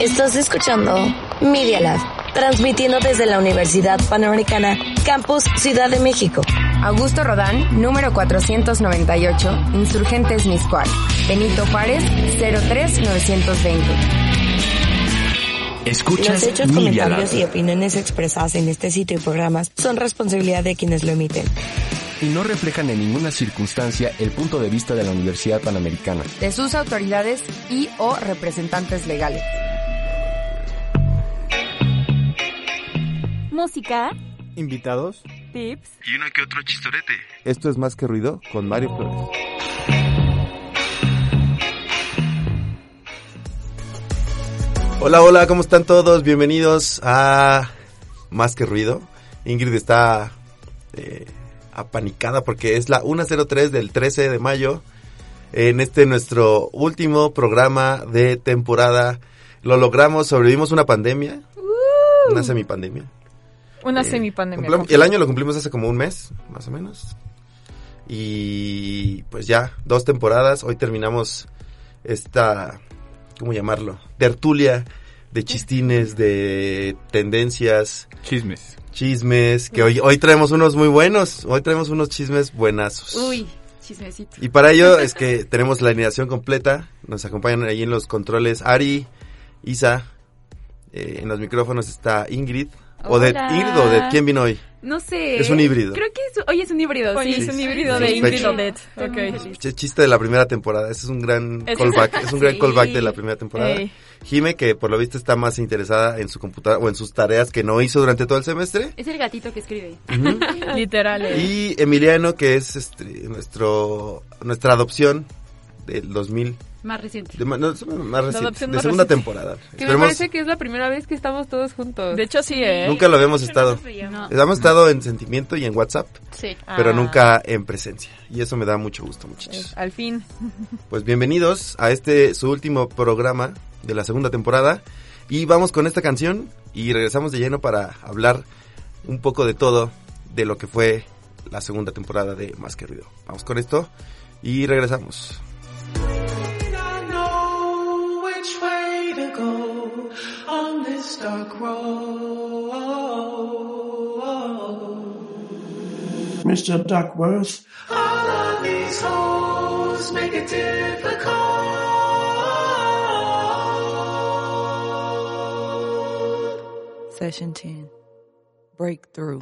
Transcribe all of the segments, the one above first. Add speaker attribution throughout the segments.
Speaker 1: Estás escuchando Media Lab, transmitiendo desde la Universidad Panamericana, Campus Ciudad de México.
Speaker 2: Augusto Rodán, número 498, Insurgentes Miscual. Benito Juárez, 03920.
Speaker 3: Escuchas
Speaker 1: Los hechos,
Speaker 3: Media Lab.
Speaker 1: comentarios y opiniones expresadas en este sitio y programas son responsabilidad de quienes lo emiten.
Speaker 4: y no reflejan en ninguna circunstancia el punto de vista de la Universidad Panamericana.
Speaker 2: De sus autoridades y o representantes legales.
Speaker 5: Música,
Speaker 6: Invitados,
Speaker 5: tips,
Speaker 7: Y uno que otro chistorete.
Speaker 6: esto es Más que Ruido con Mario Flores. Hola, hola, ¿cómo están todos? Bienvenidos a Más que Ruido. Ingrid está eh, apanicada porque es la 103 del 13 de mayo. En este nuestro último programa de temporada. Lo logramos, sobrevivimos una pandemia. Una semipandemia.
Speaker 5: una
Speaker 6: Eh,
Speaker 5: semipandemia.
Speaker 6: cumplamos- el año lo cumplimos hace como un mes, más o menos. Y pues ya, dos temporadas. Hoy terminamos esta, ¿cómo llamarlo? Tertulia de chistines, de tendencias,
Speaker 7: Chismes.
Speaker 6: chismes. Que hoy, hoy traemos unos muy buenos. Hoy traemos unos chismes buenazos.
Speaker 8: Uy, chismecito.
Speaker 6: Y para ello es que tenemos la alineación completa. Nos acompañan ahí en los controles Ari, Isa. eh, en los micrófonos está Ingrid. O de
Speaker 8: Hola.
Speaker 6: Ingrid o de quién vino hoy.
Speaker 8: No sé.
Speaker 6: Es un híbrido.
Speaker 8: Creo que es, hoy es un híbrido.
Speaker 5: Hoy
Speaker 8: sí.
Speaker 5: es un
Speaker 6: Sí,
Speaker 5: híbrido
Speaker 6: sí,
Speaker 5: de Ingrid
Speaker 6: sospecho.
Speaker 5: Odet.
Speaker 8: Estoy muy
Speaker 5: Ok.
Speaker 8: feliz.
Speaker 6: Ch- chiste de la primera temporada. Ese es un gran
Speaker 5: Es-
Speaker 6: callback. Es un gran
Speaker 8: Sí. Eh.
Speaker 6: callback de la primera temporada.
Speaker 5: Ey.
Speaker 6: Jime, que por lo visto está más interesada en su computadora o en sus tareas que no hizo durante todo el semestre.
Speaker 8: Es el gatito que escribe.
Speaker 5: Literal. eh.
Speaker 6: Y Emiliano, que es este, nuestro nuestra adopción del 2000.
Speaker 8: Más reciente.
Speaker 6: De, ma- no, es más reciente,
Speaker 5: adopción
Speaker 6: de
Speaker 5: más
Speaker 6: segunda
Speaker 5: reciente.
Speaker 6: temporada.
Speaker 9: Que me
Speaker 6: Esperemos-
Speaker 9: parece que es la primera vez que estamos todos juntos.
Speaker 5: De hecho, sí, ¿eh?
Speaker 6: Nunca lo habíamos estado.
Speaker 8: No,
Speaker 6: Hemos estado en sentimiento y en WhatsApp,
Speaker 8: sí.
Speaker 6: pero
Speaker 5: Ah.
Speaker 6: nunca en presencia. Y eso me da mucho gusto, muchachos.
Speaker 5: Al fin.
Speaker 6: Pues bienvenidos a este su último programa de la segunda temporada y vamos con esta canción y regresamos de lleno para hablar un poco de todo de lo que fue la segunda temporada de Más que ruido. Vamos con esto y regresamos.
Speaker 10: Mr. Duckworth.
Speaker 11: Session 10 Breakthrough.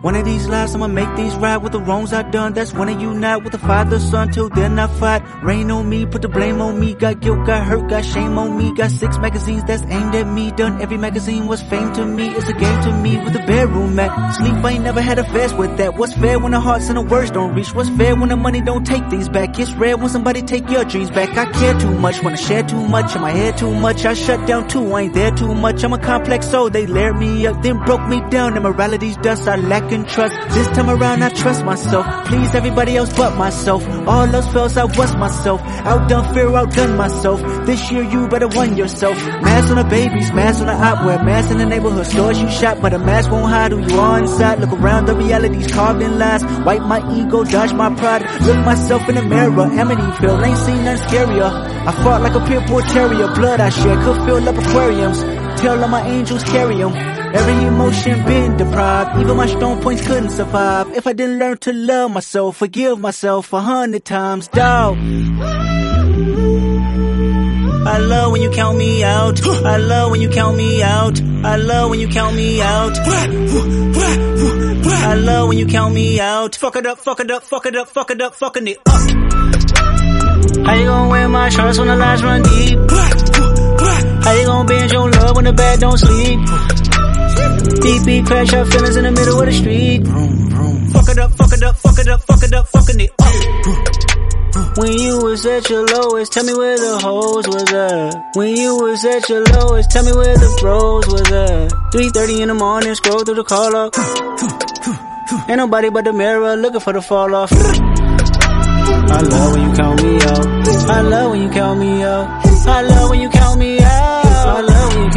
Speaker 11: One of these lives, I'ma make these right with the wrongs I done. That's when I unite with the father, son, till then I fight. Rain on me, put the blame on me. Got guilt, got hurt, got shame on me. Got six magazines that's aimed at me. Done every magazine was fame to me. It's a game to me with the bedroom at. Sleep, I ain't never had a fast with that. What's fair when the hearts and the words don't reach? What's fair when the money don't take things back? It's rare when somebody take your dreams back. I care too much when I share too much. In my head too much, I shut down too. I ain't there too much. I'm a complex soul. They layered me up, then broke me down. And morality's dust, I lack in trust. This time around, I trust myself. Please everybody else but myself. All else fails, I was myself. Outdone fear, outdone myself. This year, you better won yourself. Mask on the babies, mask on the op, wear mask in the neighborhood stores you shop. But a mask won't hide who you are inside. Look around, the reality's carved in lies. Wipe my ego, dodge my pride. Look myself in the mirror, Amityville, ain't seen nothing scarier. I fought like a pit bull terrier, blood I shed could fill up aquariums. Tell all my angels carry 'em. Every emotion been deprived, even my strong points couldn't survive. If I didn't learn to love myself, forgive myself a hundred times, dog. I love when you count me out. I love when you count me out. I love when you count me out. I love when you count me out. Fuck it up, fuck it up, fuck it up, fuck it up, fucking it up. How you gonna wear my shorts when the lines run deep? How you gonna bend your love when the bed don't sleep? Deep beat crash our feelings in the middle of the street. Fuck it up, fuck it up, fuck it up, fuck it up, fucking it up. When you was at your lowest, tell me where the hoes was at. When you was at your lowest, tell me where the bros was at. 3.30 in the morning, scroll through the call up. Ain't nobody but the mirror looking for the fall off. I love when you count me out. I love when you count me out. I love when you count me out. I love when you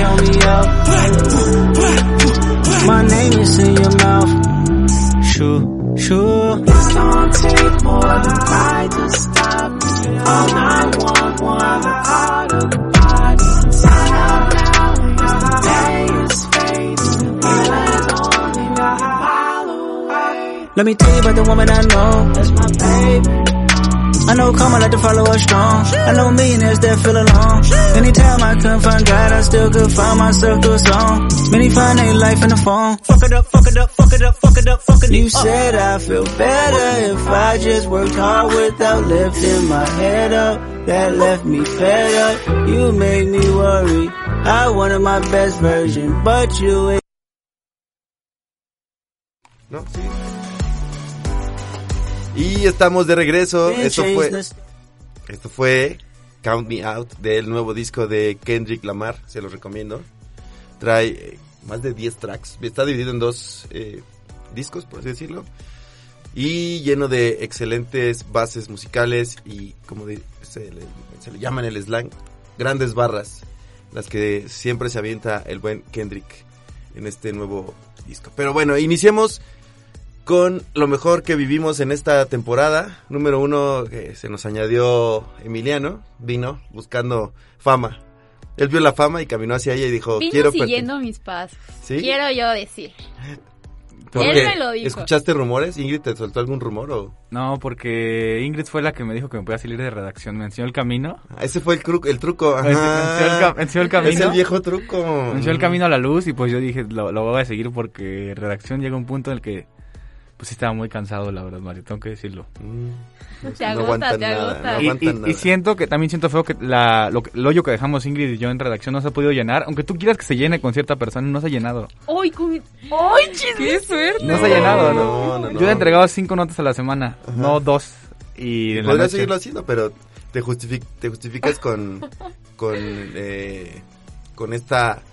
Speaker 11: count me out. My name is in your mouth. Sure, sure.
Speaker 12: Let me tell you about the woman I know. That's my babe. I know karma like to follow her strong. I know millionaires that feel alone. Anytime I couldn't find God, I still could find myself through a song. Many find their life in the phone. Fuck it up, fuck it up, fuck it up, fuck it up, fuck it up. You said I feel better if I just worked hard without lifting my head up. That left me fed up. You made me worry. I wanted my best version, but you ain't.
Speaker 6: ¿No? Sí. Y estamos de regreso. Eso fue, esto fue Count Me Out del nuevo disco de Kendrick Lamar. Se los recomiendo. Trae eh, más de 10 tracks. Está dividido en dos eh, discos, por así decirlo. Y lleno de excelentes bases musicales y, como di- se le, se le llama en el slang, grandes barras. Las que siempre se avienta el buen Kendrick en este nuevo disco. Pero bueno, iniciemos con lo mejor que vivimos en esta temporada. Número uno, que se nos añadió Emiliano, vino buscando fama. Él vio la fama y caminó hacia ella y dijo,
Speaker 8: Vino
Speaker 6: quiero perten-
Speaker 8: siguiendo mis pasos.
Speaker 6: ¿Sí?
Speaker 8: Quiero yo decir.
Speaker 6: ¿Por
Speaker 8: Él
Speaker 6: qué?
Speaker 8: me lo dijo.
Speaker 6: ¿Escuchaste rumores? Ingrid, ¿te soltó algún rumor o...?
Speaker 7: No, porque Ingrid fue la que me dijo que me podía salir de redacción. Me enseñó el camino.
Speaker 6: Ah, Ese fue el, cru- el truco.
Speaker 7: Me enseñó Pues, el,
Speaker 6: Ajá.
Speaker 7: cam- me enseñó el
Speaker 6: Es
Speaker 7: camino.
Speaker 6: el viejo truco.
Speaker 7: Me enseñó el camino a la luz y pues yo dije, lo, lo voy a seguir porque redacción llega un punto en el que... Pues sí estaba muy cansado, la verdad, Mario, tengo que decirlo.
Speaker 6: Mm.
Speaker 8: Te
Speaker 6: no
Speaker 8: agota,
Speaker 6: aguantan
Speaker 8: te
Speaker 6: nada,
Speaker 8: agota.
Speaker 6: no
Speaker 7: Y,
Speaker 6: aguantan
Speaker 7: y- y
Speaker 6: nada.
Speaker 7: siento que también siento feo que la, lo, que- el hoyo que dejamos Ingrid y yo en redacción no se ha podido llenar. Aunque tú quieras que se llene con cierta persona, no se ha llenado.
Speaker 8: ¡Ay, con... ¡Ay, chisme!
Speaker 7: No se ha llenado, ¿no?
Speaker 6: No, no, no.
Speaker 7: Yo le he entregado cinco notas a la semana, no dos. Y en la
Speaker 6: Podrías
Speaker 7: noche.
Speaker 6: seguirlo haciendo, pero te, justifi- te justificas con, con, eh, con esta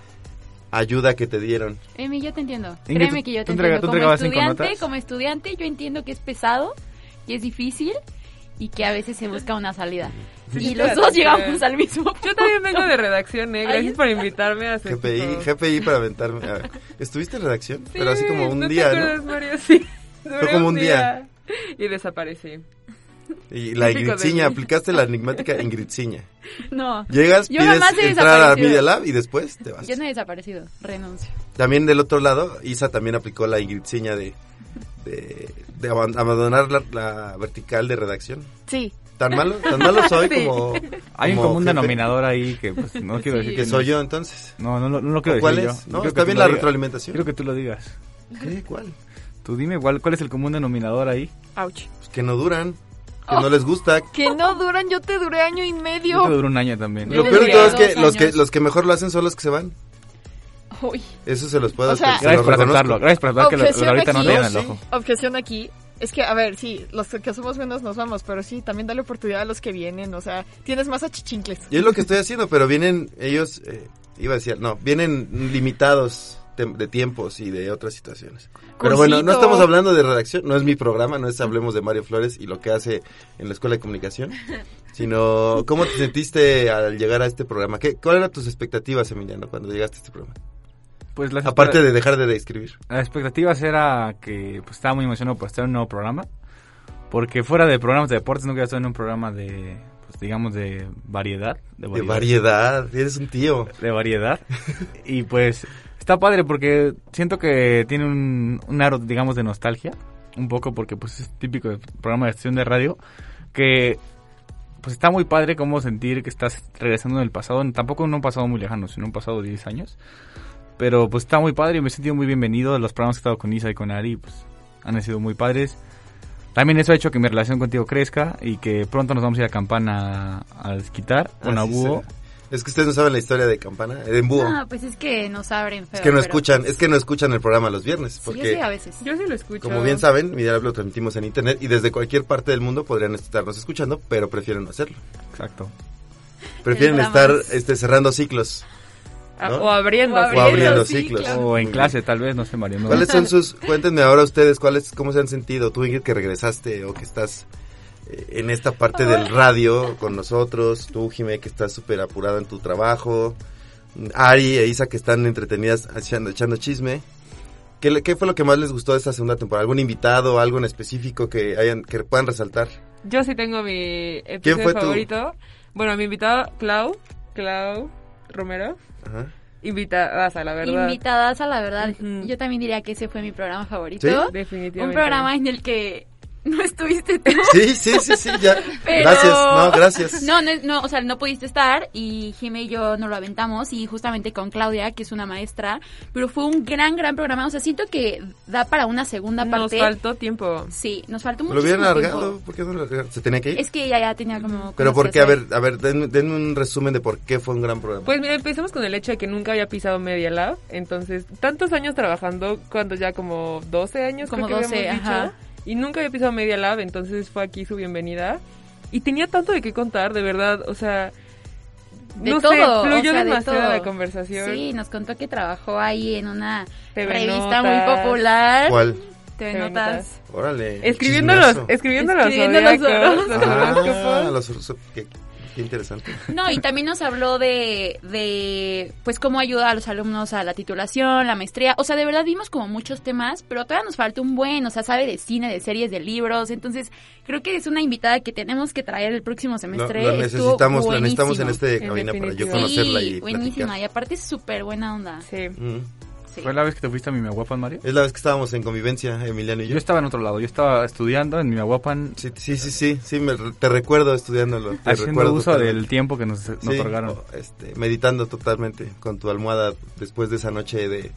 Speaker 6: ayuda que te dieron.
Speaker 8: Emi, yo te entiendo.
Speaker 7: Ingrid,
Speaker 8: Créeme
Speaker 7: ¿tú-
Speaker 8: que yo
Speaker 7: tú
Speaker 8: te
Speaker 7: entrega-
Speaker 8: entiendo.
Speaker 7: tú
Speaker 8: Como
Speaker 7: entregabas cinco
Speaker 8: estudiante,
Speaker 7: notas?
Speaker 8: como estudiante, yo entiendo que es pesado, que es difícil y que a veces se busca una salida. y los dos llegamos al mismo punto.
Speaker 9: Yo también vengo de redacción, ¿eh?
Speaker 8: Ahí
Speaker 9: Gracias por invitarme a su
Speaker 6: GPI,
Speaker 9: equipo.
Speaker 6: GPI para aventarme. A ver, ¿Estuviste en redacción?
Speaker 9: Sí,
Speaker 6: pero así como un
Speaker 9: ¿no
Speaker 6: día,
Speaker 9: te
Speaker 6: ¿no?
Speaker 9: acuerdas, Mario? Sí. Duré
Speaker 6: Fue como un día.
Speaker 9: Y desaparecí.
Speaker 6: Y la
Speaker 9: Típico de
Speaker 6: Ingridciña,
Speaker 9: mí.
Speaker 6: aplicaste la enigmática Ingridciña.
Speaker 8: No,
Speaker 6: Llegas,
Speaker 8: Yo
Speaker 6: pides
Speaker 8: jamás he
Speaker 6: entrar a
Speaker 8: desaparecido.
Speaker 6: Media Lab y después te vas.
Speaker 8: yo no he desaparecido. Renuncio.
Speaker 6: También del otro lado, Isa también aplicó la Ingridciña de, de, de aban- abandonar la, la vertical de redacción.
Speaker 8: Sí.
Speaker 6: ¿Tan malo? ¿Tan malo soy como...
Speaker 7: Hay un
Speaker 6: como
Speaker 7: común
Speaker 6: jefe?
Speaker 7: denominador ahí que pues, no quiero decir
Speaker 6: Que
Speaker 7: no.
Speaker 6: soy yo entonces.
Speaker 7: No, no, no, no lo quiero
Speaker 6: ¿O ¿Cuál
Speaker 7: decir
Speaker 6: es?
Speaker 7: yo.
Speaker 6: No,
Speaker 7: Quiero que
Speaker 6: está
Speaker 7: tú
Speaker 6: bien
Speaker 7: lo
Speaker 6: la
Speaker 7: digas.
Speaker 6: retroalimentación.
Speaker 7: Quiero que tú lo digas.
Speaker 6: ¿Qué? ¿Cuál?
Speaker 7: Tú dime cuál, cuál es el común denominador ahí.
Speaker 9: Ouch.
Speaker 6: Pues que no duran, que
Speaker 5: Oh.
Speaker 6: no les gusta.
Speaker 9: Que no duran, yo te duré año y medio.
Speaker 7: Yo te duró un año también.
Speaker 6: Lo
Speaker 8: les
Speaker 6: peor
Speaker 8: duré
Speaker 6: de todo es que
Speaker 8: dos
Speaker 6: los, que
Speaker 8: años.
Speaker 6: los que mejor lo hacen son los que se van.
Speaker 8: Uy.
Speaker 6: Eso se los puedo
Speaker 5: O sea,
Speaker 6: se
Speaker 7: Gracias
Speaker 6: los
Speaker 7: por
Speaker 6: reconozco.
Speaker 7: aceptarlo. Gracias por aceptar que lo- lo-
Speaker 5: Objeción
Speaker 7: ahorita no
Speaker 5: aquí.
Speaker 7: te llenan el
Speaker 6: No,
Speaker 7: ojo.
Speaker 6: sí.
Speaker 5: Objeción aquí es que, a ver, sí, los que somos menos nos vamos, pero sí, también dale oportunidad a los que vienen, o sea, tienes más achichincles.
Speaker 6: Y es lo que estoy haciendo, pero vienen ellos, eh, iba a decir, no, vienen limitados tem- de, tiempos y de otras situaciones. Pero bueno, no
Speaker 5: Cursito.
Speaker 6: estamos hablando de redacción, no es mi programa, no es Hablemos de Mario Flores y lo que hace en la Escuela de Comunicación, sino cómo te sentiste al llegar a este programa. ¿Qué, ¿Cuáles eran tus expectativas, Emiliano, cuando llegaste a este programa?
Speaker 7: Pues las
Speaker 6: Aparte de dejar de escribir.
Speaker 7: Las expectativas era que pues, estaba muy emocionado por estar en un nuevo programa. Porque fuera de programas de deportes nunca había estado en un programa de, pues, digamos, de variedad. De
Speaker 6: De variedad, eres un tío.
Speaker 7: de variedad. y pues está padre porque siento que tiene un, un aro, digamos, de nostalgia. Un poco porque pues es típico de programa de estación de radio. Que pues está muy padre como sentir que estás regresando en el pasado. Tampoco en un pasado muy lejano, sino un pasado de 10 años. Pero pues está muy padre y me he sentido muy bienvenido. Los programas que he estado con Isa y con Ari pues han sido muy padres. También eso ha hecho que mi relación contigo crezca y que pronto nos vamos a ir a Campana a desquitar con
Speaker 6: Así
Speaker 7: Abuo.
Speaker 6: sea. Ah, Es que ustedes no saben la historia de Campana, de Búho.
Speaker 8: Ah, pues es que nos abren feo.
Speaker 6: es que no
Speaker 8: pero-
Speaker 6: escuchan, es que no escuchan el programa los viernes,
Speaker 8: Sí, yo
Speaker 6: porque
Speaker 8: sí, a veces.
Speaker 9: Yo sí lo escucho.
Speaker 6: como bien saben, Midialab lo transmitimos en internet y desde cualquier parte del mundo podrían estarnos escuchando, pero prefieren no hacerlo.
Speaker 7: Exacto.
Speaker 6: Prefieren
Speaker 8: El
Speaker 6: estar
Speaker 8: drama es-
Speaker 6: este cerrando ciclos
Speaker 9: Ah,
Speaker 6: ¿no?
Speaker 9: O abriendo.
Speaker 8: O
Speaker 6: o abriendo
Speaker 8: Abriendo
Speaker 6: ciclos.
Speaker 7: O en
Speaker 6: Muy
Speaker 7: clase, tal vez, no sé, Mario.
Speaker 6: bien.
Speaker 7: no.
Speaker 6: ¿Cuáles son sus cuéntenme ahora ustedes cuáles cómo se han sentido tú Ingrid que regresaste o que estás eh, en esta parte del radio con nosotros, tú Jimé que estás súper apurada en tu trabajo, Ari e Isa que están entretenidas echando, echando chisme. ¿Qué, le- ¿Qué fue lo que más les gustó de esta segunda temporada? ¿Algún invitado, algo en específico que hayan que puedan resaltar?
Speaker 9: Yo sí tengo mi
Speaker 6: ¿Quién
Speaker 9: episodio
Speaker 6: fue tu-
Speaker 9: favorito. Bueno, mi invitado, Clau. Clau Romero.
Speaker 6: Ajá.
Speaker 9: Invitadas a la verdad.
Speaker 8: Invitadas a la verdad. Yo también diría que ese fue mi programa favorito.
Speaker 9: Sí, definitivamente.
Speaker 8: Un programa en el que no estuviste tú.
Speaker 6: Sí, sí, sí, sí, ya.
Speaker 8: Pero-
Speaker 6: Gracias, no, gracias.
Speaker 8: No, no, no, o sea, no pudiste estar y Jimmy y yo nos lo aventamos y justamente con Claudia, que es una maestra, pero fue un gran, gran programa. O sea, siento que da para una segunda
Speaker 9: Nos
Speaker 8: parte.
Speaker 9: faltó tiempo.
Speaker 8: Sí, nos faltó
Speaker 6: Lo
Speaker 8: muchísimo
Speaker 6: hubieran
Speaker 8: tiempo.
Speaker 6: alargado, ¿por qué no lo alargaron? ¿Se tenía que ir?
Speaker 8: Es que ella ya tenía como... cosas
Speaker 6: Pero por qué,
Speaker 8: que
Speaker 6: a
Speaker 8: hacer.
Speaker 6: ver, a ver, den- denme, un resumen de por qué fue un gran programa.
Speaker 9: Pues mira, empecemos con el hecho de que nunca había pisado Media Lab. Entonces, tantos años trabajando, cuando ya como 12 años,
Speaker 8: Como
Speaker 9: creo que
Speaker 8: 12,
Speaker 9: habíamos
Speaker 8: ajá.
Speaker 9: dicho. Y nunca había pisado Media Lab, entonces fue aquí su bienvenida. Y tenía tanto de qué contar, de verdad, o sea...
Speaker 8: De
Speaker 9: no
Speaker 8: todo, o
Speaker 9: sé, fluyó
Speaker 8: sea, de
Speaker 9: demasiado
Speaker 8: todo.
Speaker 9: la conversación.
Speaker 8: Sí, nos contó que trabajó ahí en una
Speaker 9: TV
Speaker 8: revista
Speaker 9: Notas.
Speaker 8: muy popular.
Speaker 6: ¿Cuál?
Speaker 8: TV,
Speaker 9: TV
Speaker 8: Notas.
Speaker 9: Notas.
Speaker 6: Órale.
Speaker 9: Escribiendo los-
Speaker 6: chismeazo.
Speaker 9: escribiendo los
Speaker 8: Escribiendo los
Speaker 9: zodiacos,
Speaker 8: horóscopos.
Speaker 9: los
Speaker 6: Ah,
Speaker 9: horóscopos.
Speaker 6: los horóscopos, qué, qué interesante.
Speaker 8: No, y también nos habló de, de, pues, cómo ayuda a los alumnos a la titulación, la maestría. O sea, de verdad vimos como muchos temas, pero todavía nos falta un buen, o sea, sabe de cine, de series, de libros. Entonces, creo que es una invitada que tenemos que traer el próximo
Speaker 6: Lo,
Speaker 8: semestre.
Speaker 6: lo
Speaker 8: Estuvo
Speaker 6: necesitamos, lo necesitamos en
Speaker 8: buenísimo.
Speaker 6: este cabina para yo
Speaker 8: Sí,
Speaker 6: conocerla y
Speaker 8: buenísima.
Speaker 6: platicar.
Speaker 8: Y aparte es súper buena onda.
Speaker 9: Sí.
Speaker 6: Mm.
Speaker 8: Sí.
Speaker 7: ¿Fue la vez que te fuiste a Mimiaguapan, Mario?
Speaker 6: Es la vez que estábamos en convivencia, Emiliano y yo.
Speaker 7: Yo estaba en otro lado, yo estaba estudiando en Mimiaguapan
Speaker 6: Sí, sí, sí, sí, sí, me re- te recuerdo estudiándolo. Te
Speaker 7: haciendo
Speaker 6: recuerdo
Speaker 7: uso
Speaker 6: totalmente.
Speaker 7: del tiempo que nos, nos
Speaker 6: Sí,
Speaker 7: otorgaron.
Speaker 6: o, este, meditando totalmente con tu almohada después de esa noche de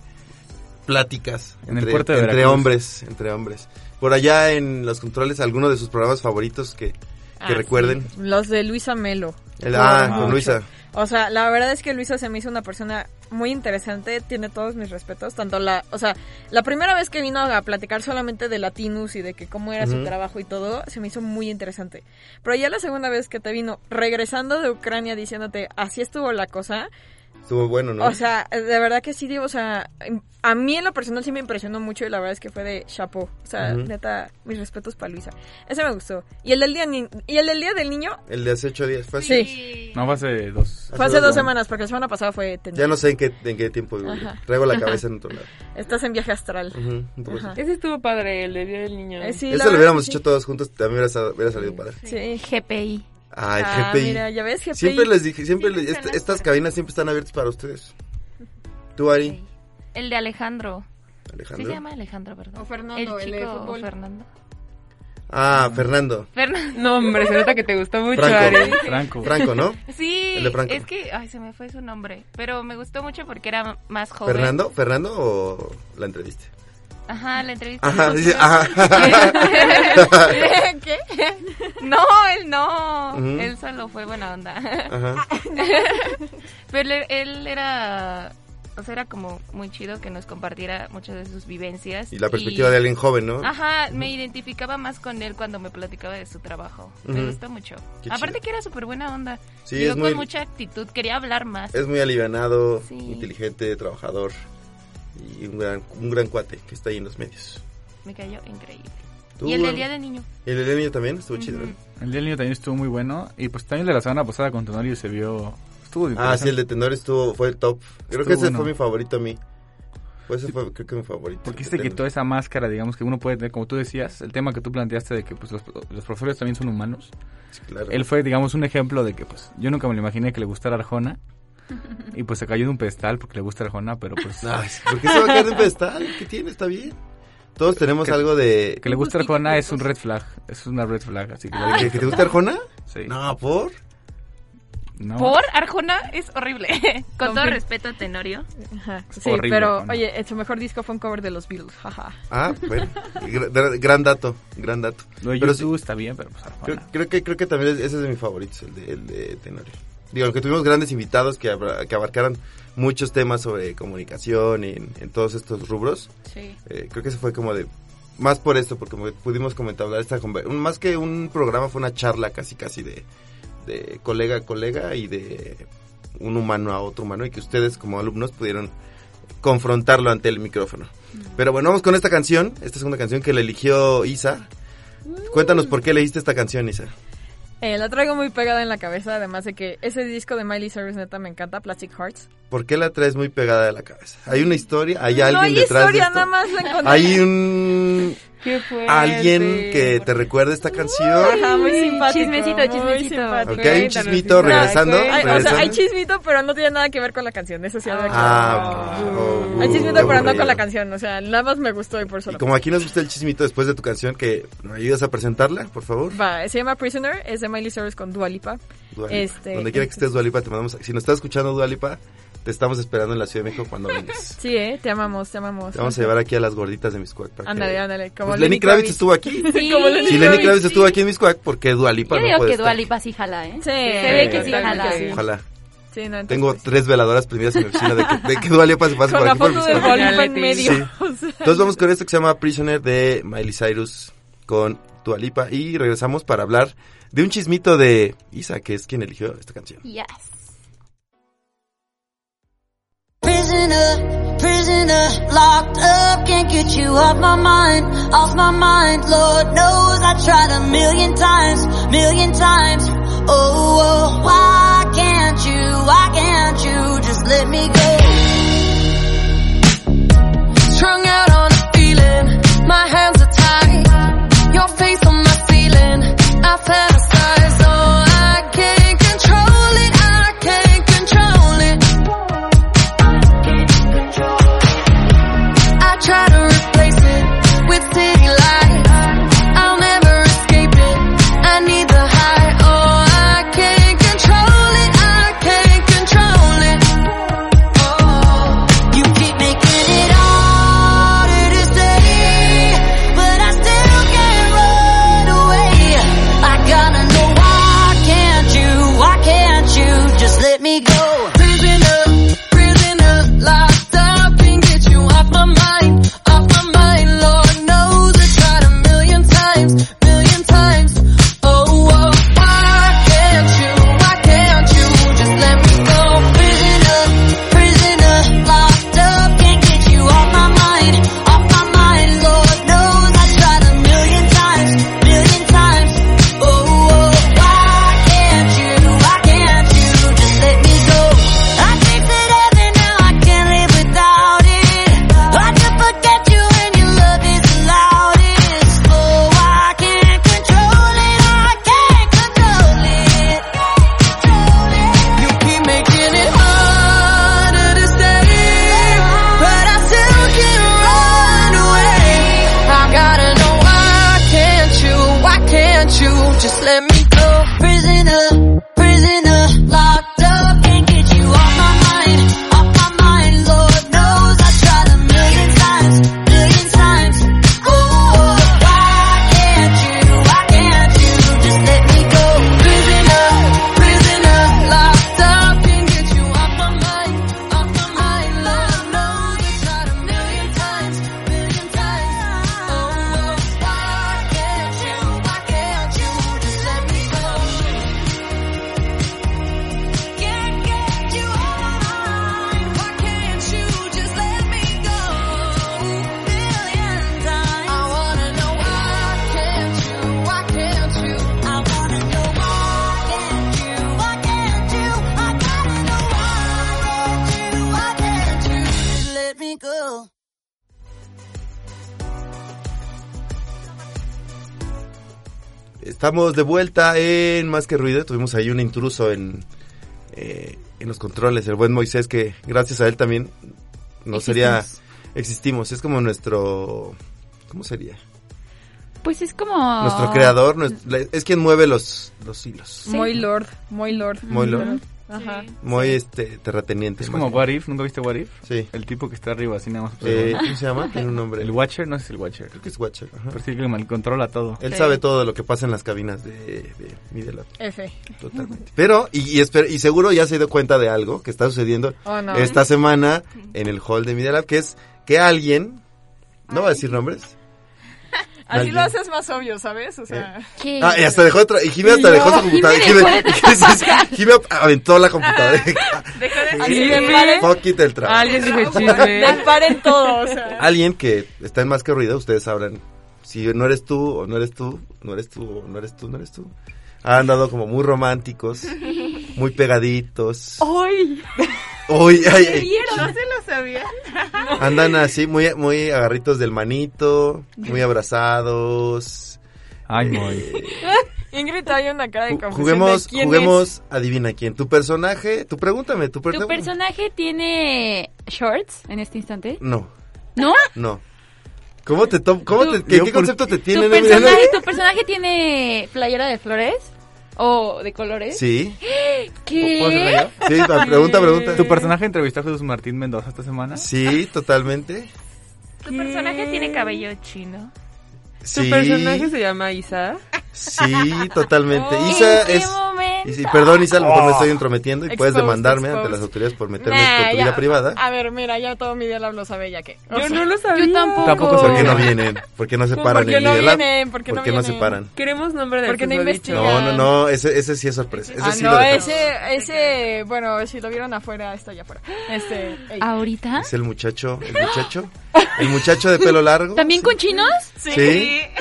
Speaker 6: pláticas
Speaker 7: En el
Speaker 6: entre,
Speaker 7: puerto de
Speaker 6: entre
Speaker 7: Veracruz.
Speaker 6: hombres, entre hombres. Por allá en los controles, alguno de sus programas favoritos que, que
Speaker 5: Ah,
Speaker 6: recuerden.
Speaker 5: sí. Los de Luisa Melo.
Speaker 6: El- ah,
Speaker 5: Mucho.
Speaker 6: con Luisa.
Speaker 5: O sea, la verdad es que Luisa se me hizo una persona muy interesante, tiene todos mis respetos, tanto la, o sea, la primera vez que vino a platicar solamente de Latinus y de que cómo era
Speaker 6: Ujú.
Speaker 5: su trabajo y todo, se me hizo muy interesante. Pero ya la segunda vez que te vino regresando de Ucrania diciéndote, así estuvo la cosa,
Speaker 6: Estuvo bueno, ¿no?
Speaker 5: o sea, de verdad que sí, digo, o sea, a mí en lo personal sí me impresionó mucho y la verdad es que fue de chapeau. O sea,
Speaker 6: Ujú.
Speaker 5: neta, mis respetos para Luisa. Ese me gustó. Y el del día, ni- y el del, día del niño
Speaker 6: el de hace ocho días. Fue así.
Speaker 5: Sí.
Speaker 7: No, fue hace dos.
Speaker 5: fue hace dos semanas, porque la semana pasada fue... ten-
Speaker 6: Ya no sé en qué, en qué tiempo vivo.
Speaker 5: Ajá.
Speaker 6: Traigo la cabeza en otro lado.
Speaker 5: Estás en viaje astral.
Speaker 6: Ujú, un poco
Speaker 5: Ajá.
Speaker 6: así.
Speaker 9: Ese estuvo padre, el del Día del Niño.
Speaker 5: Eh, sí, la
Speaker 6: Eso
Speaker 5: verdad
Speaker 6: lo hubiéramos
Speaker 5: que
Speaker 6: hecho
Speaker 5: sí.
Speaker 6: todos juntos, también hubiera, sal- hubiera salido padre.
Speaker 5: Sí.
Speaker 8: GPI.
Speaker 6: Ay,
Speaker 5: Ah,
Speaker 6: GPI.
Speaker 5: mira, ya ves, GPI.
Speaker 6: Siempre les dije, siempre les- est- estas cabinas siempre están abiertas para ustedes. Tú, Ari,
Speaker 13: El de Alejandro. Sí
Speaker 6: Alejandro.
Speaker 13: se llama Alejandro, ¿verdad?
Speaker 5: O Fernando, el de
Speaker 13: chico
Speaker 5: fútbol.
Speaker 13: Fernando.
Speaker 6: Ah, Fernando.
Speaker 13: Fernando.
Speaker 9: No, hombre, se nota que te gustó mucho,
Speaker 6: Franco.
Speaker 9: Ari.
Speaker 7: Franco.
Speaker 6: Franco, ¿no?
Speaker 13: Sí,
Speaker 6: El de Franco.
Speaker 13: es que, ay, se me fue su nombre, pero me gustó mucho porque era más joven.
Speaker 6: ¿Fernando? ¿Fernando o la entrevista?
Speaker 13: Ajá, la entrevista.
Speaker 6: Ajá,
Speaker 13: de
Speaker 6: dice,
Speaker 13: Fernando.
Speaker 6: ajá.
Speaker 5: ¿Qué?
Speaker 13: No, él no,
Speaker 6: Ujú.
Speaker 13: él solo fue buena onda.
Speaker 6: Ajá.
Speaker 13: Pero él, él era, o sea, era como muy chido que nos compartiera muchas de sus vivencias.
Speaker 6: Y la perspectiva de alguien joven, ¿no?
Speaker 13: Ajá, me identificaba más con él cuando me platicaba de su trabajo.
Speaker 6: Ujú.
Speaker 13: Me gustó mucho.
Speaker 6: Qué
Speaker 13: Aparte
Speaker 6: chido.
Speaker 13: que era súper buena onda.
Speaker 6: Sí,
Speaker 13: Llegó
Speaker 6: es muy-
Speaker 13: con mucha actitud, quería hablar más.
Speaker 6: Es muy alivianado,
Speaker 13: Sí.
Speaker 6: inteligente, trabajador y un gran, un gran cuate que está ahí en los medios.
Speaker 13: Me cayó increíble.
Speaker 6: Tú,
Speaker 13: y el del
Speaker 6: Ana.
Speaker 13: día del niño.
Speaker 6: ¿El del niño también? Estuvo chido. ¿no?
Speaker 7: El día del niño también estuvo muy bueno. Y pues también el de la semana pasada con Tonario se vio. Estuvo
Speaker 6: Ah, sí,
Speaker 7: interesante.
Speaker 6: el de tenor estuvo, fue el top. Creo
Speaker 7: Estuvo
Speaker 6: que ese
Speaker 7: bueno.
Speaker 6: fue mi favorito a mí. Pues ese fue, creo que mi favorito.
Speaker 7: Porque
Speaker 6: el
Speaker 7: este
Speaker 6: de
Speaker 7: quitó
Speaker 6: tenor.
Speaker 7: esa máscara, digamos, que uno puede tener, como tú decías, el tema que tú planteaste de que pues, los, los profesores también son humanos.
Speaker 6: Sí, claro.
Speaker 7: Él fue, digamos, un ejemplo de que pues yo nunca me lo imaginé que le gustara Arjona. Y pues se cayó de un pedestal porque le gusta Arjona, pero pues...
Speaker 6: Ay, ¿Por qué se va a caer de un pedestal? ¿Qué tiene? Está bien. Todos tenemos
Speaker 7: Que-
Speaker 6: algo de...
Speaker 7: Que le gusta Arjona es un red flag, es una red flag, así que... lo
Speaker 6: ¿Que,
Speaker 7: digo.
Speaker 6: que te gusta Arjona?
Speaker 7: Sí.
Speaker 6: No, ¿por?
Speaker 7: No.
Speaker 13: Por Arjona es horrible. Con todo
Speaker 5: Confirmo.
Speaker 13: respeto a Tenorio.
Speaker 5: Ajá, sí,
Speaker 7: horrible,
Speaker 5: pero
Speaker 7: Juana.
Speaker 5: oye, eh, su mejor disco fue un cover de los Beatles, jaja.
Speaker 6: Ah, bueno. Gra- Gran dato, gran dato.
Speaker 7: Lo de
Speaker 6: Pero sí,
Speaker 7: YouTube está bien, pero pues Arjona.
Speaker 6: creo, creo que, creo que también es- ese es de mis favoritos, el de, el de Tenorio. Digo, aunque tuvimos grandes invitados que, abra- que abarcaron muchos temas sobre comunicación en, en todos estos rubros,
Speaker 8: Sí.
Speaker 6: eh, creo que se fue como de... Más por esto, porque me- pudimos comentar hablar esta conver- un- más que un programa, fue una charla casi casi de, de colega a colega y de un humano a otro humano y que ustedes como alumnos pudieron confrontarlo ante el micrófono.
Speaker 5: Mm.
Speaker 6: Pero bueno, vamos con esta canción, esta segunda canción que le eligió Isa.
Speaker 5: Mm.
Speaker 6: Cuéntanos por qué leíste esta canción, Isa.
Speaker 5: Eh, la traigo muy pegada en la cabeza, además de que ese disco de Miley Cyrus neta me encanta, Plastic Hearts.
Speaker 6: ¿Por qué la traes muy pegada de la cabeza? Hay una historia, hay alguien
Speaker 5: no hay
Speaker 6: detrás
Speaker 5: historia,
Speaker 6: de esto?
Speaker 5: nada más la encontré.
Speaker 6: Hay un
Speaker 5: Qué fuerte. Uh.
Speaker 6: alguien que te recuerde esta canción.
Speaker 5: Ajá, muy simpático.
Speaker 8: Chismecito, chismecito.
Speaker 5: simpático.
Speaker 6: Ok, un Cuéntanos, chismito, sí. regresando,
Speaker 5: No, hay- O sea,
Speaker 6: regresando.
Speaker 5: hay chismito, pero no tiene nada que ver con la canción. Eso sí, habrá que-
Speaker 6: Ah, oh,
Speaker 5: Hay
Speaker 6: uh,
Speaker 5: chismito, pero no
Speaker 6: aburrido.
Speaker 5: con la canción. O sea, nada más me gustó y por eso. lo
Speaker 6: Como aquí nos gusta el chismito después de tu canción, que ¿me ayudas a presentarla, por favor?
Speaker 5: Va, se llama Prisoner, es de Miley Cyrus con Dua Lipa.
Speaker 6: Dua Lipa.
Speaker 5: Este,
Speaker 6: Donde quiera que estés, Dualipa, te mandamos. Si nos estás escuchando, Dualipa, te estamos esperando en la Ciudad de México cuando vengas.
Speaker 5: Sí, eh, te amamos, te amamos.
Speaker 6: Te vamos a llevar aquí a las gorditas de Miscuac. para que-
Speaker 5: Ándale, ándale, como
Speaker 6: Pues
Speaker 5: Lenny
Speaker 6: Lenny Kravitz
Speaker 5: Kravitz.
Speaker 6: estuvo aquí.
Speaker 5: Sí. Como Lenny
Speaker 6: si Lenny
Speaker 5: Kravitz,
Speaker 6: Kravitz
Speaker 5: sí.
Speaker 6: estuvo aquí en Miscuac, porque Dualipa
Speaker 8: Yo
Speaker 6: no
Speaker 8: digo
Speaker 6: puede
Speaker 8: que
Speaker 6: estar.
Speaker 8: Dualipa sí jala, ¿eh? Sí.
Speaker 5: Se
Speaker 8: ve que sí
Speaker 5: totalmente
Speaker 8: jala.
Speaker 5: sí.
Speaker 6: Ojalá.
Speaker 5: Sí, no, entonces-
Speaker 6: Tengo tres veladoras prendidas en mi oficina de que, de que Dua Lipa se pase
Speaker 5: Con
Speaker 6: por
Speaker 5: la
Speaker 6: aquí. por
Speaker 5: foto
Speaker 6: mis
Speaker 5: de Dua
Speaker 6: cuadros.
Speaker 5: Lipa en medio.
Speaker 6: Sí.
Speaker 5: O sea.
Speaker 6: Entonces vamos con esto que se llama Prisoner de Miley Cyrus con Dua Lipa y regresamos para hablar de un chismito de Isa, que es quien eligió esta canción.
Speaker 14: Prisoner, prisoner, locked up, can't get you off my mind, off my mind. Lord knows I tried a million times, million times. Oh, oh why can't you, why can't you just let me go?
Speaker 10: Strung out on a feeling, my hands are tied. Your face on my ceiling, I fantasize. Oh, I can't control it, I can't control it. I try to replace it with city lights. I'll never escape it. I need the high. Oh, I can't control it, I can't control it. Oh.
Speaker 14: You keep making it harder to stay, but I still can't run away. I gotta know why can't you, why can't you just let me go?
Speaker 10: Prisoner, prisoner, locked up, can't get you off my mind, off my mind. Lord knows I tried a million times, million times. Oh, oh, why can't you, why can't you just let me go?
Speaker 14: Prisoner, prisoner, locked up, can't get you off my mind, off my mind. Lord knows I tried a million times, million times. Oh, oh, why can't you, why can't you just let me go? I think that every now I can't live without it. Hard to forget you when your love is the loudest. Oh, I can't control it, I can't control it.
Speaker 10: You keep making it harder to stay, but I still can't run away. I gotta know why can't you, why can't you just let me go?
Speaker 14: Prisoner, prisoner, locked up, can't get you off my mind, off my mind. Lord knows I tried a million times, million times. Oh, why can't you, why can't you just let me go?
Speaker 10: Prisoner, prisoner, locked up, can't get you off my mind, off my mind. Lord knows I tried a million times, million times. Oh, oh, why can't you, why can't you just let me go? Can't get you off my mind, why can't you just let me go? Million times, I wanna know why can't you, why can't you? I wanna know why can't you, why can't you? I gotta know why can't you, why can't you?
Speaker 14: Just let me go.
Speaker 6: Estamos de vuelta en Más que Ruido. Tuvimos ahí un intruso en, eh, en los controles, el buen Moisés, que gracias a él también nos sería... Existimos, es como nuestro... ¿Cómo sería?
Speaker 8: Pues es
Speaker 5: Ah.
Speaker 8: como...
Speaker 6: Nuestro creador, nuestro- es quien mueve los, los hilos.
Speaker 5: Muy lord, muy lord.
Speaker 6: Muy lord.
Speaker 5: Ajá.
Speaker 6: Muy este, terrateniente.
Speaker 7: Es
Speaker 6: más
Speaker 7: como
Speaker 6: bien.
Speaker 7: What If, ¿nunca viste What If?
Speaker 6: Sí.
Speaker 7: El tipo que está arriba, así nada más.
Speaker 6: Eh, ¿Cómo se llama? Tiene un nombre.
Speaker 7: El Watcher, no sé si es el Watcher. Creo
Speaker 6: que es Watcher. ajá.
Speaker 7: Pero sí que mal- controla todo.
Speaker 6: Él sabe todo lo que pasa en las cabinas de, de Midelot.
Speaker 5: F.
Speaker 6: Totalmente. Pero, y, y esper- y seguro ya se dio cuenta de algo que está sucediendo
Speaker 5: Oh, no.
Speaker 6: esta semana en el hall de Media Lab, que es que alguien, no voy a decir nombres.
Speaker 5: Así
Speaker 6: Alguien.
Speaker 5: lo haces más obvio, ¿sabes? O sea.
Speaker 6: Ah, y hasta dejó de tra- y Jimmy hasta dejó su computadora.
Speaker 5: Jimmy dejó de
Speaker 6: Jimmy- Jimmy aventó la computadora. Fuck it, el trabajo.
Speaker 9: Alguien dijo chisme.
Speaker 5: Disparen todo, o sea.
Speaker 6: Alguien que está en más que ruido, ustedes sabrán. Si no eres tú, o no eres tú, no eres tú, o no eres tú, no eres tú. Han andado como muy románticos, muy pegaditos.
Speaker 8: ¡Ay!
Speaker 6: Uy, ay, ay.
Speaker 13: ¿No se lo sabía?
Speaker 6: Andan así, muy, muy agarritos del manito, muy abrazados. Eh,
Speaker 7: Ay,
Speaker 5: Ingrid trae una cara de confusión.
Speaker 6: Juguemos,
Speaker 5: de quién
Speaker 6: juguemos, adivina quién. Tu personaje, tú pregúntame, tu
Speaker 8: ¿Tu
Speaker 6: personaje.
Speaker 8: personaje tiene shorts en este instante?
Speaker 6: No,
Speaker 8: ¿No?
Speaker 6: no. ¿Cómo te tom- cómo te- qué, qué concepto te
Speaker 8: ¿Tu
Speaker 6: tiene?
Speaker 8: personaje, ¿Tu personaje tiene playera de flores? ¿O de colores?
Speaker 6: Sí.
Speaker 8: ¿Qué?
Speaker 7: ¿Tu personaje entrevistó a Jesús Martín Mendoza esta semana?
Speaker 6: Sí, totalmente.
Speaker 13: ¿Tu personaje tiene cabello chino?
Speaker 6: Sí.
Speaker 9: personaje se llama Isa?
Speaker 6: Sí, totalmente.
Speaker 13: Oh,
Speaker 6: Isa
Speaker 13: ¿en qué
Speaker 6: es.
Speaker 13: momento?
Speaker 6: Y sí, perdón, Isa, a lo mejor me
Speaker 13: Oh.
Speaker 6: estoy entrometiendo y puedes
Speaker 5: Ah. Exposed,
Speaker 6: demandarme
Speaker 5: exposed.
Speaker 6: ante las autoridades por
Speaker 5: es.
Speaker 6: meterme
Speaker 5: Nah,
Speaker 6: con tu
Speaker 5: ya, Ah,
Speaker 6: vida privada.
Speaker 5: A ver, mira, ya todo mi diálogo lo sabe ya que. o
Speaker 9: Yo
Speaker 5: sea,
Speaker 9: no lo sabía.
Speaker 5: Yo tampoco.
Speaker 6: ¿Por qué no vienen? ¿Por qué no se
Speaker 5: Pues,
Speaker 6: paran?
Speaker 5: ¿por qué
Speaker 6: en
Speaker 5: no
Speaker 6: Lidelab?
Speaker 5: vienen? ¿Por qué no
Speaker 6: se
Speaker 5: vienen?
Speaker 6: paran?
Speaker 9: Queremos nombre de
Speaker 5: ¿Por qué no investigan?
Speaker 6: No, no, no, ese, ese sí es sorpresa. Ese
Speaker 5: ah,
Speaker 6: sí
Speaker 5: no,
Speaker 6: lo dejamos.
Speaker 5: ese, ese, bueno, si lo vieron afuera, está allá afuera. Este, ey.
Speaker 8: ¿Ahorita?
Speaker 6: Es el muchacho, el muchacho, el muchacho de pelo largo.
Speaker 8: ¿También con chinos?
Speaker 6: Sí.
Speaker 5: Eh,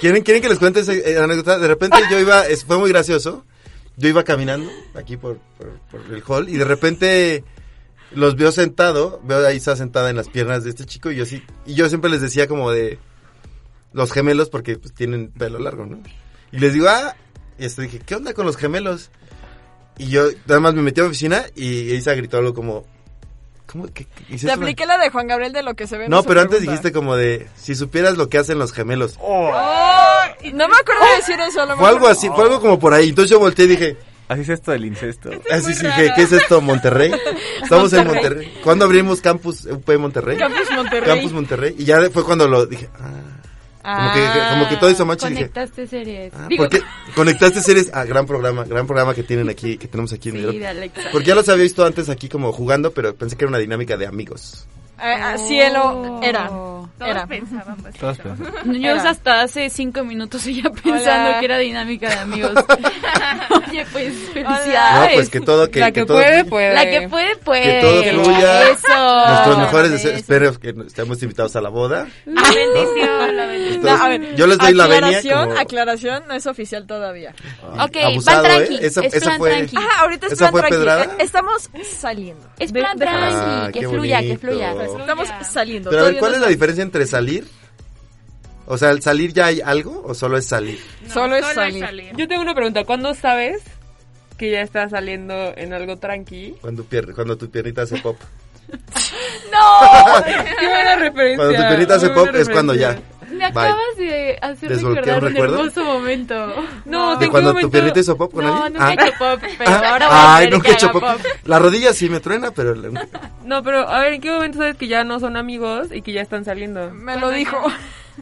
Speaker 6: ¿Quieren, quieren que les cuente esa eh, anécdota? De repente yo iba, es- fue muy gracioso. Yo iba caminando aquí por, por- por el hall y de repente los veo sentado, veo a Isa sentada en las piernas de este chico y yo sí, y yo siempre les decía como de los gemelos porque pues, tienen pelo largo, ¿no? Y les digo, ah, y hasta dije, ¿qué onda con los gemelos? Y yo nada más me metí a mi oficina y Isa gritó algo como, ¿cómo? ¿Qué, qué- hiciste
Speaker 5: Te
Speaker 6: una-
Speaker 5: apliqué la de Juan Gabriel de lo que se ve. en
Speaker 6: No,
Speaker 5: su
Speaker 6: pero antes
Speaker 5: pregunta.
Speaker 6: dijiste como de, si supieras lo que hacen los gemelos.
Speaker 5: Oh, no me acuerdo de decir eso. a lo
Speaker 6: Fue algo
Speaker 5: mejor.
Speaker 6: así, fue algo como por ahí. Entonces yo volteé y dije,
Speaker 7: Así es esto del incesto.
Speaker 6: así sí, dije, ¿qué es esto, Monterrey? Estamos en
Speaker 5: Monterrey.
Speaker 6: Monterrey. ¿Cuándo abrimos Campus UP Monterrey?
Speaker 5: Campus Monterrey.
Speaker 6: Campus Monterrey. Y ya fue cuando lo dije, ah, como, que,
Speaker 8: Ah,
Speaker 6: como que todo hizo macho y dije,
Speaker 8: Conectaste series.
Speaker 6: ah,
Speaker 8: Digo,
Speaker 6: ¿por qué conectaste series a gran programa, gran programa que tienen aquí, que tenemos aquí en
Speaker 8: Sí,
Speaker 6: Europa?
Speaker 8: de Alexa.
Speaker 6: Porque ya los había visto antes aquí como jugando, pero pensé que era una dinámica de amigos.
Speaker 5: Ah, ah, cielo, era. era.
Speaker 6: Todos pensamos.
Speaker 8: Oh. Yo
Speaker 5: Era.
Speaker 8: hasta hace cinco minutos seguía pensando que era dinámica de amigos. Oye, pues felicidades.
Speaker 6: No, pues que todo, que,
Speaker 8: La que
Speaker 6: todo-
Speaker 8: puede, puede. La que puede, pues. puede.
Speaker 6: Que todo fluya.
Speaker 8: Eso.
Speaker 6: Nuestros mejores deseos. Espero que estemos invitados a la boda.
Speaker 5: La
Speaker 8: bendición, la bendición.
Speaker 6: Entonces, yo les doy la venia
Speaker 5: Aclaración,
Speaker 6: como-
Speaker 5: aclaración, no es oficial todavía.
Speaker 8: Ok, Abusado, van tranqui,
Speaker 6: Esa- es esa plan fue- tranqui.
Speaker 5: Ajá, ahorita es
Speaker 6: ¿esa
Speaker 5: plan
Speaker 6: fue
Speaker 5: tranqui.
Speaker 6: pedrada?
Speaker 5: Eh, Estamos saliendo.
Speaker 8: Es
Speaker 5: plan
Speaker 6: tranqui, Ah, que qué fluya, que bonito. fluya.
Speaker 5: Estamos saliendo.
Speaker 6: Pero a ver,
Speaker 5: todavía
Speaker 6: ¿cuál
Speaker 5: no
Speaker 6: es la diferencia entre salir? O sea, ¿al salir ya hay algo o solo es salir?
Speaker 5: solo es salir.
Speaker 9: Yo tengo una pregunta. ¿Cuándo sabes que ya estás saliendo en algo tranqui?
Speaker 6: Cuando, pier- cuando tu piernita hace pop.
Speaker 8: ¡No!
Speaker 9: ¡Qué buena referencia!
Speaker 6: Cuando tu piernita hace
Speaker 9: muy buena
Speaker 6: pop es cuando ya.
Speaker 9: referencia.
Speaker 8: Me acabas de hacer
Speaker 6: ¿Desbloquea
Speaker 8: recordar
Speaker 6: un
Speaker 8: un,
Speaker 6: recuerdo?
Speaker 8: hermoso momento.
Speaker 9: No,
Speaker 6: ¿De cuando tu piernita hizo pop con
Speaker 8: no,
Speaker 6: alguien? Ah.
Speaker 8: nunca he hecho pop, pero ahora voy a
Speaker 6: Ay,
Speaker 8: hacer
Speaker 6: nunca
Speaker 8: que
Speaker 6: he hecho
Speaker 8: haga
Speaker 6: pop.
Speaker 8: pop.
Speaker 6: La rodilla sí me truena, pero... la-
Speaker 9: No, pero a ver, ¿en qué momento sabes que ya no son amigos y que ya están saliendo?
Speaker 5: Me lo dijo.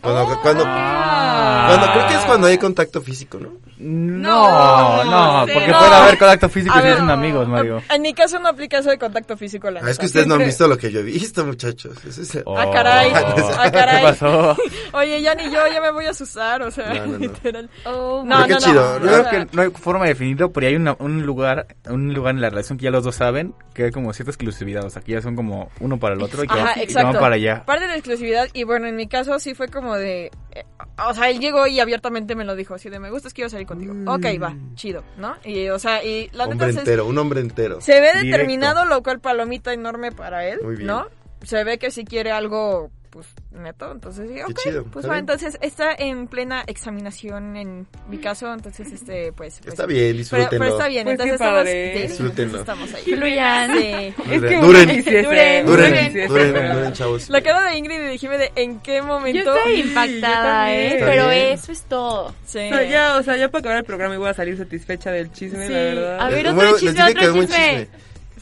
Speaker 6: Cuando,
Speaker 7: Oh,
Speaker 6: cuando, cuando- creo que es cuando hay contacto físico, ¿no?
Speaker 7: No, no,
Speaker 6: no,
Speaker 7: porque
Speaker 6: no.
Speaker 7: puede haber contacto físico
Speaker 5: A
Speaker 7: y no
Speaker 5: ver,
Speaker 7: son amigos, Mario.
Speaker 5: En mi caso no aplica eso de contacto físico. La
Speaker 6: Ah, es
Speaker 5: neta.
Speaker 6: que ustedes no han
Speaker 5: Siempre-
Speaker 6: visto lo que yo he visto, muchachos. Eso es-
Speaker 7: Oh.
Speaker 5: Ah, caray. Ah, caray.
Speaker 6: ¿Qué pasó?
Speaker 5: Oye, ya ni yo, ya me voy a asustar, o sea,
Speaker 7: No, no, no.
Speaker 5: literal.
Speaker 7: Pero
Speaker 5: no,
Speaker 7: qué
Speaker 5: no,
Speaker 7: chido.
Speaker 5: no,
Speaker 7: Yo
Speaker 5: o sea,
Speaker 7: creo que no hay forma de definirlo, pero hay una- un lugar un lugar en la relación que ya los dos saben que hay como cierta exclusividad. O sea, que ya son como uno para el otro y que,
Speaker 5: Ajá,
Speaker 7: y que
Speaker 5: exacto.
Speaker 7: van para allá.
Speaker 5: Parte de la exclusividad, y bueno, en mi caso sí fue como de. eh, o sea, él llegó y abiertamente me lo dijo. Así de, me gustas, quiero salir contigo. Ok, va, chido, ¿no? Y, o sea, y la neta
Speaker 6: Hombre
Speaker 5: es-
Speaker 6: entero, un hombre entero.
Speaker 5: Se ve
Speaker 6: Directo.
Speaker 5: determinado, lo cual palomita enorme para él,
Speaker 6: Muy bien.
Speaker 5: ¿no? Se ve que si quiere algo, pues, neto, entonces sí, ok,
Speaker 6: chido,
Speaker 5: pues
Speaker 6: está
Speaker 5: va,
Speaker 6: bien.
Speaker 5: entonces está en plena examinación en mi caso, entonces, este, pues... pues,
Speaker 6: Está bien, disfrútenlo.
Speaker 5: Pero, pero está bien,
Speaker 9: Pues qué
Speaker 5: entonces estamos,
Speaker 9: padre.
Speaker 5: sí,
Speaker 6: Disfrútenlo.
Speaker 5: estamos ahí.
Speaker 8: Fluyan.
Speaker 5: Sí.
Speaker 9: Es que
Speaker 6: duren,
Speaker 9: uno quisiese,
Speaker 6: duren,
Speaker 9: uno
Speaker 6: duren,
Speaker 9: quisiese.
Speaker 6: duren, duren, chavos.
Speaker 5: La cara de Ingrid y dijime de en qué momento...
Speaker 8: Yo estoy impactada,
Speaker 9: yo
Speaker 8: ¿eh?
Speaker 9: también.
Speaker 8: Pero
Speaker 9: Está bien.
Speaker 8: eso es todo.
Speaker 5: Sí.
Speaker 9: O sea, ya, o sea, ya para acabar el programa voy a salir satisfecha del chisme,
Speaker 8: Sí.
Speaker 9: la verdad.
Speaker 8: A ver,
Speaker 6: Eh,
Speaker 8: otro
Speaker 6: bueno, les
Speaker 8: chisme,
Speaker 6: dije que
Speaker 8: otro
Speaker 6: había un
Speaker 8: chisme.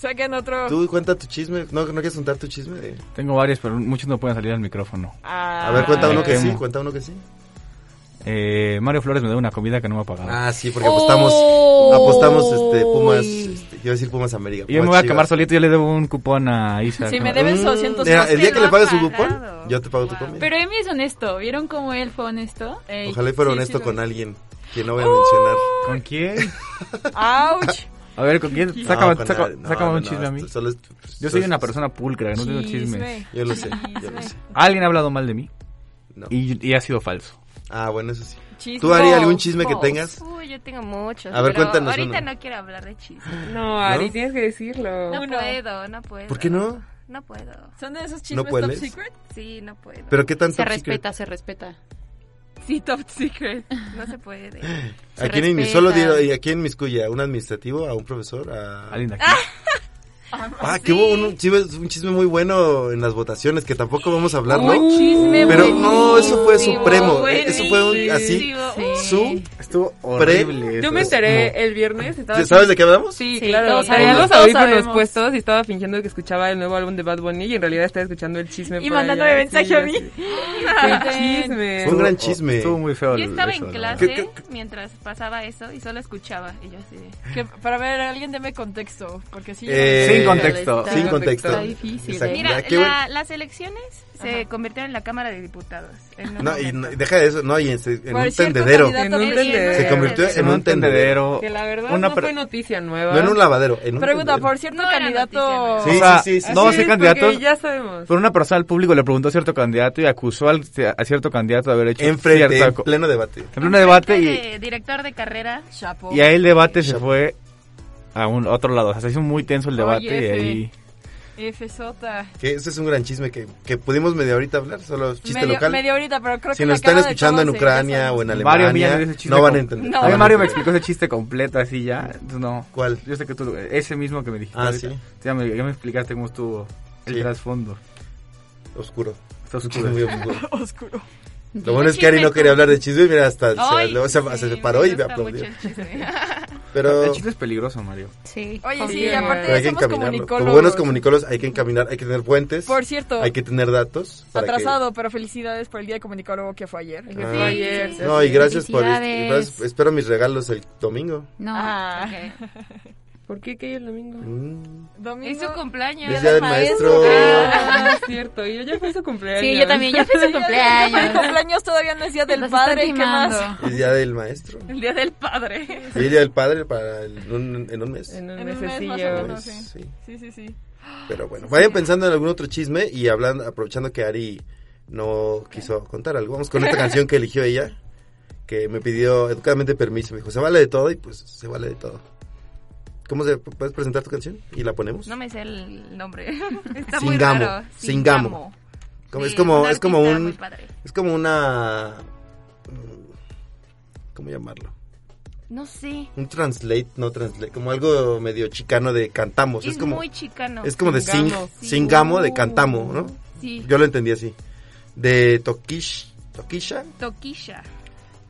Speaker 5: Saquen otro...
Speaker 6: Tú cuenta tu chisme. No, no quieres contar tu chisme. de-
Speaker 7: Tengo varios, pero muchos no pueden salir al micrófono.
Speaker 6: A ver, cuenta
Speaker 7: Me
Speaker 6: uno que sí,
Speaker 7: temo.
Speaker 6: cuenta uno que sí.
Speaker 7: Eh, Mario Flores me da una comida que no me ha pagado.
Speaker 6: Ah, sí, porque apostamos, apostamos este, Pumas, este, yo iba a decir Pumas América.
Speaker 7: Y yo me voy
Speaker 6: Pumas
Speaker 7: a quemar
Speaker 6: Chivas.
Speaker 7: solito, yo le debo un cupón a Isa.
Speaker 8: Si
Speaker 7: ¿no?
Speaker 8: me debes
Speaker 6: Mm,
Speaker 8: 200
Speaker 6: mira,
Speaker 8: pesos,
Speaker 6: el día
Speaker 8: te
Speaker 6: que
Speaker 8: lo
Speaker 6: le pagues su
Speaker 8: han
Speaker 6: cupón,
Speaker 8: pagado.
Speaker 6: yo te pago tu comida.
Speaker 8: Pero Emi es honesto. ¿Vieron cómo él fue honesto? Ey,
Speaker 6: Ojalá y fuera
Speaker 8: sí,
Speaker 6: honesto
Speaker 8: sí,
Speaker 6: con alguien que no voy a mencionar.
Speaker 7: ¿Con quién?
Speaker 5: ¡Auch!
Speaker 7: A ver, ¿con quién?
Speaker 6: No,
Speaker 7: Sácame,
Speaker 6: con
Speaker 7: sácame-
Speaker 6: nadie. No,
Speaker 7: sácame
Speaker 6: no,
Speaker 7: un
Speaker 6: no,
Speaker 7: chisme a mí.
Speaker 6: solo es-
Speaker 7: yo soy
Speaker 6: solo
Speaker 7: una
Speaker 6: es-
Speaker 7: persona pulcra, no tengo
Speaker 6: Chisme.
Speaker 7: chismes.
Speaker 6: Yo lo sé, yo lo sé.
Speaker 7: Alguien ha hablado mal de mí y, y ha sido falso.
Speaker 6: Ah, bueno, eso sí.
Speaker 13: Chismos.
Speaker 6: ¿Tú, Ari, algún chisme que tengas?
Speaker 13: Uy, yo tengo muchos.
Speaker 6: A ver,
Speaker 13: pero
Speaker 6: cuéntanos
Speaker 13: Ahorita
Speaker 6: uno.
Speaker 13: no quiero hablar de chismes.
Speaker 9: No, Ari, tienes que decirlo.
Speaker 13: No puedo, no puedo.
Speaker 6: ¿Por qué no?
Speaker 13: No puedo.
Speaker 5: ¿Son de esos
Speaker 6: chismes ¿No puedes? top
Speaker 13: secret? Sí, no puedo.
Speaker 6: ¿Pero qué tan
Speaker 8: Se
Speaker 6: top secret?
Speaker 8: respeta, se respeta.
Speaker 13: Sí, top secret. No se puede. Se
Speaker 6: Aquí en mi,
Speaker 13: respeta.
Speaker 6: solo digo, ¿y aquí en Miscuya? ¿Un administrativo? ¿A un profesor? ¿A
Speaker 7: alguien aquí?
Speaker 6: Ah, que hubo un, un chisme, un chisme muy bueno en las votaciones que tampoco vamos a hablar, ¿no?
Speaker 7: Un chisme
Speaker 6: Pero no, eso fue supremo. eh,
Speaker 9: buenísimo.
Speaker 6: Eso fue un, así. Su
Speaker 7: Estuvo
Speaker 6: pre-
Speaker 7: horrible.
Speaker 9: Yo me enteré el viernes. estaba-
Speaker 6: ¿Sabes de qué hablamos?
Speaker 9: Sí,
Speaker 6: Sí,
Speaker 9: claro.
Speaker 6: todos
Speaker 9: Tenía
Speaker 6: sabemos.
Speaker 9: los
Speaker 6: Todos
Speaker 9: audífonos
Speaker 6: sabemos.
Speaker 9: puestos y estaba fingiendo que escuchaba el nuevo álbum de Bad Bunny y en realidad estaba escuchando el chisme.
Speaker 13: Y
Speaker 9: por
Speaker 13: mandándome
Speaker 9: allá,
Speaker 13: mensaje
Speaker 9: sí,
Speaker 13: a mí.
Speaker 9: así.
Speaker 13: Ah,
Speaker 9: ¡Qué chisme!
Speaker 6: Fue un gran chisme.
Speaker 7: Oh, Estuvo muy feo.
Speaker 13: Yo estaba
Speaker 7: eso,
Speaker 13: en
Speaker 7: ¿no?
Speaker 13: clase
Speaker 7: ¿Qué- qué-
Speaker 13: mientras pasaba eso y solo escuchaba. Y yo así de...
Speaker 5: Que, para ver, alguien deme contexto, porque sí.
Speaker 6: Eh,
Speaker 7: Sin contexto.
Speaker 6: Sin contexto.
Speaker 5: Está difícil, ¿eh?
Speaker 6: Exacto.
Speaker 13: Mira,
Speaker 6: Ya, qué buen-
Speaker 13: la- las elecciones se convirtieron en la Cámara de Diputados. en un
Speaker 6: No, y
Speaker 13: momento.
Speaker 6: no- y deja de eso, no, y en, se- en
Speaker 13: Por
Speaker 6: un
Speaker 13: cierto,
Speaker 6: tendedero.
Speaker 13: candidato En un
Speaker 9: presidente. tendedero.
Speaker 6: Se convirtió en un tendedero.
Speaker 9: Que la verdad
Speaker 6: Una
Speaker 9: no
Speaker 6: per-
Speaker 9: fue noticia nueva.
Speaker 6: No en un lavadero, en un
Speaker 5: Pregunta, por cierto, candidato.
Speaker 6: Sí,
Speaker 7: O sea,
Speaker 6: sí, sí, sí,
Speaker 7: no
Speaker 6: sí.
Speaker 7: sé
Speaker 6: Así es,
Speaker 7: candidatos.
Speaker 9: porque ya sabemos.
Speaker 7: Pero una persona al público le preguntó a cierto candidato y acusó al, a cierto candidato de haber hecho
Speaker 6: Enfrente,
Speaker 7: cierta
Speaker 6: en
Speaker 7: co-
Speaker 6: pleno debate.
Speaker 7: En pleno debate y,
Speaker 13: Eh, director de carrera.
Speaker 7: y ahí el debate se fue a un otro lado. O sea, se hizo muy tenso el debate
Speaker 5: Oye,
Speaker 7: y
Speaker 5: F.
Speaker 7: ahí...
Speaker 5: F sota.
Speaker 6: Que ese es un gran chisme que, que pudimos medio ahorita hablar, solo chiste
Speaker 5: medio,
Speaker 6: local.
Speaker 5: medio ahorita, pero creo
Speaker 6: si
Speaker 5: que
Speaker 6: nos
Speaker 5: la
Speaker 6: están
Speaker 5: cara de
Speaker 6: escuchando en
Speaker 5: todos, eh, ya
Speaker 6: Ucrania
Speaker 5: sabemos.
Speaker 6: o en
Speaker 7: Mario Millán
Speaker 6: Alemania,
Speaker 7: me dio ese chiste
Speaker 6: no van a
Speaker 7: com-
Speaker 6: entender.
Speaker 7: A mí Mario me explicó ese chiste completo así ya. entonces no.
Speaker 6: ¿Cuál?
Speaker 7: Yo sé que tú lo- ese mismo que me dijiste.
Speaker 6: Ah,
Speaker 7: ahorita.
Speaker 6: sí.
Speaker 7: Ya me, ya me explicaste cómo estuvo el
Speaker 6: Sí.
Speaker 7: trasfondo.
Speaker 6: Oscuro.
Speaker 7: Está
Speaker 6: Un
Speaker 7: oscuro.
Speaker 6: chisme muy oscuro. Lo bueno es que Ari no quería hablar de chisme y mira, hasta se-
Speaker 13: Ay,
Speaker 6: luego se, se paró y me aplaudió. Pero...
Speaker 7: El chiste es peligroso, Mario.
Speaker 13: Sí.
Speaker 5: Oye, sí,
Speaker 13: Confirmo.
Speaker 5: aparte
Speaker 6: Pero hay que
Speaker 5: somos
Speaker 6: encaminarlo.
Speaker 5: comunicólogos.
Speaker 6: Como buenos comunicólogos hay que encaminar, hay que tener puentes.
Speaker 5: Por cierto.
Speaker 6: Hay que tener datos. para que-
Speaker 5: Atrasado, pero felicidades por el día de comunicólogo que fue ayer.
Speaker 6: Ah, No, y gracias por...
Speaker 5: Felicidades.
Speaker 6: gracias- espero mis regalos el domingo.
Speaker 8: No.
Speaker 5: Ah.
Speaker 9: ¿Por qué cae el domingo?
Speaker 6: Mm.
Speaker 5: Domingo.
Speaker 13: Es su cumpleaños.
Speaker 6: Es día del maestro.
Speaker 9: Ah, es cierto. Y yo ya fui su cumpleaños.
Speaker 8: Sí, yo también, ya fui su cumpleaños.
Speaker 5: Mi cumpleaños todavía no es día del
Speaker 8: Los están
Speaker 5: padre, ¿qué más?
Speaker 8: timando.
Speaker 6: Es día del maestro.
Speaker 5: El día del padre.
Speaker 6: Y el día del padre para el- en un- en un mes.
Speaker 9: En un
Speaker 5: En un mes más
Speaker 9: mesecillo.
Speaker 5: o menos,
Speaker 10: ¿eh?
Speaker 5: sí.
Speaker 6: Sí.
Speaker 5: Sí, sí, sí.
Speaker 6: Pero bueno, vayan pensando en algún otro chisme y hablando, aprovechando que Ari no quiso contar algo. Vamos con esta canción que eligió ella, que me pidió educadamente permiso. Me dijo, se vale de todo y pues se vale de todo. ¿Cómo se puedes presentar tu canción? Y la ponemos.
Speaker 13: No me sé el nombre. Está muy
Speaker 6: Singamo,
Speaker 13: raro.
Speaker 6: Singamo. Como-
Speaker 13: Sí,
Speaker 6: es como,
Speaker 13: un
Speaker 6: es como
Speaker 13: artista muy
Speaker 6: un,
Speaker 13: padre.
Speaker 6: es como una, mm, ¿cómo llamarlo?
Speaker 13: No sé.
Speaker 6: Un translate, no translate, como algo medio chicano de cantamos. Es,
Speaker 13: Es
Speaker 6: como,
Speaker 13: muy chicano.
Speaker 6: Es como de sing,
Speaker 13: Singamo. Sí.
Speaker 6: singamo de cantamo, ¿no?
Speaker 13: Sí.
Speaker 6: Yo lo entendí así. De Tokish, Tokisha,
Speaker 13: Toquilla.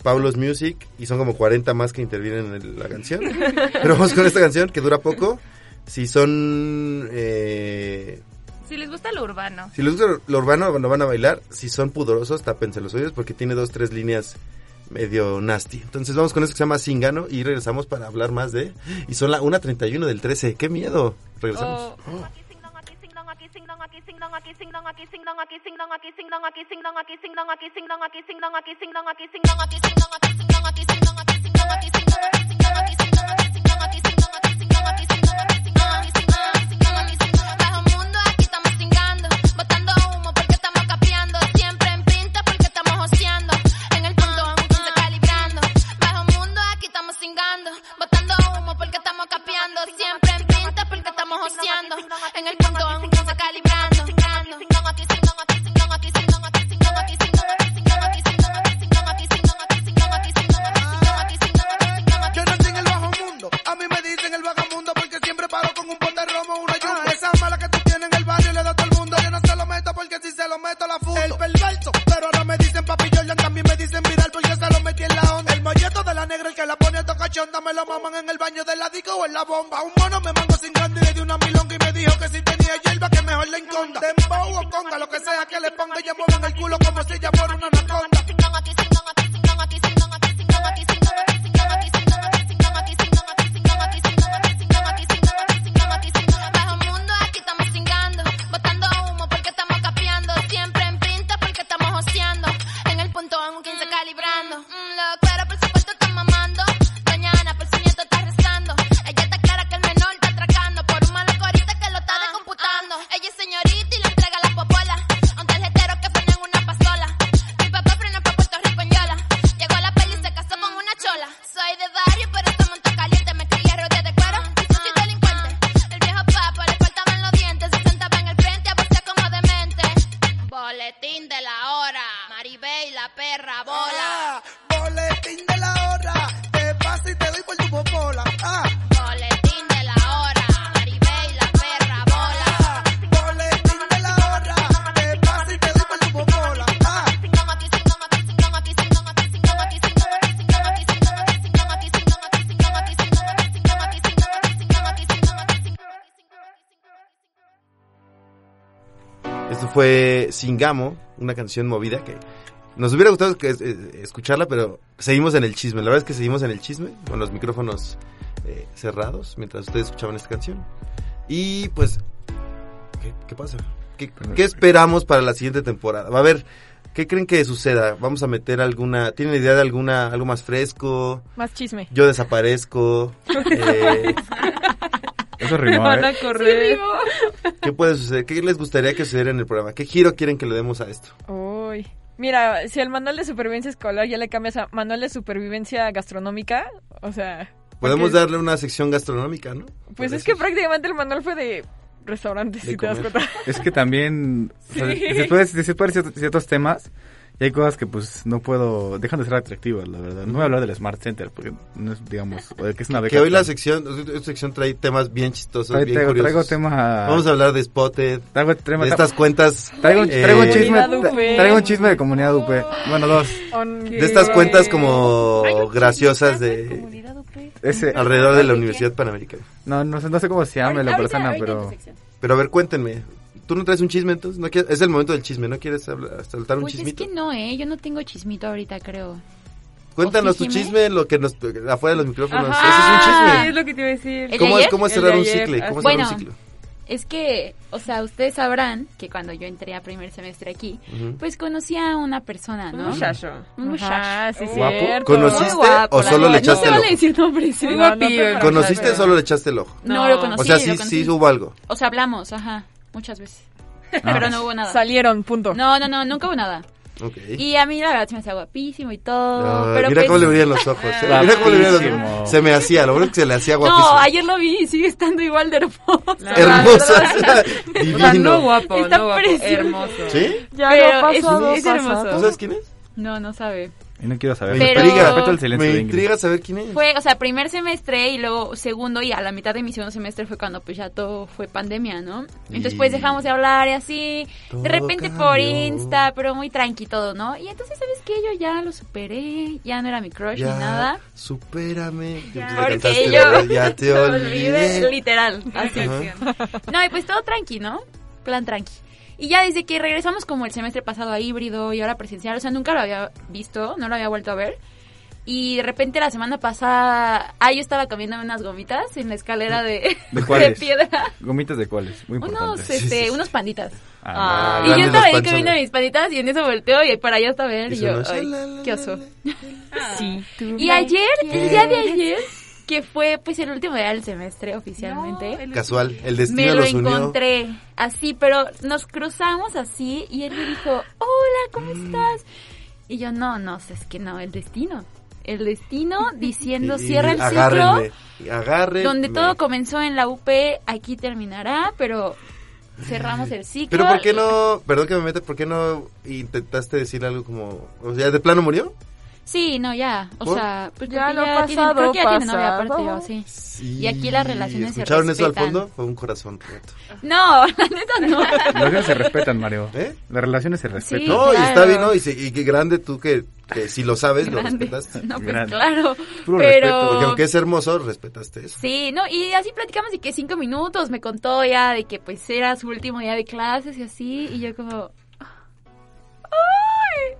Speaker 6: Pablo's Music, y son como 40 más que intervienen en el- la canción. Pero vamos con esta canción que dura poco. Si son, eh,
Speaker 13: Si les gusta lo urbano.
Speaker 6: si les gusta lo urbano, lo van a bailar. Si son pudorosos, tápense los oídos porque tiene dos, tres líneas medio nasty. Entonces vamos con eso que se llama Singano y regresamos para hablar más de... Y son la 1.31 del 13. ¡Qué miedo! Regresamos.
Speaker 10: Oh.
Speaker 15: Bajo mundo, aquí estamos singando, botando humo porque estamos capeando, siempre en pinta porque estamos joseando, en el punto aún se calibrando. Bajo mundo, aquí estamos singando, botando humo porque estamos capeando, siempre en pinta porque estamos joseando, en el punto aún se calibrando.
Speaker 16: Yo nací en el bajo mundo, a mí me dicen el vagamundo porque siempre paro con un pot de romo, una yuca. Esa mala que tú tienes en el barrio le da a todo el mundo. Yo no se lo meto porque si se lo meto la fundo. El perverso, pero ahora me dicen papi Jordan, también me dicen viral porque se lo metí en la onda. El molleto de la negra, el que la pone a cachonda, me lo maman en el baño del ladico o en la bomba. Un mono me mando sin grande y le di una milonga y me dijo que si tenía hierba que mejor le enconda. Dembow o conga, lo que sea que le ponga, yo muevo en el culo como si ella fuera una anaconda.
Speaker 15: Bajo mundo, aquí estamos singando, botando humo porque estamos capeando, siempre en pinta porque estamos joseando, en el punto en un 15 calibrando, Mm, lo claro por supuesto está mamando, doña Ana por su nieto está rezando, ella está clara que el menor está atracando, por un malo corita que lo está descomputando, ella es señorita y le entrega la popola, a un tarjetero que frena en una pasola, mi papá frena papá
Speaker 6: Eso fue Singamo, una canción movida que nos hubiera gustado que- eh, escucharla, pero seguimos en el chisme. La verdad es que seguimos en el chisme, con los micrófonos eh, cerrados, mientras ustedes escuchaban esta canción. Y pues, ¿qué, qué pasa? ¿Qué, qué esperamos para la siguiente temporada? Va a haber, ¿qué creen que suceda? ¿Vamos a meter alguna, tienen idea de alguna, algo más fresco?
Speaker 5: Más chisme.
Speaker 6: Yo desaparezco. eh, Eso
Speaker 5: Me
Speaker 6: rimó,
Speaker 5: van
Speaker 6: ¿eh?
Speaker 5: a correr.
Speaker 6: ¿Qué puede suceder? ¿Qué les gustaría que sucediera en el programa? ¿Qué giro quieren que le demos a esto?
Speaker 5: Uy. Mira, si el manual de supervivencia escolar ya le cambias a manual de supervivencia gastronómica, o sea,
Speaker 6: Podemos
Speaker 5: Porque-
Speaker 6: darle una sección gastronómica, ¿no?
Speaker 5: pues es que prácticamente el manual fue de restaurantes, si te das cuenta.
Speaker 7: Es que también o sea,
Speaker 5: Sí.
Speaker 7: se pueden se pueden cier- ciertos temas y hay cosas que pues no puedo, dejan de ser atractivas, la verdad. No voy a hablar del Smart Center porque no es, digamos, o de que es una beca.
Speaker 6: Que hoy la sección, esta sección trae temas bien chistosos,
Speaker 7: Ahí
Speaker 6: bien
Speaker 7: traigo-
Speaker 6: curiosos.
Speaker 7: traigo temas a-
Speaker 6: Vamos a hablar de Spotted,
Speaker 7: traigo-
Speaker 6: de estas cuentas.
Speaker 7: Traigo,
Speaker 6: eh,
Speaker 7: traigo un chisme,
Speaker 5: Comunidad UP.
Speaker 7: traigo un chisme de comunidad UP. Bueno, dos.
Speaker 6: de estas cuentas como graciosas de
Speaker 7: Ese-
Speaker 6: alrededor de la Universidad Panamericana.
Speaker 7: No, no sé, no sé cómo se llama la persona, pero...
Speaker 6: Pero a ver, cuéntenme. ¿Tú no traes un chisme entonces? ¿No quieres- es el momento del chisme, ¿no quieres hablar- saltar un
Speaker 8: Pues es
Speaker 6: chismito?
Speaker 8: que no, ¿eh? Yo no tengo chismito ahorita, creo.
Speaker 6: Cuéntanos tu
Speaker 8: chisme?
Speaker 6: chisme, lo que nos afuera de los micrófonos.
Speaker 8: Ajá.
Speaker 6: Eso es un chisme.
Speaker 9: lo que te iba a decir.
Speaker 8: ¿El de
Speaker 6: ¿Cómo es-
Speaker 8: ayer?
Speaker 6: cómo es
Speaker 8: El
Speaker 6: cerrar
Speaker 8: de
Speaker 6: un
Speaker 8: ayer. Ah,
Speaker 6: ciclo? ¿Cómo cerrar un
Speaker 8: bueno,
Speaker 6: ciclo?
Speaker 8: es que, o sea, ustedes sabrán que cuando yo entré a primer semestre aquí,
Speaker 6: Ujú.
Speaker 8: pues conocí a una persona, ¿no?
Speaker 5: Un muchacho.
Speaker 8: Un muchacho.
Speaker 5: Ajá, sí,
Speaker 6: Guapo. cierto. ¿Conociste o solo le echaste
Speaker 8: No se
Speaker 6: el ojo?
Speaker 8: vale decir nombres.
Speaker 5: Muy
Speaker 8: ¿eh?
Speaker 5: guapillo,
Speaker 8: No, no te
Speaker 6: ¿Conociste o
Speaker 8: preocupes.
Speaker 6: solo le echaste el ojo?
Speaker 8: No, lo conocí.
Speaker 6: O sea,
Speaker 8: lo
Speaker 6: sí,
Speaker 8: conocí.
Speaker 6: sí hubo algo.
Speaker 8: O sea, hablamos, ajá, muchas veces.
Speaker 6: Ah.
Speaker 8: Pero no hubo nada.
Speaker 5: Salieron, punto.
Speaker 8: No, no, no, nunca hubo nada.
Speaker 6: Ok.
Speaker 8: Y a mí la verdad se me hacía guapísimo y todo.
Speaker 6: Ay,
Speaker 8: pero
Speaker 6: mira
Speaker 8: pues-
Speaker 6: cómo le brillan los ojos. eh. Mira cómo le brillan los
Speaker 7: Guapísimo.
Speaker 6: ojos. Se me hacía, lo bueno es que se le hacía guapísimo.
Speaker 8: No, ayer lo vi y sigue estando igual de hermoso.
Speaker 6: Hermoso, divino.
Speaker 8: guapo, Está
Speaker 9: no guapo,
Speaker 8: precioso.
Speaker 9: hermoso.
Speaker 6: ¿Sí?
Speaker 8: Ya
Speaker 9: lo pasado,
Speaker 8: es, es
Speaker 9: pasado.
Speaker 8: hermoso.
Speaker 6: ¿Tú sabes quién es?
Speaker 8: No, no sabe.
Speaker 7: Y no quiero saber.
Speaker 6: Me
Speaker 8: Pero-
Speaker 6: intriga,
Speaker 8: Respeto al
Speaker 7: silencio
Speaker 6: me
Speaker 7: de Ingrid.
Speaker 6: intriga saber quién es.
Speaker 8: Fue, o sea, primer semestre y luego segundo y a la mitad de mi segundo semestre fue cuando pues ya todo fue pandemia, ¿no? Entonces pues
Speaker 13: Y-
Speaker 8: dejamos de hablar y así,
Speaker 13: Todo
Speaker 8: de repente por
Speaker 13: cambió.
Speaker 8: Insta, pero muy tranqui todo, ¿no? Y entonces, ¿sabes qué? Yo ya lo superé, ya no era mi crush
Speaker 6: Ya,
Speaker 8: ni nada.
Speaker 6: supérame. Ya, pues, la
Speaker 8: Porque
Speaker 6: cantaste,
Speaker 8: yo
Speaker 6: ¿verdad? ya te olvidé.
Speaker 8: literal, así. No, y pues todo tranqui, ¿no? Plan tranqui. Y ya desde que regresamos como el semestre pasado a híbrido y ahora presencial, o sea, nunca lo había visto, no lo había vuelto a ver. Y de repente la semana pasada, ah, yo estaba comiéndome unas gomitas en la escalera de,
Speaker 7: ¿De cuáles?
Speaker 8: piedra.
Speaker 7: Gomitas de cuáles, muy importante.
Speaker 8: Unos, este, unos panditas.
Speaker 7: Ah,
Speaker 8: y yo
Speaker 7: grandes
Speaker 8: estaba
Speaker 7: los
Speaker 8: ahí
Speaker 7: panzones.
Speaker 8: comiendo mis panditas y en eso volteo y para allá estaba él y,
Speaker 7: Y
Speaker 8: yo,
Speaker 7: sonó,
Speaker 8: ay, qué oso.
Speaker 5: Sí.
Speaker 8: Y ayer, el
Speaker 5: quieres.
Speaker 8: día de ayer, que fue pues el último día del semestre oficialmente.
Speaker 6: Casual, el
Speaker 8: Me
Speaker 6: destino
Speaker 8: lo
Speaker 6: los unió.
Speaker 8: encontré así, pero nos cruzamos así y él me dijo, hola, ¿cómo
Speaker 6: Mm.
Speaker 8: estás? Y yo, no, no, es que no, el destino. El destino diciendo,
Speaker 6: Y- y
Speaker 8: cierra el
Speaker 6: agárrenme,
Speaker 8: ciclo,
Speaker 6: agárrenme.
Speaker 8: donde todo comenzó en la UP, aquí terminará, pero cerramos el ciclo.
Speaker 6: Pero ¿por qué no, perdón que me meta, ¿por qué no intentaste decir algo como, o sea, de plano murió?
Speaker 8: Sí, no, ya, o
Speaker 6: ¿Por?
Speaker 8: sea, pues
Speaker 5: Ya
Speaker 8: porque
Speaker 5: lo
Speaker 8: ya tiene-
Speaker 5: pasado,
Speaker 8: creo que ya tiene novia
Speaker 5: pasado.
Speaker 8: aparte, yo, sí. Y aquí las relaciones se
Speaker 6: ¿Escucharon eso al
Speaker 8: respetan.
Speaker 6: fondo? Fue un corazón roto.
Speaker 8: No, la neta no.
Speaker 7: Las relaciones se respetan, Mario. Las relaciones se respetan.
Speaker 6: ¿Eh? no, y está
Speaker 8: claro.
Speaker 6: bien, ¿no? Y, se- y qué grande tú que, que si lo sabes, lo
Speaker 8: Grande.
Speaker 6: respetaste.
Speaker 8: No, pues
Speaker 6: Grande.
Speaker 8: claro,
Speaker 6: Puro
Speaker 8: pero...
Speaker 6: respeto, porque aunque es hermoso, respetaste eso.
Speaker 8: Sí, no, y así platicamos de que cinco minutos me contó ya de que pues era su último día de clases y así, y yo como... ¡Ay!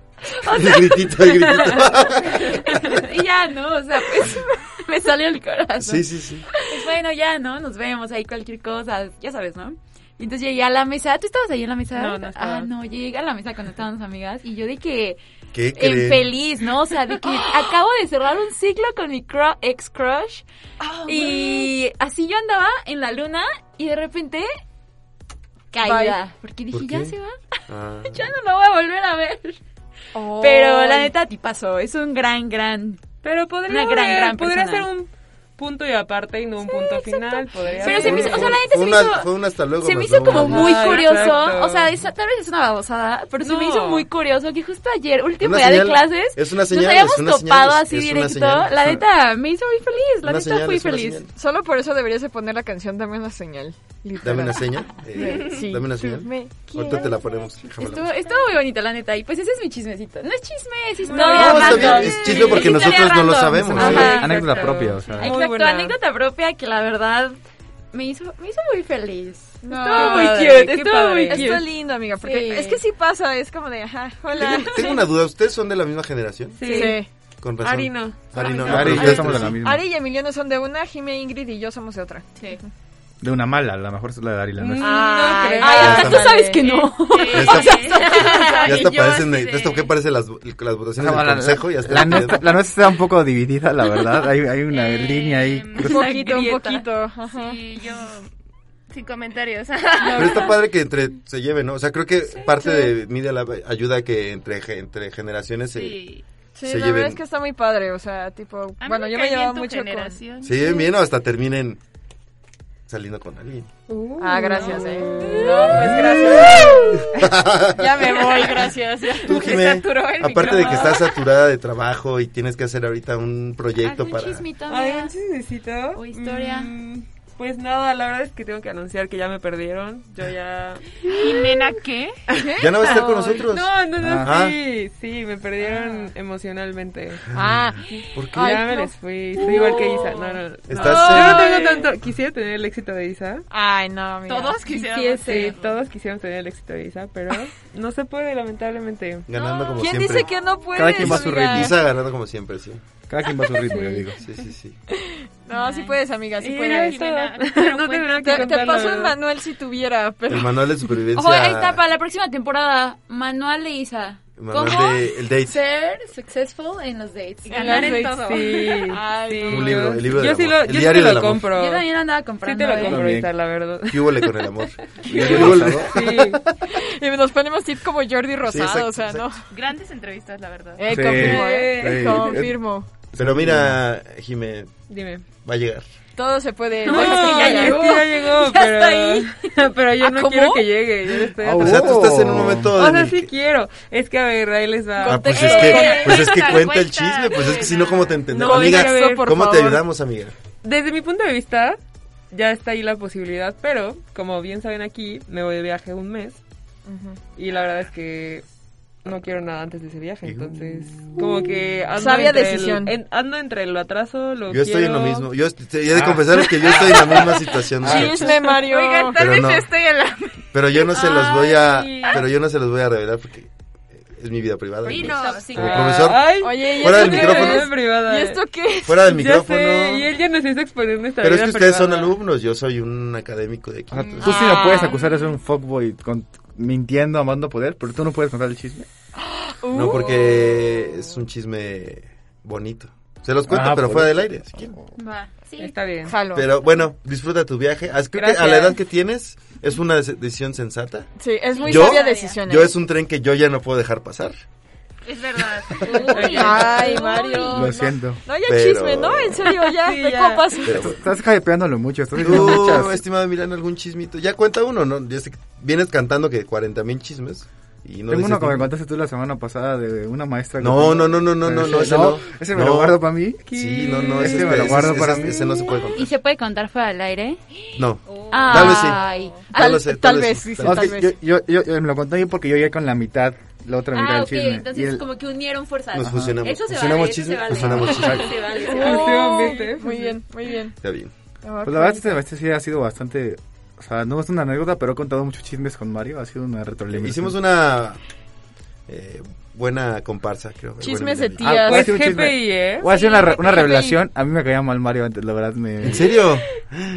Speaker 8: O
Speaker 6: El
Speaker 8: sea-
Speaker 6: gritito, el gritito.
Speaker 8: y ya, ¿no? O sea, pues me salió el corazón.
Speaker 6: Sí, sí, sí.
Speaker 8: Pues bueno, ya, ¿no? Nos vemos ahí cualquier cosa, ya sabes, ¿no? Y entonces llegué a la mesa, ¿tú estabas ahí en la mesa?
Speaker 13: No, no estaba.
Speaker 8: Ah, no, llegué a la mesa cuando estábamos amigas y yo de que...
Speaker 6: ¿Qué
Speaker 8: En
Speaker 6: creen?
Speaker 8: feliz, ¿no? O sea, de que acabo de cerrar un ciclo con mi cru- ex crush. Ah, y así yo andaba en la luna y de repente caída.
Speaker 5: Bye.
Speaker 8: Porque dije,
Speaker 5: ¿Por
Speaker 8: ya
Speaker 5: qué?
Speaker 8: se va.
Speaker 6: Ah.
Speaker 8: Ya no lo voy a volver a ver. Oh. Pero la neta, tipazo. Es un gran, gran.
Speaker 9: Pero podría,
Speaker 8: Una gran,
Speaker 9: haber-
Speaker 8: gran
Speaker 9: podría
Speaker 8: persona.
Speaker 9: ser un punto y aparte y no un punto final. Podría
Speaker 8: Pero se me hizo- o sea, la neta
Speaker 6: Fue
Speaker 8: se me
Speaker 6: una-
Speaker 8: hizo-
Speaker 6: fue un hasta luego.
Speaker 8: Se me
Speaker 6: más
Speaker 8: hizo
Speaker 6: no
Speaker 8: como
Speaker 6: un-
Speaker 8: muy
Speaker 9: Ajá,
Speaker 8: curioso,
Speaker 9: exacto.
Speaker 8: o sea, es- tal vez es una babosada, pero se me hizo
Speaker 9: No.
Speaker 8: muy curioso que justo ayer, último
Speaker 6: Una
Speaker 8: día
Speaker 6: señal,
Speaker 8: de clases,
Speaker 6: es una
Speaker 8: nos
Speaker 6: señal,
Speaker 8: habíamos
Speaker 6: es una
Speaker 8: topado
Speaker 6: señal,
Speaker 8: así
Speaker 6: es una
Speaker 8: directo,
Speaker 6: señal.
Speaker 8: la neta, me hizo muy feliz, la
Speaker 6: Una
Speaker 8: neta
Speaker 6: señal,
Speaker 8: fui
Speaker 6: es una
Speaker 8: feliz.
Speaker 6: señal.
Speaker 5: Solo por eso deberías de poner la canción Dame una señal. literal.
Speaker 6: Dame una seña. eh,
Speaker 5: Sí.
Speaker 6: Dame una
Speaker 5: Tú
Speaker 6: señal.
Speaker 5: me
Speaker 6: Ahorita te la ponemos. déjame la-
Speaker 8: Estuvo, estuvo muy bonito, la neta. Y pues ese es mi chismecito. No es chisme, es historia.
Speaker 6: No, está
Speaker 8: random.
Speaker 6: bien, es chisme porque
Speaker 8: historia
Speaker 6: nosotros no lo
Speaker 8: random.
Speaker 6: sabemos.
Speaker 8: Ajá.
Speaker 7: Anécdota propia, o sea.
Speaker 8: Exacto, anécdota propia que la verdad me hizo, me hizo muy feliz.
Speaker 5: Estuvo muy
Speaker 8: padre,
Speaker 5: cute,
Speaker 8: qué
Speaker 5: estuvo muy
Speaker 8: padre.
Speaker 5: cute. Estuvo lindo, amiga, porque es que sí pasa, es como de, ajá, hola.
Speaker 6: Tengo, tengo una duda, ¿ustedes son de la misma generación?
Speaker 5: Sí. Sí.
Speaker 6: Con razón.
Speaker 5: Ari no.
Speaker 6: Ari no.
Speaker 7: Ari no.
Speaker 6: Ari,
Speaker 7: Ari,
Speaker 6: ustedes
Speaker 7: estamos de
Speaker 6: tres
Speaker 7: la
Speaker 6: sí.
Speaker 7: misma.
Speaker 5: Ari y Emiliano son de una, Jimé, Ingrid y yo somos de otra. Sí.
Speaker 7: De una mala, a lo mejor es la de Ari la nuestra.
Speaker 5: Ah,
Speaker 8: Ay, hasta tú sabes que no. O sea,
Speaker 6: Ya está- ya
Speaker 8: hasta
Speaker 6: hasta
Speaker 8: tú sabes.
Speaker 6: parecen, esto que parece las, las votaciones
Speaker 7: Ajá,
Speaker 6: del consejo, ya está.
Speaker 7: la nuestra, la nuestra está un poco dividida, la verdad. Hay, hay una línea ahí.
Speaker 5: Un
Speaker 6: Pues,
Speaker 5: poquito, un poquito.
Speaker 13: Ajá. Sí, yo. Sin comentarios.
Speaker 6: Pero está padre que entre se lleven, ¿no? O sea, creo que parte de Media Lab ayuda a que entre, ge- entre generaciones se,
Speaker 5: Sí,
Speaker 6: se
Speaker 5: la
Speaker 6: lleven.
Speaker 5: verdad es que está muy padre, o sea, tipo,
Speaker 13: A mí
Speaker 5: bueno,
Speaker 13: me
Speaker 5: yo
Speaker 13: cae
Speaker 5: me
Speaker 13: bien
Speaker 5: llevaba
Speaker 13: tu
Speaker 5: mucho
Speaker 13: generación.
Speaker 5: con...
Speaker 6: se lleven bien o hasta terminen saliendo con alguien.
Speaker 5: ah, gracias, eh. No, pues gracias. ya me voy, gracias. Ya.
Speaker 6: Tú,
Speaker 5: Se
Speaker 6: Jimé,
Speaker 5: saturó el
Speaker 6: aparte de que
Speaker 5: micrófono.
Speaker 6: estás saturada de trabajo y tienes que hacer ahorita un proyecto para...
Speaker 9: Ay, un chismecito. O
Speaker 8: historia.
Speaker 9: pues nada, la verdad es que tengo que anunciar que ya me perdieron. Yo ya.
Speaker 13: ¿Jimena qué?
Speaker 6: ¿Ya no va a estar con nosotros?
Speaker 9: No, no, no,
Speaker 6: Ah.
Speaker 9: sí. Sí, me
Speaker 8: Ah.
Speaker 9: perdieron emocionalmente.
Speaker 5: Ah.
Speaker 6: ¿Por qué?
Speaker 9: Ya
Speaker 6: Ay,
Speaker 9: me
Speaker 6: no.
Speaker 9: les fui. Estoy igual que Isa. No, no, no.
Speaker 6: Estás-
Speaker 9: Yo no tengo
Speaker 5: Ay.
Speaker 9: tanto. Quisiera tener el éxito de Isa.
Speaker 5: Ay, no, amiga. Todos quisiéramos
Speaker 9: Sí,
Speaker 5: tenerlo.
Speaker 9: todos quisiéramos tener el éxito de Isa, pero no se puede, lamentablemente.
Speaker 6: Ganando como
Speaker 5: ¿Quién
Speaker 6: siempre.
Speaker 5: dice que no puedes,
Speaker 6: Cada quien va a su
Speaker 5: amiga?
Speaker 6: ritmo. Isa ganando como siempre, sí.
Speaker 7: Cada quien va a su ritmo, yo digo.
Speaker 6: Sí, sí, sí.
Speaker 5: No, sí puedes, amiga, sí
Speaker 9: Y ya
Speaker 5: puedes.
Speaker 9: es todo. No te
Speaker 5: te,
Speaker 9: tengo que
Speaker 5: te
Speaker 9: contar, la
Speaker 5: paso el
Speaker 9: verdad.
Speaker 5: manual si tuviera, pero...
Speaker 6: El manual de supervivencia.
Speaker 8: Ojo, ahí está, para la próxima temporada, manual de Isa.
Speaker 6: Manual
Speaker 8: ¿Cómo
Speaker 6: de- el date.
Speaker 8: ser successful en los dates?
Speaker 9: ganar en todo.
Speaker 8: Sí,
Speaker 9: Ay,
Speaker 8: sí.
Speaker 9: no.
Speaker 6: Un libro, el libro
Speaker 9: Yo
Speaker 6: del
Speaker 9: sí
Speaker 6: amor.
Speaker 9: lo-
Speaker 6: El
Speaker 9: yo sí
Speaker 6: diario
Speaker 9: te lo
Speaker 6: del amor.
Speaker 9: compro.
Speaker 8: Yo también andaba
Speaker 9: Sí
Speaker 8: comprando.
Speaker 9: te lo
Speaker 8: ¿eh?
Speaker 9: compro,
Speaker 6: También.
Speaker 9: Isa, la verdad.
Speaker 6: ¿Qué huele con el amor?
Speaker 9: ¿Qué
Speaker 6: ¿Qué
Speaker 9: hubo
Speaker 6: huele?
Speaker 9: el amor?
Speaker 5: Y nos ponemos tip como Jordi Rosado,
Speaker 6: exacto,
Speaker 5: o sea, ¿no?
Speaker 13: Grandes entrevistas, la verdad.
Speaker 5: Eh,
Speaker 6: Sí,
Speaker 5: confirmo, eh,
Speaker 6: sí.
Speaker 5: confirmo.
Speaker 6: Pero mira, Jimé,
Speaker 5: Dime.
Speaker 6: va a llegar.
Speaker 5: Todo se puede.
Speaker 9: No,
Speaker 5: Bueno, sí,
Speaker 9: ya llegó. Ya llegó,
Speaker 5: Ya
Speaker 9: pero-
Speaker 5: está ahí.
Speaker 9: pero yo
Speaker 5: ¿Ah,
Speaker 9: no
Speaker 5: cómo?
Speaker 9: quiero que llegue. Yo le estoy
Speaker 6: Ah, o sea, tú estás en un momento
Speaker 9: O
Speaker 6: en
Speaker 9: sea,
Speaker 6: el
Speaker 9: sí quiero. Es que, a ver, ahí les va.
Speaker 6: Ah, pues es que, pues es que cuenta el chisme, pues es que si no, ¿cómo te entendemos?
Speaker 9: No,
Speaker 6: amiga,
Speaker 9: déjame ver, por
Speaker 6: ¿cómo te
Speaker 9: favor.
Speaker 6: ayudamos, amiga?
Speaker 9: Desde mi punto de vista, ya está ahí la posibilidad, pero como bien saben aquí, me voy de viaje un mes y la verdad es que no quiero nada antes de ese viaje, entonces como que ando
Speaker 5: Sabia
Speaker 9: entre
Speaker 5: decisión.
Speaker 9: el- en- ando entre lo atraso, lo
Speaker 6: Yo estoy en
Speaker 9: quiero.
Speaker 6: lo mismo. Yo est- he de confesar que yo estoy en la misma situación.
Speaker 5: Ah.
Speaker 6: muchachos.
Speaker 5: Chisme, Mario.
Speaker 13: Oigan, tal
Speaker 6: Pero
Speaker 13: vez
Speaker 6: no.
Speaker 13: yo estoy en la...
Speaker 6: Pero yo no se los voy a,
Speaker 13: Ay.
Speaker 6: pero yo no se los voy a revelar porque es mi vida privada.
Speaker 13: Sí,
Speaker 6: ¿no?
Speaker 13: no, sí.
Speaker 6: Como profesor,
Speaker 9: Ay,
Speaker 5: Oye, ¿y
Speaker 6: Fuera
Speaker 5: esto
Speaker 6: del
Speaker 5: qué
Speaker 6: micrófono.
Speaker 5: es?
Speaker 9: Privada,
Speaker 5: ¿Y
Speaker 9: eh.
Speaker 5: esto qué?
Speaker 6: fuera del
Speaker 9: Ya
Speaker 6: micrófono.
Speaker 9: sé, y él ya nos hizo exponer nuestra
Speaker 6: Pero es
Speaker 9: vida
Speaker 6: que ustedes son
Speaker 9: privada.
Speaker 6: alumnos, yo soy un académico de aquí.
Speaker 7: Ajá, Ah, tú sí
Speaker 5: Ah.
Speaker 7: lo puedes acusar de ser un fuckboy con- mintiendo, amando poder, pero tú no puedes contar el chisme.
Speaker 6: No,
Speaker 5: Uh.
Speaker 6: porque es un chisme bonito. Se los cuento,
Speaker 7: Ah,
Speaker 6: pero
Speaker 7: por
Speaker 6: fuera
Speaker 7: eso.
Speaker 6: del aire. si quieren.
Speaker 8: Va, sí.
Speaker 9: Está bien.
Speaker 6: Pero bueno, disfruta tu viaje. Haz- Creo que a la
Speaker 5: Gracias.
Speaker 6: edad que tienes es una des- decisión sensata.
Speaker 5: Sí, es muy
Speaker 6: yo,
Speaker 5: sabia decisión. ¿eh?
Speaker 6: Yo es un tren que yo ya no puedo dejar pasar.
Speaker 13: Es verdad.
Speaker 5: Ay, Mario.
Speaker 7: Lo
Speaker 5: no.
Speaker 7: siento.
Speaker 5: No, ya
Speaker 6: Pero-
Speaker 5: chisme, ¿no? En serio, ya,
Speaker 9: Sí,
Speaker 5: de
Speaker 9: ya.
Speaker 5: copas.
Speaker 6: Pero bueno.
Speaker 7: Estás hypeándolo mucho, estás diciendo
Speaker 6: Tú,
Speaker 7: muchas.
Speaker 6: estimado Emiliano, algún chismito. Ya cuenta uno, ¿no? Ya sé que vienes cantando que 40 mil chismes. Y
Speaker 7: Tengo
Speaker 6: no dices
Speaker 7: uno que me
Speaker 6: ninguno.
Speaker 7: contaste tú la semana pasada de una maestra. que
Speaker 6: No,
Speaker 7: tengo.
Speaker 6: no, no, no, no, no, no, ese no.
Speaker 7: Ese me
Speaker 6: No.
Speaker 7: lo guardo para mí.
Speaker 6: Sí, no, no, ese,
Speaker 7: Ese me lo
Speaker 6: ese-
Speaker 7: guardo
Speaker 6: ese-
Speaker 7: para
Speaker 6: ese-
Speaker 7: mí.
Speaker 6: ese no se puede contar.
Speaker 8: ¿Y se puede contar fuera del aire?
Speaker 6: No. Tal vez sí.
Speaker 8: Ay.
Speaker 6: Tal vez sí, tal vez sí,
Speaker 7: No, es que Yo, yo, yo- me lo conté a mí porque yo llegué con la mitad, la otra mitad
Speaker 8: Ah,
Speaker 7: del
Speaker 8: ok,
Speaker 7: chisme. Y
Speaker 8: entonces
Speaker 7: el-
Speaker 8: como que unieron fuerzas.
Speaker 6: Nos
Speaker 8: Ajá.
Speaker 6: fusionamos.
Speaker 8: Eso se
Speaker 6: Fusionamos
Speaker 8: vale,
Speaker 6: chisme,
Speaker 8: eso se vale.
Speaker 6: fusionamos chisme.
Speaker 8: Se vale, Oh, se vale.
Speaker 5: Últimamente. Muy bien, muy bien.
Speaker 6: Está bien.
Speaker 7: Pues la verdad, este semestre sí ha sido bastante. O sea, no es una anécdota, pero he contado muchos chismes con Mario. Ha sido una retroalimentación.
Speaker 6: Hicimos una eh, buena comparsa, creo.
Speaker 5: Chismes
Speaker 6: Bueno,
Speaker 5: de
Speaker 6: bien.
Speaker 5: tías.
Speaker 7: voy a hacer Ah, un chisme.
Speaker 9: GPI, ¿eh?
Speaker 7: Voy a
Speaker 5: Sí,
Speaker 7: hacer una, re- una
Speaker 5: GPI.
Speaker 7: revelación. A mí me caía mal Mario antes, la verdad. Me...
Speaker 6: ¿En serio?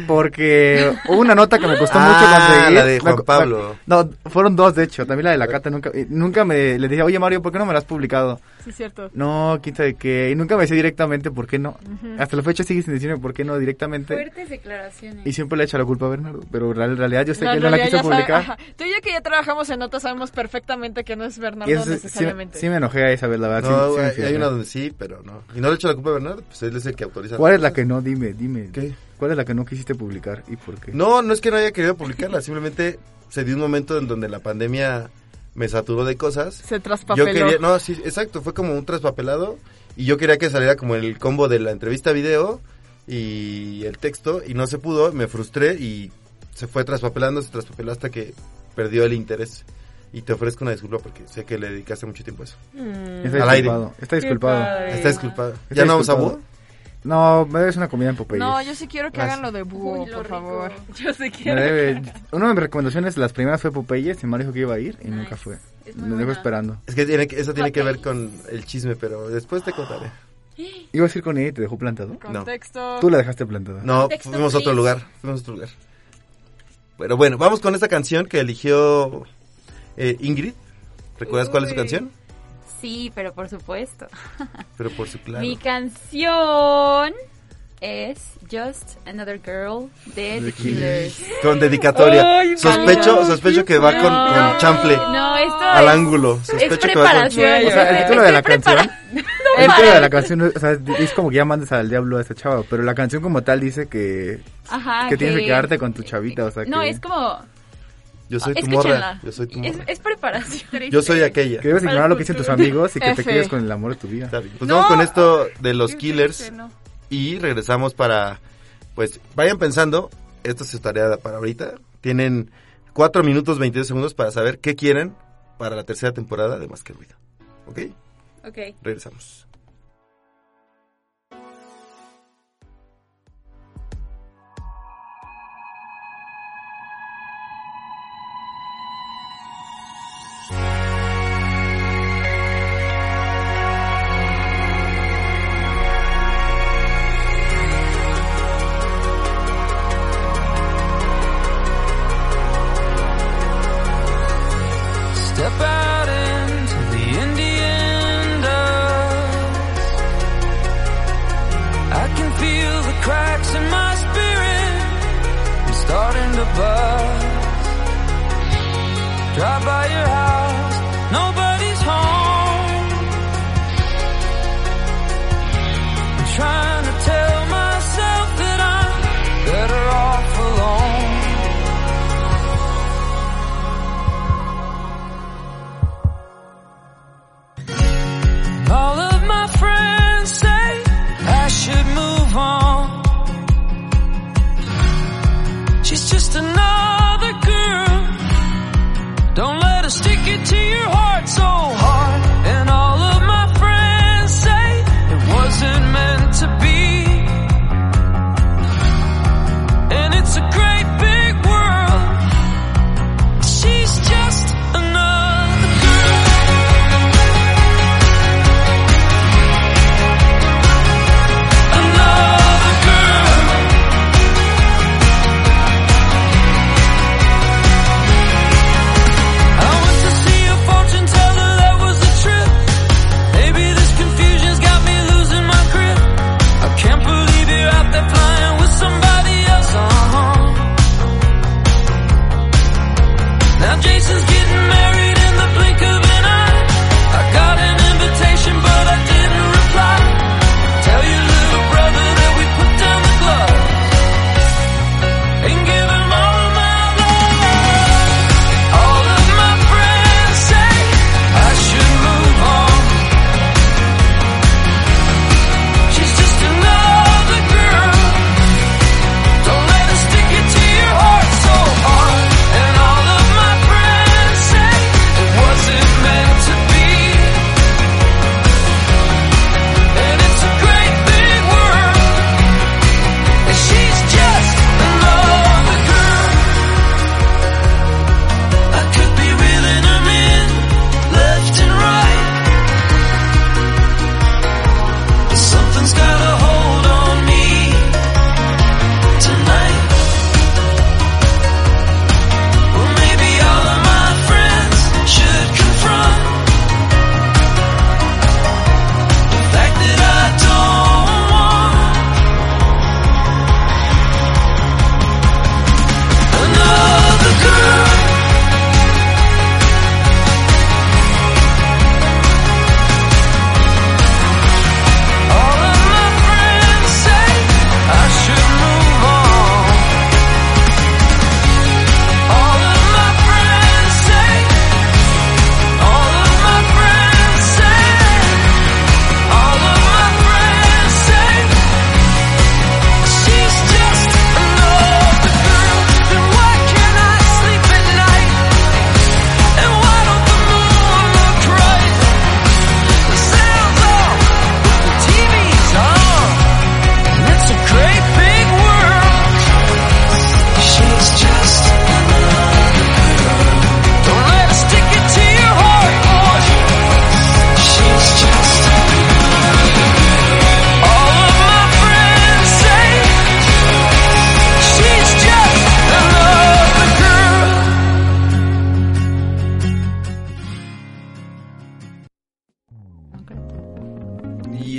Speaker 7: Porque hubo una nota que me costó mucho
Speaker 6: Ah,
Speaker 7: conseguir.
Speaker 6: la de
Speaker 7: Me
Speaker 6: Juan
Speaker 7: co-
Speaker 6: Pablo.
Speaker 7: No, fueron dos, de hecho. También la de la Cata. Nunca, y nunca me le dije, oye Mario, ¿por qué no me la has publicado?
Speaker 5: Sí, es cierto.
Speaker 7: No, quién sabe qué. Y nunca me decía directamente por qué no. Hasta la fecha sigue sin decirme por qué no directamente.
Speaker 8: Fuertes declaraciones.
Speaker 7: Y siempre le echa la culpa a Bernardo. Pero en real- en realidad yo sé
Speaker 5: No, en
Speaker 7: que él no la
Speaker 5: realidad
Speaker 7: quiso
Speaker 5: ya sabe-
Speaker 7: publicar.
Speaker 5: ajá. Tú y yo que ya trabajamos en notas sabemos perfectamente que no es Bernardo
Speaker 7: y eso sí- sí,
Speaker 5: necesariamente.
Speaker 7: sí me enojé a Isabel, la verdad.
Speaker 6: No,
Speaker 7: sí- sí me
Speaker 6: hay- hay
Speaker 7: fijé.
Speaker 6: una donde sí, pero no. Y no le echo la culpa a Bernardo, pues él es el que autoriza.
Speaker 7: ¿Cuál
Speaker 6: las
Speaker 7: es la
Speaker 6: cosas.
Speaker 7: que no? Dime, dime. ¿Cuál es la que no quisiste publicar y por qué?
Speaker 6: No, no es que no haya querido publicarla, simplemente se dio un momento en donde la pandemia me saturó de cosas.
Speaker 5: Se traspapeló.
Speaker 6: Yo quería, no, sí, exacto, fue como un traspapelado y yo quería que saliera como el combo de la entrevista video y el texto y no se pudo, me frustré y se fue traspapelando, se traspapeló hasta que perdió el interés. Y te ofrezco una disculpa porque sé que le dedicaste mucho tiempo a eso.
Speaker 7: Está
Speaker 5: Mm.
Speaker 6: Al aire.
Speaker 7: disculpado. Está
Speaker 9: Mm. Qué
Speaker 7: disculpado.
Speaker 9: padre.
Speaker 6: Está disculpado.
Speaker 7: Está
Speaker 6: ¿Ya no vamos a
Speaker 7: disculpado.
Speaker 6: Búho?
Speaker 7: No, me debes una comida en Popeyes.
Speaker 9: No, yo sí quiero que
Speaker 7: pues. Las-
Speaker 9: hagan lo de búho, por favor. Yo sí
Speaker 7: me debe- Una de mis recomendaciones, las primeras fue Popeyes, mi mamá dijo que iba a ir y nunca fue. Me dejó esperando.
Speaker 6: Es que, tiene que- eso tiene que ver con el chisme, pero después te contaré.
Speaker 7: Ibas a ir con ella y te dejó plantado.
Speaker 6: No.
Speaker 9: Contexto.
Speaker 7: Tú la dejaste plantada.
Speaker 6: No, fuimos a otro lugar. Fuimos a otro lugar. Pero bueno, vamos con esta canción que eligió eh, Ingrid. ¿Recuerdas cuál es su
Speaker 8: Uy.
Speaker 6: canción?
Speaker 8: Sí, pero por supuesto.
Speaker 6: Pero por su claro.
Speaker 8: Mi canción es Just Another Girl de The Killers.
Speaker 6: Con dedicatoria.
Speaker 8: Ay,
Speaker 6: sospecho,
Speaker 8: mano.
Speaker 6: sospecho que va con,
Speaker 8: No,
Speaker 6: con chanfle.
Speaker 8: No, esto
Speaker 6: Al
Speaker 8: es-
Speaker 6: ángulo. Sospecho
Speaker 8: es
Speaker 6: que va con
Speaker 8: preparación.
Speaker 7: O sea, el título de la canción. El título de la canción o sea, es como que ya mandas al diablo a esta chava, pero la canción como tal dice que,
Speaker 8: Ajá,
Speaker 7: que tienes que
Speaker 8: que-
Speaker 7: quedarte con tu chavita, o sea
Speaker 8: No,
Speaker 7: que
Speaker 8: es como...
Speaker 6: Yo soy tu
Speaker 8: Escúchenla.
Speaker 6: morra. Yo soy tu
Speaker 8: Es,
Speaker 6: morra.
Speaker 8: es preparación.
Speaker 6: Yo soy aquella.
Speaker 7: que debes ignorar lo que dicen tus amigos y que te
Speaker 8: F.
Speaker 7: quedes con el amor de tu vida.
Speaker 6: Pues vamos con esto de los Killers y regresamos para, pues vayan pensando, esto es su tarea para ahorita, tienen 4 minutos 22 segundos para saber qué quieren para la tercera temporada de Más que Ruido, ¿ok?
Speaker 8: Ok.
Speaker 6: Regresamos.
Speaker 17: Step out into the Indian dust. I can feel the cracks in my spirit. I'm starting to buzz. Drive by your house, nobody's home. I'm trying to tell myself that I'm better off alone. All of my friends say I should move on. She's just another girl. Don't let her stick it to your heart so hard. And all of my friends say it wasn't meant to be. And it's a great big world. She's just another girl. Another girl. uh-huh.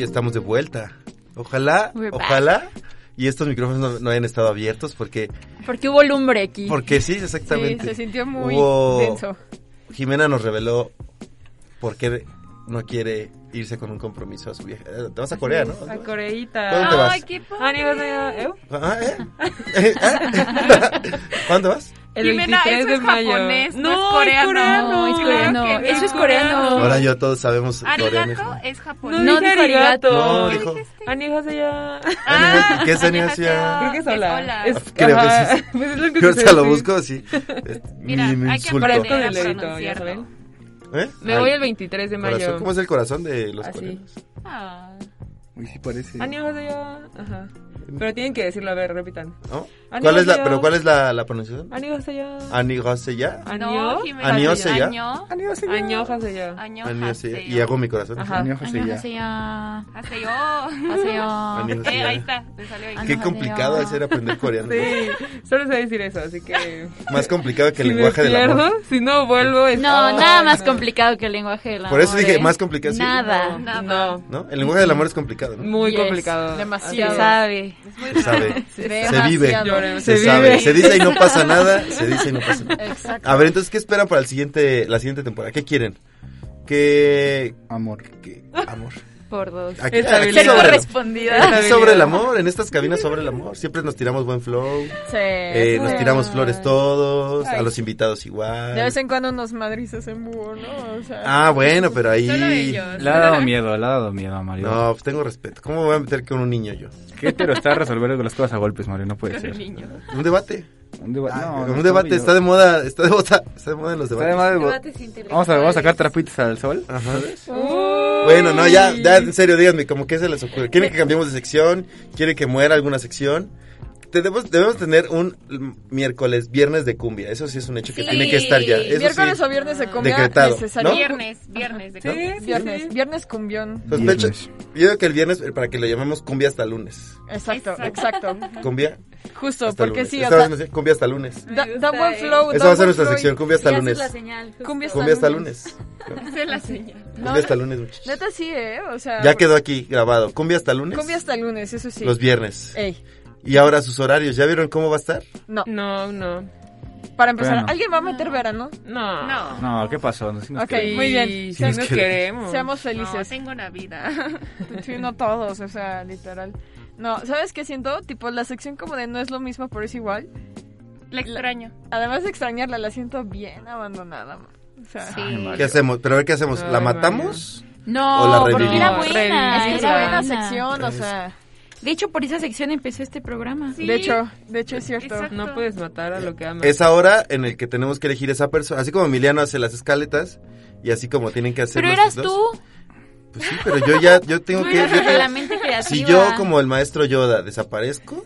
Speaker 6: estamos de vuelta. Ojalá,
Speaker 8: We're back.
Speaker 6: ojalá. Y estos micrófonos no, no hayan estado abiertos porque,
Speaker 8: Porque hubo lumbre aquí.
Speaker 6: porque sí, exactamente.
Speaker 8: Sí, se sintió muy denso.
Speaker 6: Jimena nos reveló por qué no quiere irse con un compromiso a su viaje. Eh, Te vas a Corea, ¿no?
Speaker 9: A Coreita.
Speaker 6: ¿Dónde te vas? Ay,
Speaker 9: qué padre.
Speaker 6: Ah, ¿eh? Eh, ah. ¿Cuándo vas?
Speaker 9: El
Speaker 13: Jimena,
Speaker 9: 23
Speaker 13: eso
Speaker 9: de
Speaker 13: es
Speaker 9: mayo.
Speaker 13: japonés, no,
Speaker 9: No,
Speaker 13: es
Speaker 9: es
Speaker 13: coreano.
Speaker 9: coreano, es
Speaker 13: Claro
Speaker 9: coreano.
Speaker 13: que no.
Speaker 9: Eso es coreano.
Speaker 6: Ahora yo todos sabemos
Speaker 13: Arigato
Speaker 6: coreano.
Speaker 13: es japonés.
Speaker 9: No, no dije arigato.
Speaker 6: No, dijo-
Speaker 9: Anijas allá.
Speaker 6: ¿Qué es Anihaseyo?
Speaker 9: Ah, Creo que es hola.
Speaker 6: Ah, Creo que
Speaker 9: ajá.
Speaker 6: sí.
Speaker 9: Pues es lo que
Speaker 6: Yo hasta
Speaker 9: sé,
Speaker 6: lo
Speaker 9: sí.
Speaker 6: busco, sí. Es
Speaker 9: Mira,
Speaker 6: Eh, mi- mi
Speaker 9: hay que
Speaker 6: insulto.
Speaker 9: aprender a Parezco del edito, ya pronunciarlo.
Speaker 6: ¿Eh?
Speaker 9: Me
Speaker 6: Ay,
Speaker 9: voy el 23 de mayo.
Speaker 6: corazón. ¿Cómo es el corazón de los
Speaker 9: Así.
Speaker 6: coreanos?
Speaker 9: Ah.
Speaker 7: Uy, sí parece.
Speaker 9: Annyeonghaseyo. Ajá. Pero tienen que decirlo, a ver, repitan.
Speaker 6: ¿No? ¿Cuál es la, ¿Pero cuál es la, la pronunciación?
Speaker 9: Annyeonghaseyo.
Speaker 6: Anigoseya.
Speaker 9: Anio.
Speaker 6: Anioseya.
Speaker 9: Annyeonghaseyo.
Speaker 6: Anioseya. Y hago mi corazón.
Speaker 9: Ajá.
Speaker 6: Anioseya.
Speaker 13: Haseyo.
Speaker 6: Haseyo.
Speaker 13: Eh, ahí está, me salió ahí.
Speaker 6: Qué complicado es ser aprender coreano.
Speaker 9: Sí, solo sé decir eso, así que.
Speaker 6: Más complicado que el
Speaker 9: Si me
Speaker 6: lenguaje del amor.
Speaker 9: pierdo, Si no vuelvo, es.
Speaker 8: No,
Speaker 9: Ay,
Speaker 8: nada más
Speaker 9: no.
Speaker 8: complicado que el lenguaje del amor.
Speaker 6: Ah, Por eso dije,
Speaker 8: ¿eh?
Speaker 6: más complicado, sí.
Speaker 8: Nada.
Speaker 9: No.
Speaker 6: ¿No? El lenguaje del amor es complicado, ¿no?
Speaker 9: Muy
Speaker 8: Yes.
Speaker 9: complicado.
Speaker 8: Demasiado. Se
Speaker 9: Así
Speaker 8: sabe.
Speaker 6: Se sabe. Se
Speaker 9: Demasiado.
Speaker 6: vive.
Speaker 9: Lloremos.
Speaker 6: Se
Speaker 9: Se
Speaker 6: sabe.
Speaker 9: vive.
Speaker 6: Se dice y no pasa nada. Se dice y no pasa nada.
Speaker 9: Exacto.
Speaker 6: A ver, entonces, ¿qué esperan para el siguiente, la siguiente temporada? ¿Qué quieren? ¿Qué.
Speaker 7: Amor.
Speaker 6: ¿Qué amor?
Speaker 8: Por
Speaker 13: Pues,
Speaker 8: dos.
Speaker 6: Aquí- aquí
Speaker 8: Ser
Speaker 6: sobre-
Speaker 8: correspondida.
Speaker 6: aquí sobre el amor, en estas cabinas sobre el amor. Siempre nos tiramos buen flow.
Speaker 5: Sí.
Speaker 6: eh, nos tiramos flores todos, a
Speaker 5: Ay,
Speaker 6: los
Speaker 5: sí.
Speaker 6: invitados igual.
Speaker 5: De vez en cuando nos madrizas en búho, ¿no? O sea,
Speaker 6: Ah, bueno, pero ahí.
Speaker 5: Solo ellos.
Speaker 7: Le ha dado miedo, le ha dado miedo a Mario.
Speaker 6: No, pues tengo respeto. ¿Cómo me voy a meter con un niño yo?
Speaker 7: ¿Qué pero está resolver las cosas a golpes, Mario? No
Speaker 6: eh.
Speaker 7: puede ser.
Speaker 6: Un debate. Ah,
Speaker 7: Un debate. no,
Speaker 6: un
Speaker 7: no,
Speaker 6: debate
Speaker 7: yo-
Speaker 6: está de moda, está de moda, está de moda en los
Speaker 7: Está
Speaker 6: debates.
Speaker 7: de moda el bo- Vamos a, vamos a sacar trapitos al sol.
Speaker 6: ¿sabes? Bueno, no, ya, ya, en serio, díganme, ¿cómo qué se les ocurre? ¿Quieren que cambiemos de sección? ¿Quieren que muera alguna sección? Debemos, debemos tener un l- miércoles, viernes de cumbia. Eso sí es un hecho que
Speaker 5: Sí.
Speaker 6: tiene que estar ya. Eso
Speaker 5: Miércoles
Speaker 6: sí.
Speaker 5: o viernes de cumbia
Speaker 6: Decretado,
Speaker 5: necesario.
Speaker 6: ¿no?
Speaker 13: Viernes, viernes de
Speaker 5: Sí,
Speaker 13: cumbia.
Speaker 5: sí, viernes, viernes cumbión.
Speaker 6: Sospecho. Yo digo que el viernes, eh, para que lo llamemos cumbia hasta lunes.
Speaker 5: Exacto, exacto.
Speaker 6: Cumbia.
Speaker 5: Justo,
Speaker 6: hasta
Speaker 5: porque
Speaker 6: lunes.
Speaker 5: sí, o
Speaker 6: Esta
Speaker 5: sea,
Speaker 6: vez me decía, cumbia hasta lunes.
Speaker 5: da, da buen flow.
Speaker 6: Esa
Speaker 5: da
Speaker 6: va a ser
Speaker 5: buen
Speaker 6: nuestra
Speaker 5: flow y-
Speaker 6: sección, cumbia hasta lunes.
Speaker 5: Cumbia hasta
Speaker 6: Cumbia hasta
Speaker 5: lunes.
Speaker 6: lunes.
Speaker 5: Hace la señal.
Speaker 6: Cumbia hasta lunes, muchachos.
Speaker 5: Neta sí, ¿eh? O sea,
Speaker 6: Ya quedó aquí grabado. Cumbia hasta lunes.
Speaker 5: Cumbia hasta lunes, eso sí.
Speaker 6: Los viernes.
Speaker 5: Ey,
Speaker 6: Y ahora sus horarios, ¿ya vieron cómo va a estar?
Speaker 5: no.
Speaker 9: No, no.
Speaker 5: Para empezar,
Speaker 6: Bueno.
Speaker 5: ¿alguien va a meter verano?
Speaker 9: No.
Speaker 5: No.
Speaker 7: No, ¿qué pasó? No, sí nos
Speaker 5: Ok,
Speaker 7: queremos.
Speaker 5: muy bien.
Speaker 9: Sí,
Speaker 7: Sí nos
Speaker 9: nos
Speaker 7: queremos.
Speaker 9: queremos.
Speaker 5: Seamos felices.
Speaker 13: No, tengo Navidad.
Speaker 5: Sí, no todos, o sea, literal. No, ¿sabes qué siento? Tipo, la sección como de no es lo mismo, pero es igual.
Speaker 13: La extraño.
Speaker 5: Además de extrañarla, la siento bien abandonada. man. O sea,
Speaker 6: ¿Qué hacemos? Pero a ver qué hacemos. ¿La
Speaker 5: Ay,
Speaker 6: matamos?
Speaker 8: No,
Speaker 6: ¿O la
Speaker 8: porque
Speaker 6: revivimos?
Speaker 8: era buena,
Speaker 5: Es que
Speaker 8: era
Speaker 5: esa buena
Speaker 8: buena.
Speaker 5: sección, o sea.
Speaker 8: De hecho, por esa sección empezó este programa.
Speaker 5: De hecho, de hecho es cierto.
Speaker 9: No puedes matar a lo que amas.
Speaker 6: Es ahora en el que tenemos que elegir esa persona. Así como Emiliano hace las escaletas y así como tienen que hacer
Speaker 8: Pero
Speaker 6: los
Speaker 8: eras
Speaker 6: dos.
Speaker 8: tú.
Speaker 6: Pues sí, pero yo ya, yo tengo
Speaker 8: Tú
Speaker 6: que...
Speaker 8: eras
Speaker 6: yo tengo-
Speaker 8: la mente
Speaker 6: si
Speaker 8: creativa.
Speaker 6: yo como el maestro Yoda desaparezco,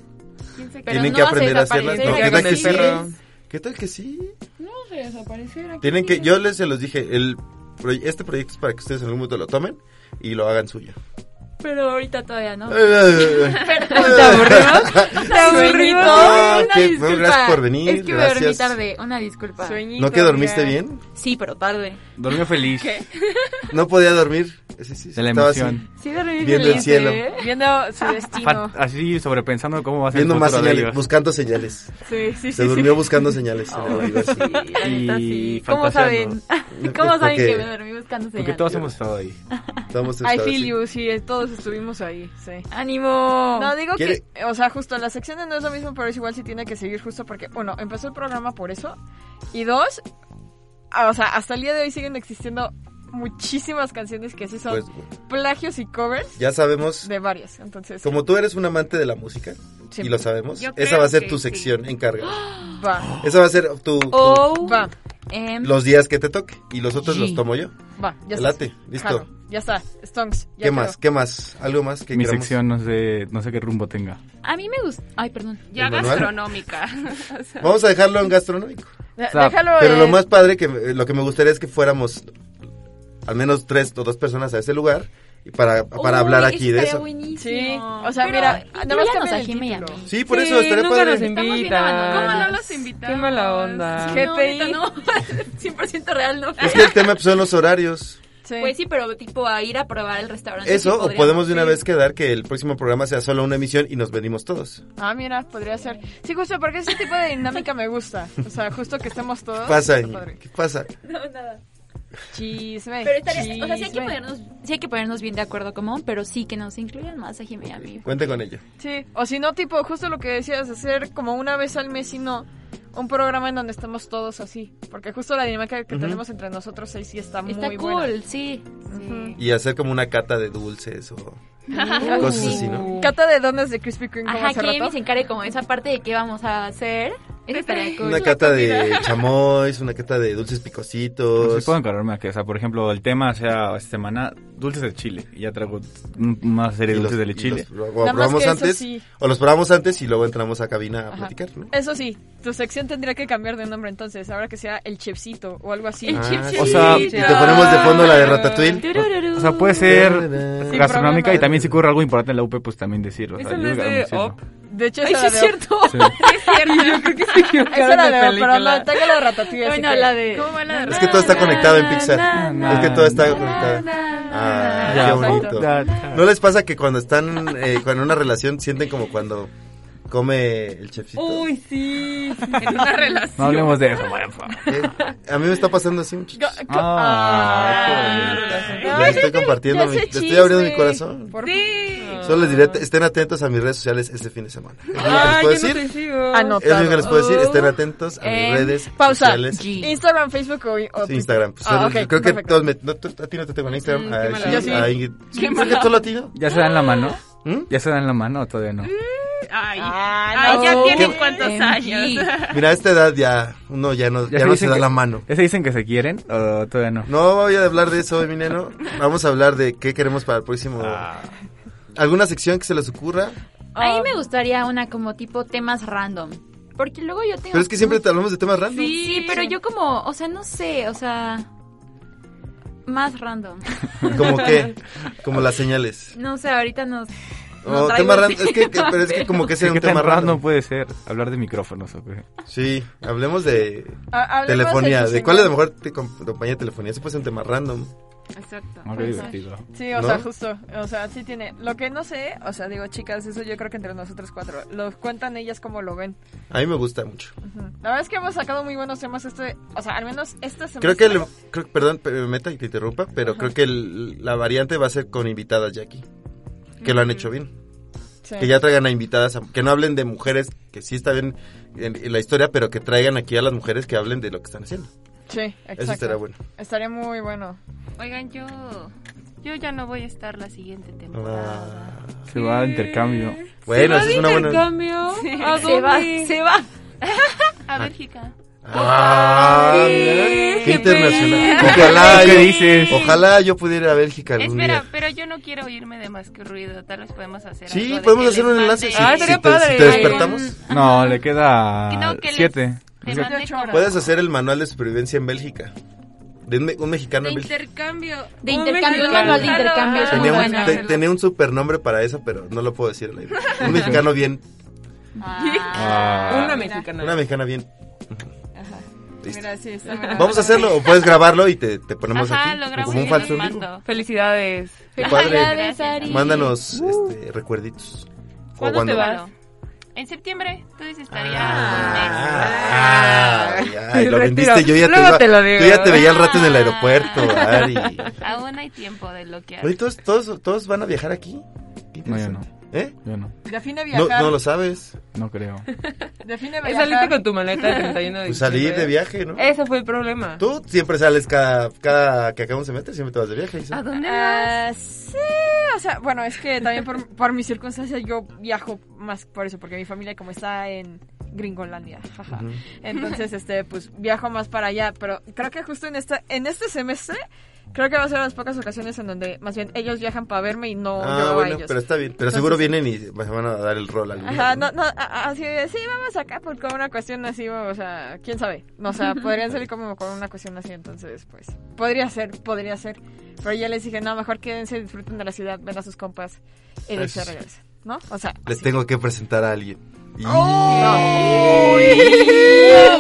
Speaker 6: tienen que aprender a hacerlas. No, ¿Qué tal que sí? ¿Qué tal que sí?
Speaker 9: No se desapareciera.
Speaker 6: Tienen que, yo les se los dije, el, pro- este proyecto es para que ustedes en algún momento lo tomen y lo hagan suyo.
Speaker 8: Pero ahorita todavía no.
Speaker 6: ¿Te
Speaker 8: aburrimos? ¿Te aburrimos?
Speaker 6: Ah,
Speaker 8: Una
Speaker 6: qué-
Speaker 8: disculpa.
Speaker 6: bueno, gracias por venir,
Speaker 8: Es que me dormí
Speaker 6: gracias.
Speaker 8: tarde. Una disculpa.
Speaker 6: ¿No que dormiste bien?
Speaker 8: Sí, pero tarde.
Speaker 7: Dormió feliz.
Speaker 6: No podía dormir. Sí, sí,
Speaker 7: De la
Speaker 6: estaba así,
Speaker 7: emoción.
Speaker 5: Sí, dormí
Speaker 6: Viendo
Speaker 5: feliz,
Speaker 6: el cielo.
Speaker 5: ¿eh? Viendo
Speaker 13: Ah.
Speaker 5: su destino.
Speaker 7: Fa- Así sobrepensando cómo va a ser
Speaker 6: Viendo
Speaker 7: el
Speaker 6: más
Speaker 7: futuro de
Speaker 6: señales,
Speaker 7: ellos.
Speaker 6: buscando señales.
Speaker 5: Sí, sí,
Speaker 6: Se
Speaker 5: sí,
Speaker 6: durmió
Speaker 5: sí. Oh,
Speaker 6: buscando señales en el universo.
Speaker 7: Y
Speaker 5: ¿Cómo
Speaker 7: fantaseando.
Speaker 5: saben? ¿Cómo saben
Speaker 6: Porque-
Speaker 5: que me dormí buscando
Speaker 7: Porque
Speaker 5: señales?
Speaker 7: todos hemos estado ahí.
Speaker 6: Vamos a
Speaker 5: I
Speaker 6: estar
Speaker 5: feel
Speaker 6: así.
Speaker 5: you, sí, eh, todos estuvimos ahí, sí.
Speaker 8: ¡Ánimo!
Speaker 5: No, digo
Speaker 6: ¿Quiere-
Speaker 5: que, o sea, justo la sección de no es lo mismo, pero es igual si tiene que seguir justo porque, uno, empezó el programa por eso, y dos, ah, o sea, hasta el día de hoy siguen existiendo muchísimas canciones que sí son
Speaker 6: Pues, bueno.
Speaker 5: plagios y covers
Speaker 6: Ya sabemos,
Speaker 5: de varias, entonces...
Speaker 6: como tú eres un amante de la música,
Speaker 5: Sí.
Speaker 6: y lo sabemos,
Speaker 5: Yo
Speaker 6: esa
Speaker 5: creo
Speaker 6: va a ser
Speaker 5: que
Speaker 6: tu
Speaker 5: sí.
Speaker 6: sección, encarga.
Speaker 5: Va,
Speaker 6: Esa va a ser tu, tu-
Speaker 5: Oh, va,
Speaker 8: em,
Speaker 6: los días que te toque, y los otros
Speaker 5: Sí.
Speaker 6: los tomo yo.
Speaker 5: va, ya está.
Speaker 6: Late, listo.
Speaker 5: Jalo, ya está, Stonks, ya
Speaker 6: ¿Qué más? ¿Qué más? ¿Algo más que
Speaker 7: Mi
Speaker 6: queramos?
Speaker 7: sección no sé, no sé qué rumbo tenga.
Speaker 8: A mí me gusta. Ay, perdón.
Speaker 6: Ya ¿El manual?
Speaker 8: gastronómica.
Speaker 6: Vamos a dejarlo en gastronómico.
Speaker 8: De- déjalo
Speaker 6: Pero lo
Speaker 8: en-
Speaker 6: más padre, que me- lo que me gustaría es que fuéramos al menos tres o dos personas a ese lugar y para, para hablar aquí de eso.
Speaker 5: Sí, o sea,
Speaker 8: Pero
Speaker 5: mira, nada más
Speaker 8: invítanos
Speaker 5: cambia
Speaker 8: a
Speaker 5: el
Speaker 8: Jimmy y a
Speaker 5: título.
Speaker 8: mí.
Speaker 6: Sí, por eso estaría
Speaker 9: nunca
Speaker 6: padre.
Speaker 9: nos invitan.
Speaker 8: abandonados. ¿Cómo no
Speaker 9: los invitan? Qué mala onda.
Speaker 8: GPI. No, ahorita no. 100% real, no.
Speaker 6: Es que el tema pues, son los horarios.
Speaker 8: Pues sí, pero tipo a ir a probar el restaurante. sí
Speaker 6: Eso, o
Speaker 8: podríamos-
Speaker 6: podemos de una
Speaker 8: sí.
Speaker 6: vez quedar que el próximo programa sea solo una emisión y nos venimos todos.
Speaker 7: Oh,
Speaker 5: Ah, mira, podría ser. Sí, justo, porque ese tipo de dinámica me gusta. O sea, justo que estemos todos.
Speaker 6: Pasa,
Speaker 5: está padre.
Speaker 6: ¿qué pasa?
Speaker 8: No, nada.
Speaker 5: Chisme.
Speaker 8: Pero estaría, o sea, sí hay, que
Speaker 5: chisme.
Speaker 8: ponernos, sí hay que ponernos bien de acuerdo como, pero sí que nos incluyan más a Jimmy y a mí.
Speaker 6: Cuente con ello.
Speaker 5: Sí, o si no, tipo, justo lo que decías, hacer como una vez al mes, sino un programa en donde estemos todos así. Porque justo la dinámica que
Speaker 6: Ujú.
Speaker 5: tenemos entre nosotros seis sí está,
Speaker 8: Está
Speaker 5: muy
Speaker 8: cool,
Speaker 5: buena.
Speaker 8: sí.
Speaker 6: Y hacer como una cata de dulces o
Speaker 5: Ujú.
Speaker 6: cosas así, ¿no?
Speaker 5: Cata de donas de Krispy Kreme como
Speaker 8: Ajá,
Speaker 5: hace
Speaker 8: que Jimmy
Speaker 5: rato.
Speaker 8: se encargue como esa parte de qué vamos a hacer. Eso estaría cool.
Speaker 6: Una cata de chamois, una cata de dulces picositos.
Speaker 7: Pues Sí, puedo encargarme a que, o sea, por ejemplo, el tema sea esta semana dulces de chile. Y ya traigo un- una serie de
Speaker 6: Y los-
Speaker 7: dulces
Speaker 6: y
Speaker 7: de chile.
Speaker 6: los- o probamos antes, o los probamos antes y luego entramos a cabina a
Speaker 5: Ajá.
Speaker 6: platicar, ¿no?
Speaker 5: Eso sí, tu sección tendría que cambiar de nombre entonces, ahora que sea el chefcito o algo así.
Speaker 6: El Ah, Chefcito. o sea, y te ponemos de fondo la de Ratatouille.
Speaker 5: Turururu.
Speaker 7: O sea, puede ser
Speaker 6: Sin
Speaker 7: gastronómica
Speaker 5: problema.
Speaker 7: y también si ocurre algo importante en la UP, pues también decirlo. O sea,
Speaker 5: Esa no
Speaker 7: yo
Speaker 5: es de
Speaker 7: decirlo.
Speaker 5: OP. De hecho,
Speaker 8: Ay,
Speaker 5: esa
Speaker 8: sí es
Speaker 5: la de-
Speaker 8: cierto.
Speaker 7: Sí.
Speaker 8: es cierto. Yo creo que sí.
Speaker 5: Esa era de, pero no,
Speaker 8: película.
Speaker 5: tengo la de Ratatouille. así
Speaker 8: Bueno,
Speaker 5: que-
Speaker 8: la de...
Speaker 6: Es que todo está conectado en Pixar.
Speaker 7: na,
Speaker 6: es que todo está
Speaker 7: na,
Speaker 6: conectado. Ah,
Speaker 7: na,
Speaker 6: qué
Speaker 7: na,
Speaker 6: bonito.
Speaker 7: na,
Speaker 6: ¿No les pasa que cuando están eh, cuando en una relación sienten como cuando come el chefcito?
Speaker 9: Uy, sí. En una relación.
Speaker 7: No hablemos de eso,
Speaker 9: "Ah,
Speaker 7: por favor.
Speaker 6: A mí me está pasando así, muchachos.
Speaker 7: Ah,
Speaker 6: Les estoy compartiendo, mi- les estoy abriendo mi corazón.
Speaker 9: Sí.
Speaker 6: Solo les diré, estén atentos a mis redes sociales este fin de semana. Es lo único que les
Speaker 9: Ay,
Speaker 6: puedo
Speaker 9: yo
Speaker 6: decir.
Speaker 9: no te sigo.
Speaker 5: Ah,
Speaker 8: Ah,
Speaker 6: Es lo único que les puedo decir,
Speaker 5: Oh.
Speaker 6: estén atentos a mis
Speaker 5: Em,
Speaker 6: redes
Speaker 5: pausa.
Speaker 6: sociales.
Speaker 5: Instagram, Facebook o, o
Speaker 6: Sí,
Speaker 5: Twitter.
Speaker 6: Instagram. Pues,
Speaker 5: Ah,
Speaker 6: solo-
Speaker 5: ok,
Speaker 6: creo que
Speaker 5: perfecto.
Speaker 6: todos me, no, tú- a ti no te tengo Ah, en Instagram.
Speaker 5: Mm,
Speaker 6: a
Speaker 5: qué
Speaker 6: Gigi,
Speaker 5: mala onda.
Speaker 6: a Ingrid.
Speaker 5: Qué
Speaker 6: ¿Creo
Speaker 5: mala
Speaker 6: que todo ¿Mm? lo tiene?
Speaker 7: ¿Ya se dan la mano? ¿Ya se dan la mano o todavía no?
Speaker 13: Ay,
Speaker 10: Ah,
Speaker 5: Ay,
Speaker 13: ya
Speaker 5: no.
Speaker 13: tienen
Speaker 5: Qué-
Speaker 13: cuántos
Speaker 5: MG.
Speaker 13: años.
Speaker 6: Mira, a esta edad ya uno ya no, ya
Speaker 7: se
Speaker 6: no se
Speaker 7: dicen
Speaker 6: da
Speaker 7: que-
Speaker 6: la mano.
Speaker 7: ¿Ya se dicen que se quieren o todavía no?
Speaker 6: No voy a hablar de eso, Emineno. Vamos a hablar de qué queremos para el próximo.
Speaker 9: Ah.
Speaker 6: ¿Alguna sección que se les ocurra?
Speaker 8: A
Speaker 5: Oh.
Speaker 8: mí me gustaría una como tipo temas random. Porque luego yo tengo...
Speaker 6: Pero es que siempre te hablamos de temas random.
Speaker 8: Sí, pero yo como, o sea, no sé, o sea, más random.
Speaker 6: ¿Como qué? Como las señales.
Speaker 8: No sé, ahorita nos...
Speaker 6: No, tema random. Es que, que- pero es que como que sea
Speaker 7: Sí,
Speaker 6: un
Speaker 7: ¿qué tan
Speaker 6: tema random.
Speaker 7: random puede ser hablar de micrófonos o qué?
Speaker 6: Sí, hablemos de
Speaker 5: Ha- hablemos
Speaker 6: este, telefonía.
Speaker 5: de
Speaker 6: ¿De
Speaker 5: diseño.
Speaker 6: cuál es la mejor te- compañía de telefonía? Eso puede ser un tema random.
Speaker 5: Exacto.
Speaker 6: Ah, qué
Speaker 5: Puede ser.
Speaker 6: divertido.
Speaker 5: Sí, o
Speaker 6: ¿No?
Speaker 5: sea, justo. O sea, sí tiene. Lo que no sé, o sea, digo, chicas, eso yo creo que entre nosotros cuatro. Lo cuentan ellas como lo ven.
Speaker 6: A mí me gusta mucho.
Speaker 5: Ujú. La verdad es que hemos sacado muy buenos temas este. O sea, al menos este semestre.
Speaker 6: Creo que, el, creo, perdón, pero me meta y te interrumpa, pero creo que el- la variante va a ser con invitadas ya aquí. Que lo han hecho bien.
Speaker 5: Sí.
Speaker 6: Que ya traigan a invitadas, a- que no hablen de mujeres, que sí está bien en, en la historia, pero que traigan aquí a las mujeres que hablen de lo que están haciendo.
Speaker 5: Sí, exacto.
Speaker 6: Eso estará bueno.
Speaker 5: Estaría muy bueno.
Speaker 13: Oigan, yo yo ya no voy a estar la siguiente temporada.
Speaker 7: Se va a intercambio.
Speaker 6: Ah. Bueno, esa es una buena.
Speaker 13: ¿Cambio?
Speaker 8: ¿A Se va, dónde? se va.
Speaker 13: A Bélgica.
Speaker 6: Ah, mira, qué
Speaker 13: padre.
Speaker 6: internacional. Ojalá,
Speaker 7: ¿Qué
Speaker 6: yo,
Speaker 7: dices?
Speaker 6: ojalá yo pudiera ir a Bélgica algún
Speaker 13: Espera,
Speaker 6: día.
Speaker 13: pero yo no quiero irme de más que ruido. Tal vez podemos hacer
Speaker 6: Sí,
Speaker 13: algo de
Speaker 6: podemos
Speaker 13: que
Speaker 6: hacer
Speaker 13: les
Speaker 6: un enlace,
Speaker 13: mande-
Speaker 6: sí, Ah, sí, estaría si te- padre. si te despertamos.
Speaker 7: No, le queda
Speaker 13: No, que les-
Speaker 7: siete.
Speaker 13: te mande como-
Speaker 6: Puedes hacer el manual de supervivencia en Bélgica. De un, me- un mexicano
Speaker 13: De
Speaker 6: en Bélgica.
Speaker 13: intercambio.
Speaker 8: De
Speaker 13: Un
Speaker 8: intercambio, un
Speaker 13: mexicano.
Speaker 8: manual de intercambio es muy
Speaker 6: Tenía un,
Speaker 8: bueno.
Speaker 6: te- tenía un supernombre para eso, pero no lo puedo decir. al aire. Un mexicano bien.
Speaker 9: Ah. Una mexicana.
Speaker 6: Una mexicana bien.
Speaker 5: Mira, sí, está
Speaker 9: bueno.
Speaker 6: Vamos a hacerlo, o puedes grabarlo y te, te ponemos
Speaker 9: Ajá,
Speaker 6: aquí.
Speaker 9: lo grabo
Speaker 6: como
Speaker 9: y
Speaker 6: un
Speaker 9: te
Speaker 6: falso
Speaker 9: lo
Speaker 6: en vivo.
Speaker 9: mando. Felicidades.
Speaker 6: Qué padre. Mándanos
Speaker 13: Uh.
Speaker 6: este, recuerditos. O
Speaker 13: ¿Cuándo te
Speaker 6: cuando-
Speaker 13: vas? En septiembre, tú dices estaría
Speaker 6: Ah, ay, ay, lo
Speaker 13: Retiro.
Speaker 6: vendiste. Yo ya, te,
Speaker 13: Luego
Speaker 6: iba-
Speaker 13: te lo digo.
Speaker 6: yo ya te veía al rato en
Speaker 5: Ah.
Speaker 6: el aeropuerto, Ari.
Speaker 13: Aún hay tiempo de lo que
Speaker 6: Oye, ¿todos, todos, todos van a viajar aquí? Qué
Speaker 7: No, yo
Speaker 6: interesante. ¿Eh?
Speaker 7: Yo no.
Speaker 5: Define
Speaker 6: No,
Speaker 5: viajar.
Speaker 6: no lo sabes.
Speaker 7: No creo.
Speaker 5: Define
Speaker 9: Es
Speaker 5: viajar.
Speaker 9: salirte Eh, con tu maleta el 31 de
Speaker 6: Pues salir
Speaker 9: diciembre.
Speaker 6: de viaje, ¿no?
Speaker 9: Ese fue el problema.
Speaker 6: Tú siempre sales cada, cada que acaba un semestre, siempre te vas de viaje. Isa.
Speaker 5: dónde Ah, sí, o sea, bueno, es que también por, por mi circunstancia yo viajo más por eso, porque mi familia como está en Gringolandia, jaja.
Speaker 10: Ujú.
Speaker 5: Entonces, este, pues viajo más para allá, pero creo que justo en este, en este semestre, creo que va a ser las pocas ocasiones en donde más bien ellos viajan para verme y no
Speaker 6: Ah,
Speaker 5: yo a
Speaker 6: bueno,
Speaker 5: ellos.
Speaker 6: pero está bien. Pero
Speaker 5: Entonces-
Speaker 6: seguro vienen y me van a dar el rol al
Speaker 5: Ajá, no, no, a- a- así de, sí, vamos acá por con una cuestión así, o sea, quién sabe. No, o sea, podrían salir como con una cuestión así, entonces, pues, podría ser, podría ser. Pero ya les dije, no, mejor quédense, disfruten de la ciudad, ven a sus compas y de ahí se
Speaker 6: Eso.
Speaker 5: regresan, ¿no? O sea,
Speaker 6: Les tengo que presentar a alguien. Y-
Speaker 5: no. Ay,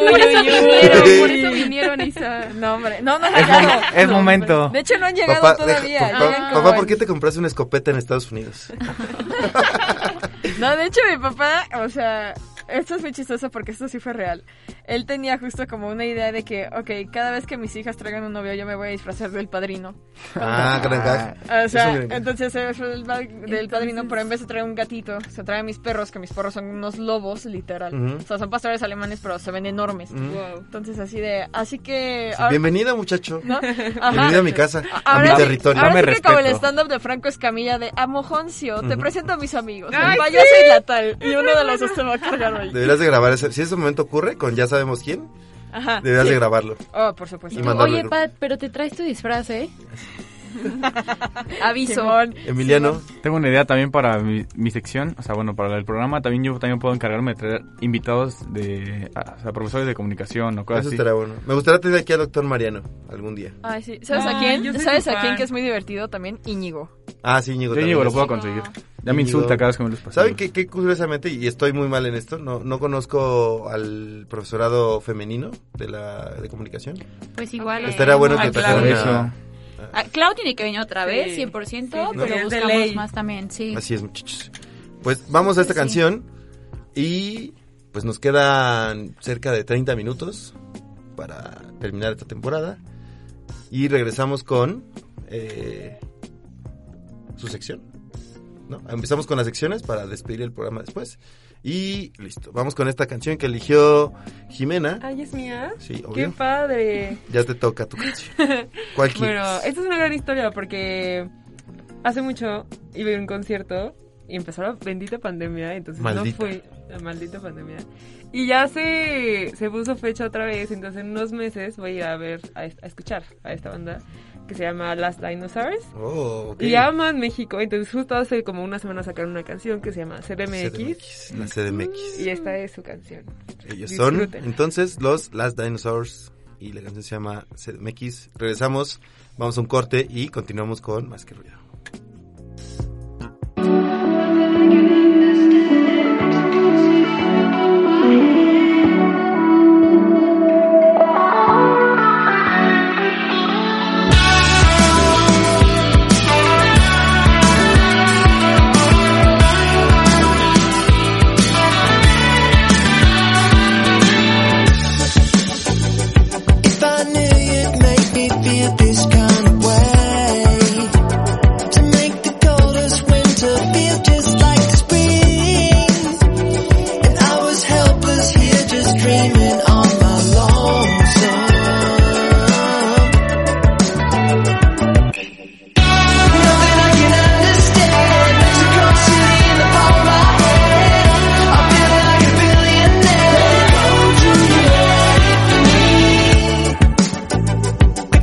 Speaker 18: por eso
Speaker 5: vinieron,
Speaker 18: por eso
Speaker 5: vinieron, Isa. No, hombre, no, no han
Speaker 7: Es
Speaker 5: llegado.
Speaker 7: mom- es
Speaker 5: No,
Speaker 7: momento.
Speaker 5: hombre. De hecho, no han llegado
Speaker 6: Papá, deja-
Speaker 5: todavía. Llegan
Speaker 6: papá,
Speaker 5: como
Speaker 6: papá,
Speaker 5: en-
Speaker 6: ¿por qué te compraste una escopeta en Estados Unidos?
Speaker 5: No, de hecho mi papá, o sea, esto es muy chistoso porque esto sí fue real. Él tenía justo como una idea de que, ok, cada vez que mis hijas traigan un novio yo me voy a disfrazar del padrino.
Speaker 6: Ah, gran gag.
Speaker 5: O sea,
Speaker 6: Es un gran-
Speaker 5: entonces eh, se disfrazó del, pa- del padrino, pero en vez de traer un gatito, se trae a mis perros, que mis perros son unos lobos, literal.
Speaker 6: Ujú.
Speaker 5: O sea, son pastores alemanes, pero se ven enormes.
Speaker 6: Ujú.
Speaker 5: Entonces así de, así que...
Speaker 6: Sí, bienvenido, muchacho.
Speaker 5: ¿No? Ajá.
Speaker 6: Bienvenido a mi casa, a
Speaker 5: Ahora
Speaker 6: mi
Speaker 5: sí-
Speaker 6: territorio.
Speaker 5: Ahora
Speaker 6: Dame
Speaker 5: sí que como el
Speaker 6: respeto.
Speaker 5: stand-up de Franco Escamilla de Amojoncio, te
Speaker 6: Ujú.
Speaker 5: presento a mis amigos.
Speaker 9: ¡Ay,
Speaker 5: El payaso
Speaker 9: sí!
Speaker 5: y la tal. Y uno de los dos te va a cargar hoy.
Speaker 6: Deberías de grabar ese. Si ese momento ocurre con ya sabemos quién,
Speaker 7: Ah,
Speaker 5: Ajá.
Speaker 6: deberías de grabarlo.
Speaker 5: Oh, por supuesto.
Speaker 6: Y mandarlo al
Speaker 8: Oye,
Speaker 6: grupo.
Speaker 8: Pat, pero te traes tu disfraz, ¿eh? Aviso.
Speaker 6: Emiliano.
Speaker 7: Tengo una idea también para mi, mi sección, o sea, bueno, para el programa. También yo también puedo encargarme de traer invitados de, ah, o sea, profesores de comunicación o cosas
Speaker 6: Eso
Speaker 7: así.
Speaker 6: estaría bueno. Me gustaría tener aquí al doctor Mariano algún día.
Speaker 5: Ay, sí. ¿Sabes a
Speaker 18: Ay, yo
Speaker 5: quién?
Speaker 18: soy
Speaker 5: ¿Sabes
Speaker 18: tu
Speaker 5: a quién
Speaker 18: fan.
Speaker 5: que es muy divertido también? Íñigo.
Speaker 6: Ah, sí, Íñigo.
Speaker 7: Yo
Speaker 6: también
Speaker 7: Íñigo lo
Speaker 6: es-
Speaker 7: puedo conseguir. Ya me
Speaker 6: Íñigo.
Speaker 7: insulta cada vez que me los paso.
Speaker 6: ¿Saben qué, qué curiosamente, y estoy muy mal en esto, no, no conozco al profesorado femenino de la de comunicación?
Speaker 8: Pues igual.
Speaker 6: Estaría
Speaker 8: eh,
Speaker 6: bueno
Speaker 8: a
Speaker 6: que
Speaker 8: Clau.
Speaker 6: trajeran
Speaker 7: Eso.
Speaker 6: a-
Speaker 8: Ah, Clau tiene que venir otra vez,
Speaker 9: Sí.
Speaker 8: 100%,
Speaker 9: Sí, sí,
Speaker 8: pero
Speaker 9: sí. De
Speaker 8: buscamos
Speaker 9: ley.
Speaker 8: más también, sí.
Speaker 6: Así es, muchachos. Pues vamos a esta canción y pues nos quedan cerca de 30 minutos para terminar esta temporada y regresamos con eh, su sección. ¿no? Empezamos con las secciones para despedir el programa después. Y listo, vamos con esta canción que eligió Jimena.
Speaker 9: Ay, es mía.
Speaker 6: Sí,
Speaker 9: Qué
Speaker 6: obvio.
Speaker 9: padre.
Speaker 6: Ya te toca tu canción. ¿Cuál
Speaker 9: Bueno,
Speaker 6: quieres?
Speaker 9: esta es una gran historia porque hace mucho iba a un concierto y empezó la bendita pandemia, entonces
Speaker 6: Maldita.
Speaker 9: no fui la maldita pandemia. Y ya se, se puso fecha otra vez, entonces en unos meses voy a ver, a, es- a escuchar a esta banda que se llama Last Dinosaurs.
Speaker 6: Oh, ok.
Speaker 9: Y aman México, entonces justo hace como una semana sacaron una canción que se llama CDMX.
Speaker 6: CDMX, La CDMX.
Speaker 9: Y esta es su canción.
Speaker 6: Ellos son
Speaker 9: Disfrútenla.
Speaker 6: entonces los Last Dinosaurs y la canción se llama CDMX. Regresamos, vamos a un corte y continuamos con Más que Ruido.
Speaker 10: If I knew you'd make me feel this kind of way To make the coldest winter feel just like spring And I was helpless here just dreaming on my lonesome Nothing I can understand as you come sitting in the palm of my hand I feel like a billionaire Let it go, Juliet, for me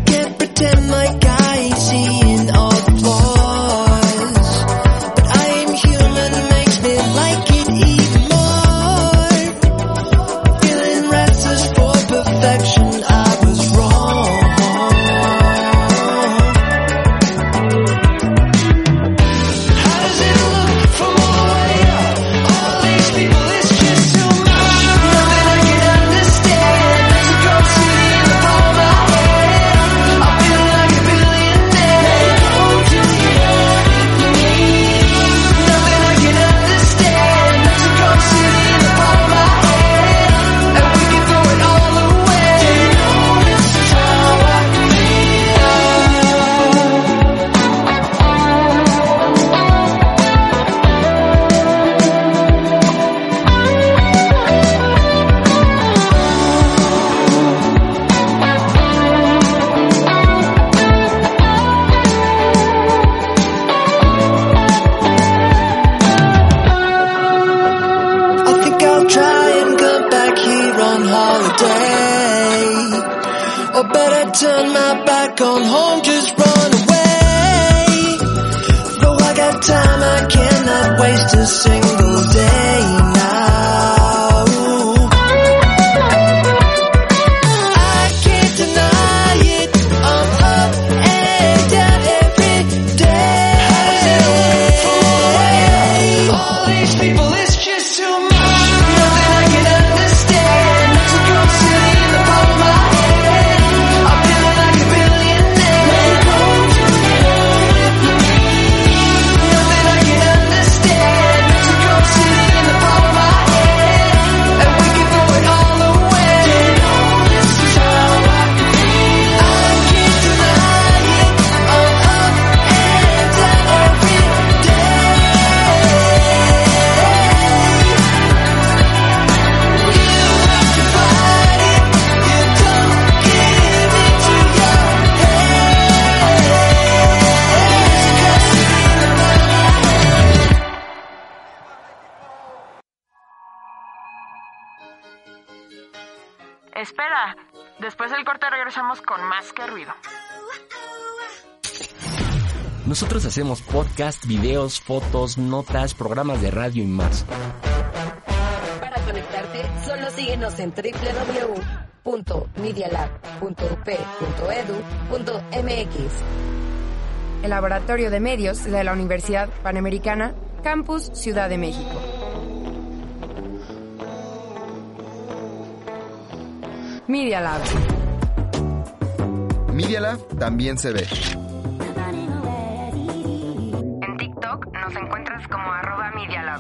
Speaker 10: can't pretend like I ain't seeing all the flaws. But I am human, makes me like it even more. Feeling restless for perfection, I was wrong. How does it look from all the way up? All these people, it's just too much. Nothing I can understand. There's a cold city in the palm of my hand. I feel like a billionaire. Hold you for me. Nothing I can understand. There's a cold city in the palm of my hand. And we can throw it all away. You know this is how I feel. I think I'll try and come back here on holiday. Or better turn my back on home, just run away. Though I got time, I cannot waste a single day now. I can't deny it, I'm up and down every day. How does it look from the way up? All these people, it's just too much. Nothing I can understand. There's a girl
Speaker 5: Espera, después del corte regresamos con más que ruido.
Speaker 4: Nosotros hacemos podcast, videos, fotos, notas, programas de radio y más.
Speaker 1: Para conectarte, solo síguenos en www.medialab.up.edu.mx.
Speaker 2: El Laboratorio de Medios de la Universidad Panamericana, Campus Ciudad de México. Media Lab.
Speaker 19: Media Lab también se ve.
Speaker 20: En TikTok nos encuentras como arroba Medialab.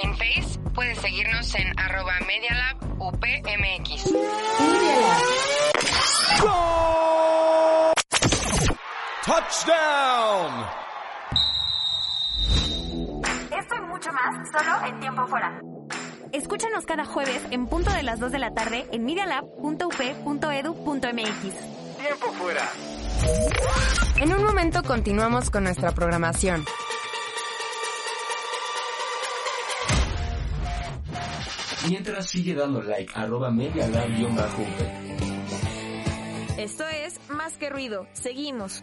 Speaker 20: En Face puedes seguirnos en arroba Medialab UPMX.
Speaker 21: Touchdown.
Speaker 22: Esto y mucho más solo en tiempo fuera. Escúchanos cada jueves en punto de las 2 de la tarde en medialab.up.edu.mx.
Speaker 21: Tiempo fuera.
Speaker 2: En un momento continuamos con nuestra programación.
Speaker 4: Mientras sigue dando like, arroba media bajo
Speaker 5: Esto es Más que Ruido. Seguimos.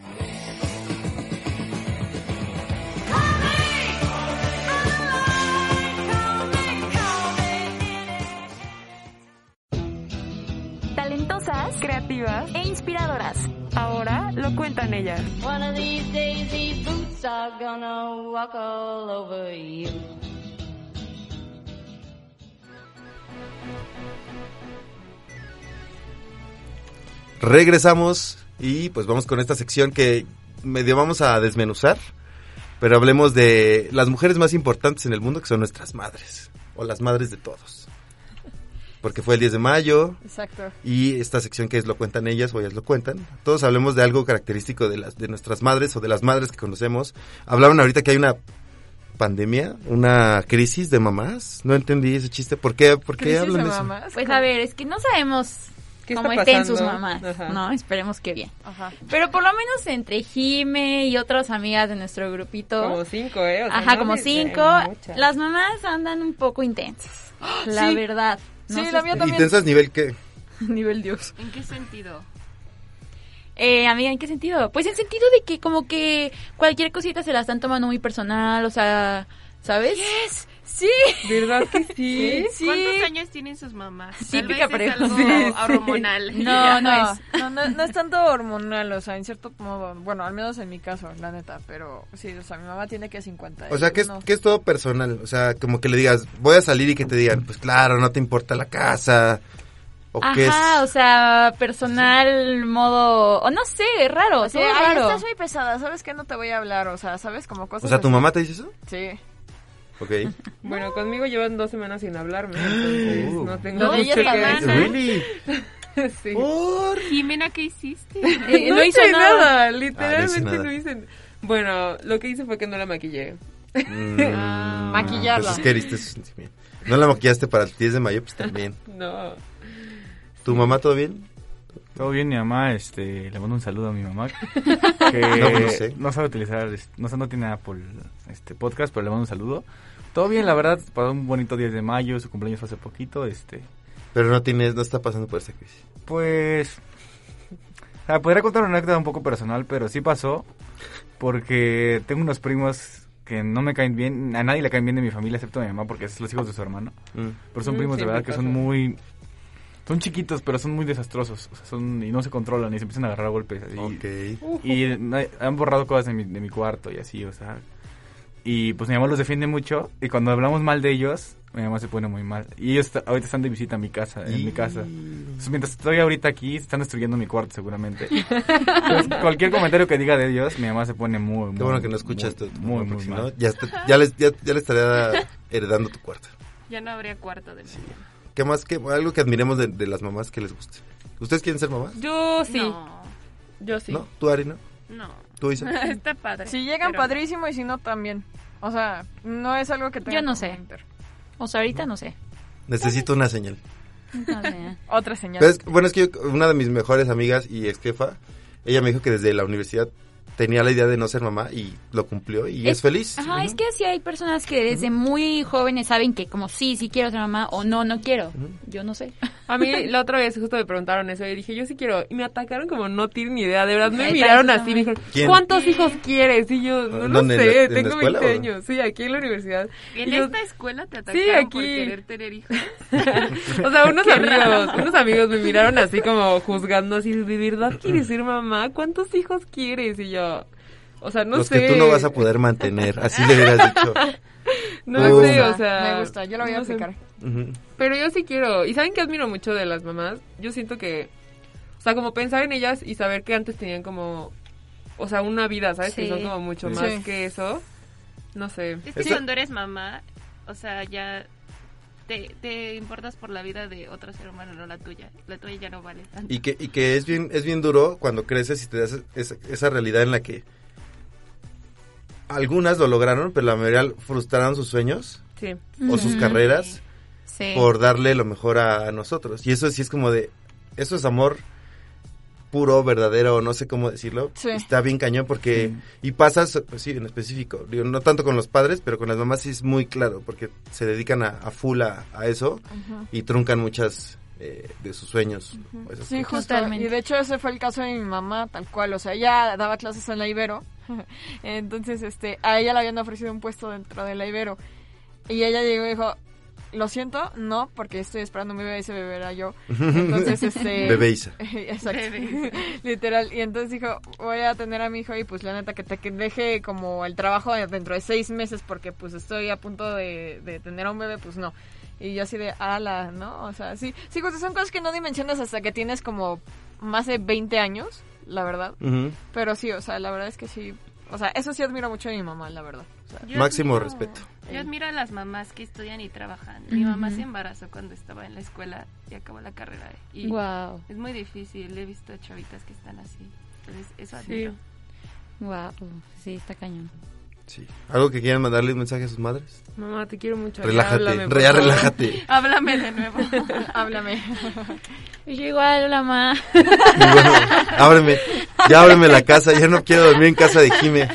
Speaker 22: Talentosas, creativas e inspiradoras. Ahora lo cuentan ellas.
Speaker 23: One of these days these boots are gonna walk all over you.
Speaker 6: Regresamos y pues vamos con esta sección que medio vamos a desmenuzar, pero hablemos de las mujeres más importantes en el mundo que son nuestras madres, o las madres de todos. Porque fue el 10 de mayo
Speaker 5: Exacto.
Speaker 6: y esta sección que es lo cuentan ellas o ellas lo cuentan. Todos hablemos de algo característico de las de nuestras madres o de las madres que conocemos. Hablaban ahorita que hay una pandemia, una crisis de mamás. No entendí ese chiste. ¿Por qué? ¿Por qué hablan de eso?
Speaker 8: Pues a ver, es que no sabemos
Speaker 9: está
Speaker 8: cómo estén
Speaker 9: pasando?
Speaker 8: sus mamás,
Speaker 9: Ajá.
Speaker 8: ¿no? Esperemos que bien.
Speaker 5: Ajá.
Speaker 8: Pero por lo menos entre Jime y otras amigas de nuestro grupito.
Speaker 9: Como cinco, ¿eh? O sea,
Speaker 8: Ajá,
Speaker 9: no
Speaker 8: como
Speaker 9: me- eh,
Speaker 8: cinco.
Speaker 9: hay muchas.
Speaker 8: Las mamás andan un poco intensas, la
Speaker 9: Sí.
Speaker 8: verdad. No
Speaker 9: Sí,
Speaker 8: sé
Speaker 9: la mía
Speaker 8: ustedes.
Speaker 6: ¿Intensas nivel qué?
Speaker 8: Nivel Dios.
Speaker 13: ¿En qué sentido?
Speaker 8: Eh, amiga, ¿en qué sentido? Pues en sentido de que como que cualquier cosita se la están tomando muy personal, o sea, ¿sabes? Sí.
Speaker 9: ¿Verdad que sí?
Speaker 13: ¿Cuántos años tienen sus mamás? Tal
Speaker 8: Típica
Speaker 13: vez es
Speaker 8: pregunta. Sí,
Speaker 13: algo
Speaker 8: sí.
Speaker 13: hormonal.
Speaker 8: No, no.
Speaker 13: Es-
Speaker 5: No, no, no es tanto hormonal, o sea, en cierto modo, bueno, al menos en mi caso, la neta, pero sí, o sea, mi mamá tiene que 50.
Speaker 6: O sea, que es,
Speaker 5: no.
Speaker 6: que es todo personal. O sea, como que le digas, voy a salir y que te digan, pues claro, no te importa la casa. O que es.
Speaker 8: Ajá, o sea, personal, modo, o no sé, es raro,
Speaker 9: Pues
Speaker 5: Así de,
Speaker 8: todo
Speaker 5: "Ay,
Speaker 8: raro.
Speaker 5: estás muy pesada, ¿sabes qué? No te voy a hablar, o sea, ¿sabes? Como cosas
Speaker 6: O sea, ¿tu
Speaker 5: así.
Speaker 6: mamá te dice eso?
Speaker 5: Sí.
Speaker 6: Ok.
Speaker 9: Bueno, conmigo llevan dos semanas sin hablarme, entonces
Speaker 6: Oh.
Speaker 9: no ¿eh? tengo
Speaker 13: Dos
Speaker 9: mucho que
Speaker 13: semanas.
Speaker 9: decir.
Speaker 13: Really?
Speaker 9: sí.
Speaker 13: Jimena, ¿qué hiciste?
Speaker 9: Eh, no, hice nada,
Speaker 6: Ah,
Speaker 9: literalmente
Speaker 13: nada.
Speaker 9: no hice n- Bueno, lo que hice fue que no la maquillé.
Speaker 6: Mm,
Speaker 9: Ah, Maquillarla.
Speaker 6: Pues es que heriste sus sentimientos. No la maquillaste para el 10 de mayo, pues también.
Speaker 9: No.
Speaker 6: ¿Tu mamá todo bien?
Speaker 7: Todo bien, mi mamá, este, le mando un saludo a mi mamá. Que
Speaker 6: No, pues, no sé.
Speaker 7: no sabe utilizar, es- no, sé, no tiene nada por este podcast, pero le mando un saludo. Todo bien, la verdad, para un bonito 10 de mayo, su cumpleaños fue hace poquito, este,
Speaker 6: Pero no tienes, no está pasando por esa crisis.
Speaker 7: pues, o sea, podría contar una anécdota un poco personal, pero sí pasó, porque tengo unos primos que no me caen bien, a nadie le caen bien de mi familia, excepto a mi mamá, porque es los hijos de su hermano.
Speaker 6: Mm.
Speaker 7: Pero son
Speaker 6: Mm,
Speaker 7: primos de
Speaker 6: siempre
Speaker 7: verdad que son
Speaker 6: pasa.
Speaker 7: muy... Son chiquitos, pero son muy desastrosos. O sea, son, y no se controlan y se empiezan a agarrar a golpes. Así. Y no hay- han borrado cosas de mi, de mi cuarto y así, o sea. Y pues mi mamá los defiende mucho. Y cuando hablamos mal de ellos, mi mamá se pone muy mal. Y ellos ta- ahorita están de visita a mi casa, en mi casa. Entonces, mientras estoy ahorita aquí, están destruyendo mi cuarto seguramente. Entonces, cualquier comentario que diga de ellos, mi mamá se pone muy, muy
Speaker 6: Qué bueno que no escuchas
Speaker 7: muy,
Speaker 6: esto. tu
Speaker 7: Muy,
Speaker 6: mamá,
Speaker 7: muy
Speaker 6: porque si
Speaker 7: mal.
Speaker 6: no, ya, está- ya, les, ya, ya le estaría heredando tu cuarto.
Speaker 13: Ya no habría cuarto de mí.
Speaker 6: ¿Qué más? que algo que admiremos de, de las mamás que les guste. ¿Ustedes quieren ser mamás?
Speaker 9: Yo sí. Yo sí.
Speaker 6: ¿No? ¿Tú, Ari, no?
Speaker 13: No.
Speaker 6: ¿Tú, Isa?
Speaker 13: Está padre.
Speaker 5: Si llegan
Speaker 13: pero-
Speaker 5: padrísimo y si no, también. O sea, no es algo que tenga
Speaker 8: Yo no
Speaker 5: que
Speaker 8: sé.
Speaker 5: comentar.
Speaker 8: O sea, ahorita no sé.
Speaker 6: Necesito una señal.
Speaker 5: Otra señal.
Speaker 6: Pero es- bueno, es que yo- una de mis mejores amigas y ex jefa, ella me dijo que desde la universidad tenía la idea de no ser mamá y lo cumplió y es, feliz.
Speaker 8: Ajá, es que sí hay personas que desde muy jóvenes saben que como sí, sí quiero ser mamá o no, no quiero. Yo no sé.
Speaker 9: A mí la otra vez justo me preguntaron eso y dije, yo sí quiero. Y me atacaron como no tienen ni idea. De verdad, me
Speaker 8: Ay,
Speaker 9: miraron
Speaker 8: tanto.
Speaker 9: así. Me dijeron,
Speaker 6: ¿Quién?
Speaker 9: ¿cuántos hijos quieres? Y yo, no lo
Speaker 6: ¿Dónde? ¿En la-
Speaker 9: sé,
Speaker 6: en la
Speaker 9: tengo
Speaker 6: escuela
Speaker 9: 20
Speaker 6: o
Speaker 9: años. Sí, aquí en la universidad.
Speaker 13: ¿En
Speaker 9: Y yo-
Speaker 13: esta escuela te atacaron
Speaker 9: Sí,
Speaker 13: por
Speaker 9: aquí.
Speaker 13: querer tener hijos?
Speaker 9: O sea, unos
Speaker 13: Qué
Speaker 9: amigos,
Speaker 13: raro.
Speaker 9: unos amigos me miraron así como juzgando así, ¿de verdad quieres ser mamá? ¿Cuántos hijos quieres? Y yo, o sea, no
Speaker 6: Los
Speaker 9: sé.
Speaker 6: que tú no vas a poder mantener, así le hubieras dicho.
Speaker 9: No
Speaker 6: Tú.
Speaker 9: sé, o sea.
Speaker 24: Me gusta, yo lo voy a
Speaker 9: sé.
Speaker 24: aplicar.
Speaker 6: Ujú.
Speaker 9: Pero yo sí quiero. ¿Y saben qué admiro mucho de las mamás? Yo siento que. O sea, como pensar en ellas y saber que antes tenían como. O sea, una vida, ¿sabes?
Speaker 13: Sí.
Speaker 9: Que son como mucho
Speaker 13: Sí.
Speaker 9: más
Speaker 13: Sí.
Speaker 9: que eso. No sé.
Speaker 13: Es que cuando eres mamá, o sea, ya te, te importas por la vida de otro ser humano, no la tuya. La tuya ya no vale tanto.
Speaker 6: Y que, y que es bien, es bien duro cuando creces y te das esa, esa realidad en la que algunas lo lograron, pero la mayoría frustraron sus sueños
Speaker 9: Sí.
Speaker 6: o sus
Speaker 9: Ujú.
Speaker 6: carreras
Speaker 9: Sí.
Speaker 6: por darle lo mejor a, a nosotros. Y eso sí es como de, eso es amor puro, verdadero, no sé cómo decirlo.
Speaker 5: Sí.
Speaker 6: Está bien cañón porque, y pasas, pues sí, en específico, digo, no tanto con los padres, pero con las mamás sí es muy claro, porque se dedican a, a full a, a eso
Speaker 5: Ajá.
Speaker 6: y truncan muchas eh, de sus sueños. o esas
Speaker 5: Sí,
Speaker 6: cosas.
Speaker 5: justo. Y de hecho ese fue el caso de mi mamá, tal cual. O sea, ella daba clases en la Ibero. Entonces, este, a ella le habían ofrecido un puesto dentro de la Ibero. Y ella llegó y dijo, lo siento, no, porque estoy esperando mi bebé y se beberá yo. Entonces, este...
Speaker 6: Bebé Isa.
Speaker 5: Exacto.
Speaker 13: Bebé
Speaker 5: Literal. Y entonces dijo, voy a tener a mi hijo y pues la neta que te que deje como el trabajo dentro de seis meses porque pues estoy a punto de, de tener a un bebé, pues no. Y yo así de, ala, ¿no? O sea, sí, sí, justo son cosas que no dimensionas hasta que tienes como más de 20 años, la verdad.
Speaker 6: Ujú.
Speaker 5: Pero sí, o sea, la verdad es que sí. O sea, eso sí admiro mucho a mi mamá, la verdad. O sea,
Speaker 13: Yo
Speaker 6: Máximo
Speaker 13: admiro-
Speaker 6: respeto.
Speaker 13: Yo admiro a las mamás que estudian y trabajan. Mi mamá
Speaker 5: Ujú.
Speaker 13: se embarazó cuando estaba en la escuela y acabó la carrera. Y
Speaker 5: Guau.
Speaker 13: es muy difícil. He visto chavitas que están así. Entonces, eso
Speaker 8: Sí.
Speaker 13: admiro.
Speaker 8: Wow, sí, está cañón.
Speaker 6: Sí. ¿Algo que quieran mandarle un mensaje a sus madres?
Speaker 9: Mamá, te quiero mucho.
Speaker 6: Relájate,
Speaker 9: ya háblame,
Speaker 6: re-
Speaker 9: por
Speaker 6: ya
Speaker 9: favor.
Speaker 6: relájate.
Speaker 13: Háblame de nuevo.
Speaker 5: Háblame.
Speaker 8: Y yo igual, hola, mamá.
Speaker 6: Ábreme, ya ábreme la casa, ya no quiero dormir en casa de Jime.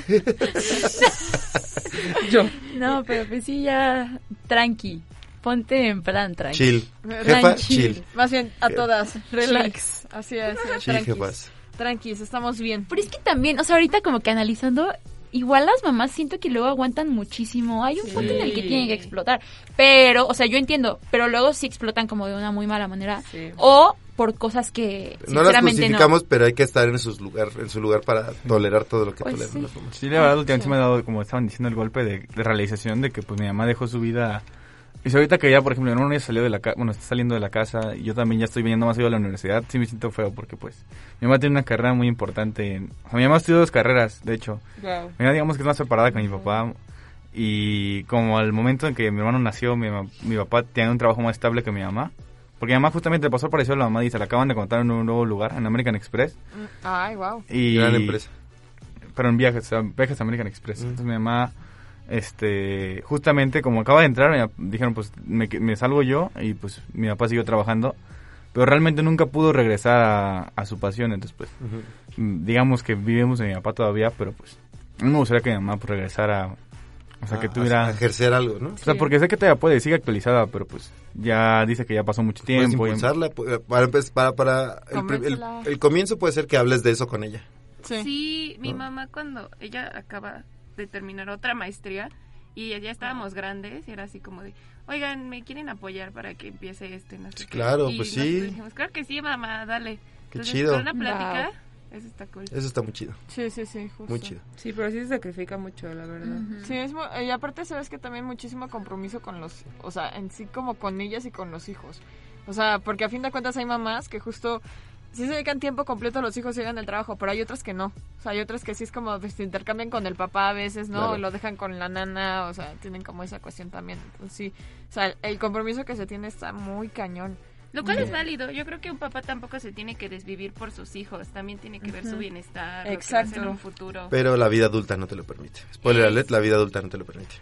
Speaker 9: Yo.
Speaker 8: No, pero pues sí, ya tranqui. Ponte en plan tranqui.
Speaker 6: Chill.
Speaker 8: Plan
Speaker 6: Jefa, chill.
Speaker 5: Más bien, a
Speaker 8: Je-
Speaker 5: todas. Relax.
Speaker 8: Chill.
Speaker 5: Así es.
Speaker 6: Chill,
Speaker 5: tranquis.
Speaker 6: jefas.
Speaker 5: Tranquis, estamos bien.
Speaker 8: Pero es que también, o sea, ahorita como que analizando, igual las mamás siento que luego aguantan muchísimo. Hay un punto en el que tienen que explotar. Pero, o sea, yo entiendo, pero luego sí explotan como de una muy mala manera. O por cosas que
Speaker 6: No las
Speaker 8: sinceramente
Speaker 6: justificamos, pero hay que estar en, sus lugar, en su lugar para tolerar todo lo que
Speaker 8: Pues
Speaker 6: toleran
Speaker 8: sí.
Speaker 6: las mamás.
Speaker 7: Sí, la verdad, últimamente sí me ha dado, como estaban diciendo, el golpe de, de realización de que pues mi mamá dejó su vida. Y si ahorita que ya, por ejemplo, en un mes salió de la casa, bueno, está saliendo de la casa y yo también ya estoy viniendo más seguido a la universidad, sí me siento feo porque pues mi mamá tiene una carrera muy importante. en- o sea, mi mamá estudió dos carreras, de hecho.
Speaker 9: Guau.
Speaker 7: Mi mamá digamos que es más separada que mi papá y como al momento en que mi hermano nació, mi, ma- mi papá tenía un trabajo más estable que mi mamá. Porque mi mamá justamente le pasó parecido a la mamá y se la acaban de contar en un nuevo lugar, en American Express.
Speaker 5: Mm, Ay, wow.
Speaker 7: Y,
Speaker 6: Gran empresa. Mm.
Speaker 7: Pero en viajes, o sea, viajes a American Express. Entonces mi mamá, este, justamente como acaba de entrar, me dijeron, pues me, que- me salgo yo y pues mi papá siguió trabajando. Pero realmente nunca pudo regresar a, a su pasión. Entonces, pues, mm, digamos que vivimos de mi papá todavía, pero pues, a mí me gustaría que mi mamá pues, regresara. O sea,
Speaker 6: A-
Speaker 7: que tuviera...
Speaker 6: Ah, a- a ejercer algo, ¿no?
Speaker 7: O sea,
Speaker 6: Sí.
Speaker 7: porque sé que todavía puede, sigue actualizada, pero pues ya dice que ya pasó mucho
Speaker 6: Puedes
Speaker 7: tiempo. y-
Speaker 6: Pues impulsarla, pu- para, empe- para, para el, pri- el-
Speaker 13: Convéncela.
Speaker 6: el comienzo puede ser que hables de eso con ella.
Speaker 13: Sí,
Speaker 6: Ah.
Speaker 13: mi mamá cuando ella acaba de terminar otra maestría y ya estábamos grandes y era así como de, oigan, ¿me quieren apoyar para que empiece este? No sé
Speaker 6: Sí,
Speaker 13: qué?".
Speaker 6: claro,
Speaker 13: Y
Speaker 6: pues
Speaker 13: nosotros
Speaker 6: sí.
Speaker 13: Dijimos, claro que sí, mamá, dale.
Speaker 6: Qué
Speaker 13: Entonces,
Speaker 6: chido.
Speaker 13: con una plática, eso está cool.
Speaker 6: Eso está muy chido.
Speaker 5: Sí, sí, sí, justo.
Speaker 6: Muy chido.
Speaker 9: Sí, pero sí se sacrifica mucho, la verdad.
Speaker 5: Sí, es mu- y aparte sabes que también muchísimo compromiso con los, o sea, en sí como con ellas y con los hijos. O sea, porque a fin de cuentas hay mamás que justo sí se dedican tiempo completo a los hijos y hagan el trabajo, pero hay otras que no. O sea, hay otras que sí es como pues, se intercambian con el papá a veces, ¿no? Claro. Lo dejan con la nana, o sea, tienen como esa cuestión también. Entonces, sí, o sea, el compromiso que se tiene está muy cañón.
Speaker 13: Lo cual es
Speaker 5: Sí.
Speaker 13: válido. Yo creo que un papá tampoco se tiene que desvivir por sus hijos. También tiene que ver su
Speaker 5: Ujú.
Speaker 13: bienestar, Exacto.
Speaker 5: Exacto.
Speaker 13: en un futuro.
Speaker 6: Pero la vida adulta no te lo permite. Spoiler alert, la vida adulta no te lo permite.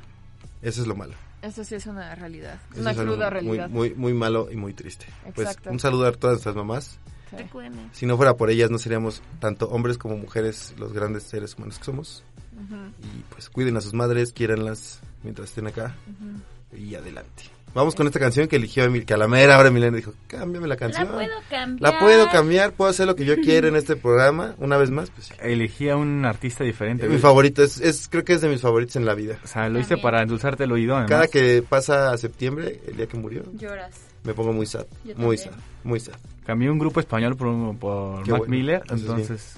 Speaker 6: Eso es lo malo.
Speaker 5: Eso sí es una realidad,
Speaker 6: Eso
Speaker 5: una
Speaker 6: es algo
Speaker 5: cruda
Speaker 6: muy-
Speaker 5: realidad.
Speaker 6: Muy, muy, malo y muy triste. Pues
Speaker 5: Exacto.
Speaker 6: un saludo a todas nuestras mamás.
Speaker 13: TQM.
Speaker 6: Si no fuera por ellas, no seríamos tanto hombres como mujeres los grandes seres humanos que somos.
Speaker 13: Ujú.
Speaker 6: Y pues cuiden a sus madres, quiéranlas mientras estén acá.
Speaker 13: Ujú.
Speaker 6: Y adelante. Vamos con esta canción que eligió Emil, que a la mera hora Milena dijo, cámbiame la canción.
Speaker 8: puedo cambiar.
Speaker 6: La puedo cambiar, puedo hacer lo que yo quiera en este programa. Una vez más, pues.
Speaker 7: Elegí a un artista diferente.
Speaker 6: Mi favorito, es, es- creo que es de mis favoritos en la vida.
Speaker 7: O sea, lo hice para endulzarte el oído. además.
Speaker 6: Cada que pasa septiembre, el día que murió,
Speaker 8: Lloras.
Speaker 6: me pongo muy sad.
Speaker 8: Yo
Speaker 6: Muy sad,
Speaker 8: también.
Speaker 6: muy sad.
Speaker 7: Cambié un grupo español por, un- por
Speaker 6: Qué
Speaker 7: Mac
Speaker 6: bueno,
Speaker 7: Miller,
Speaker 6: eso sí.
Speaker 7: entonces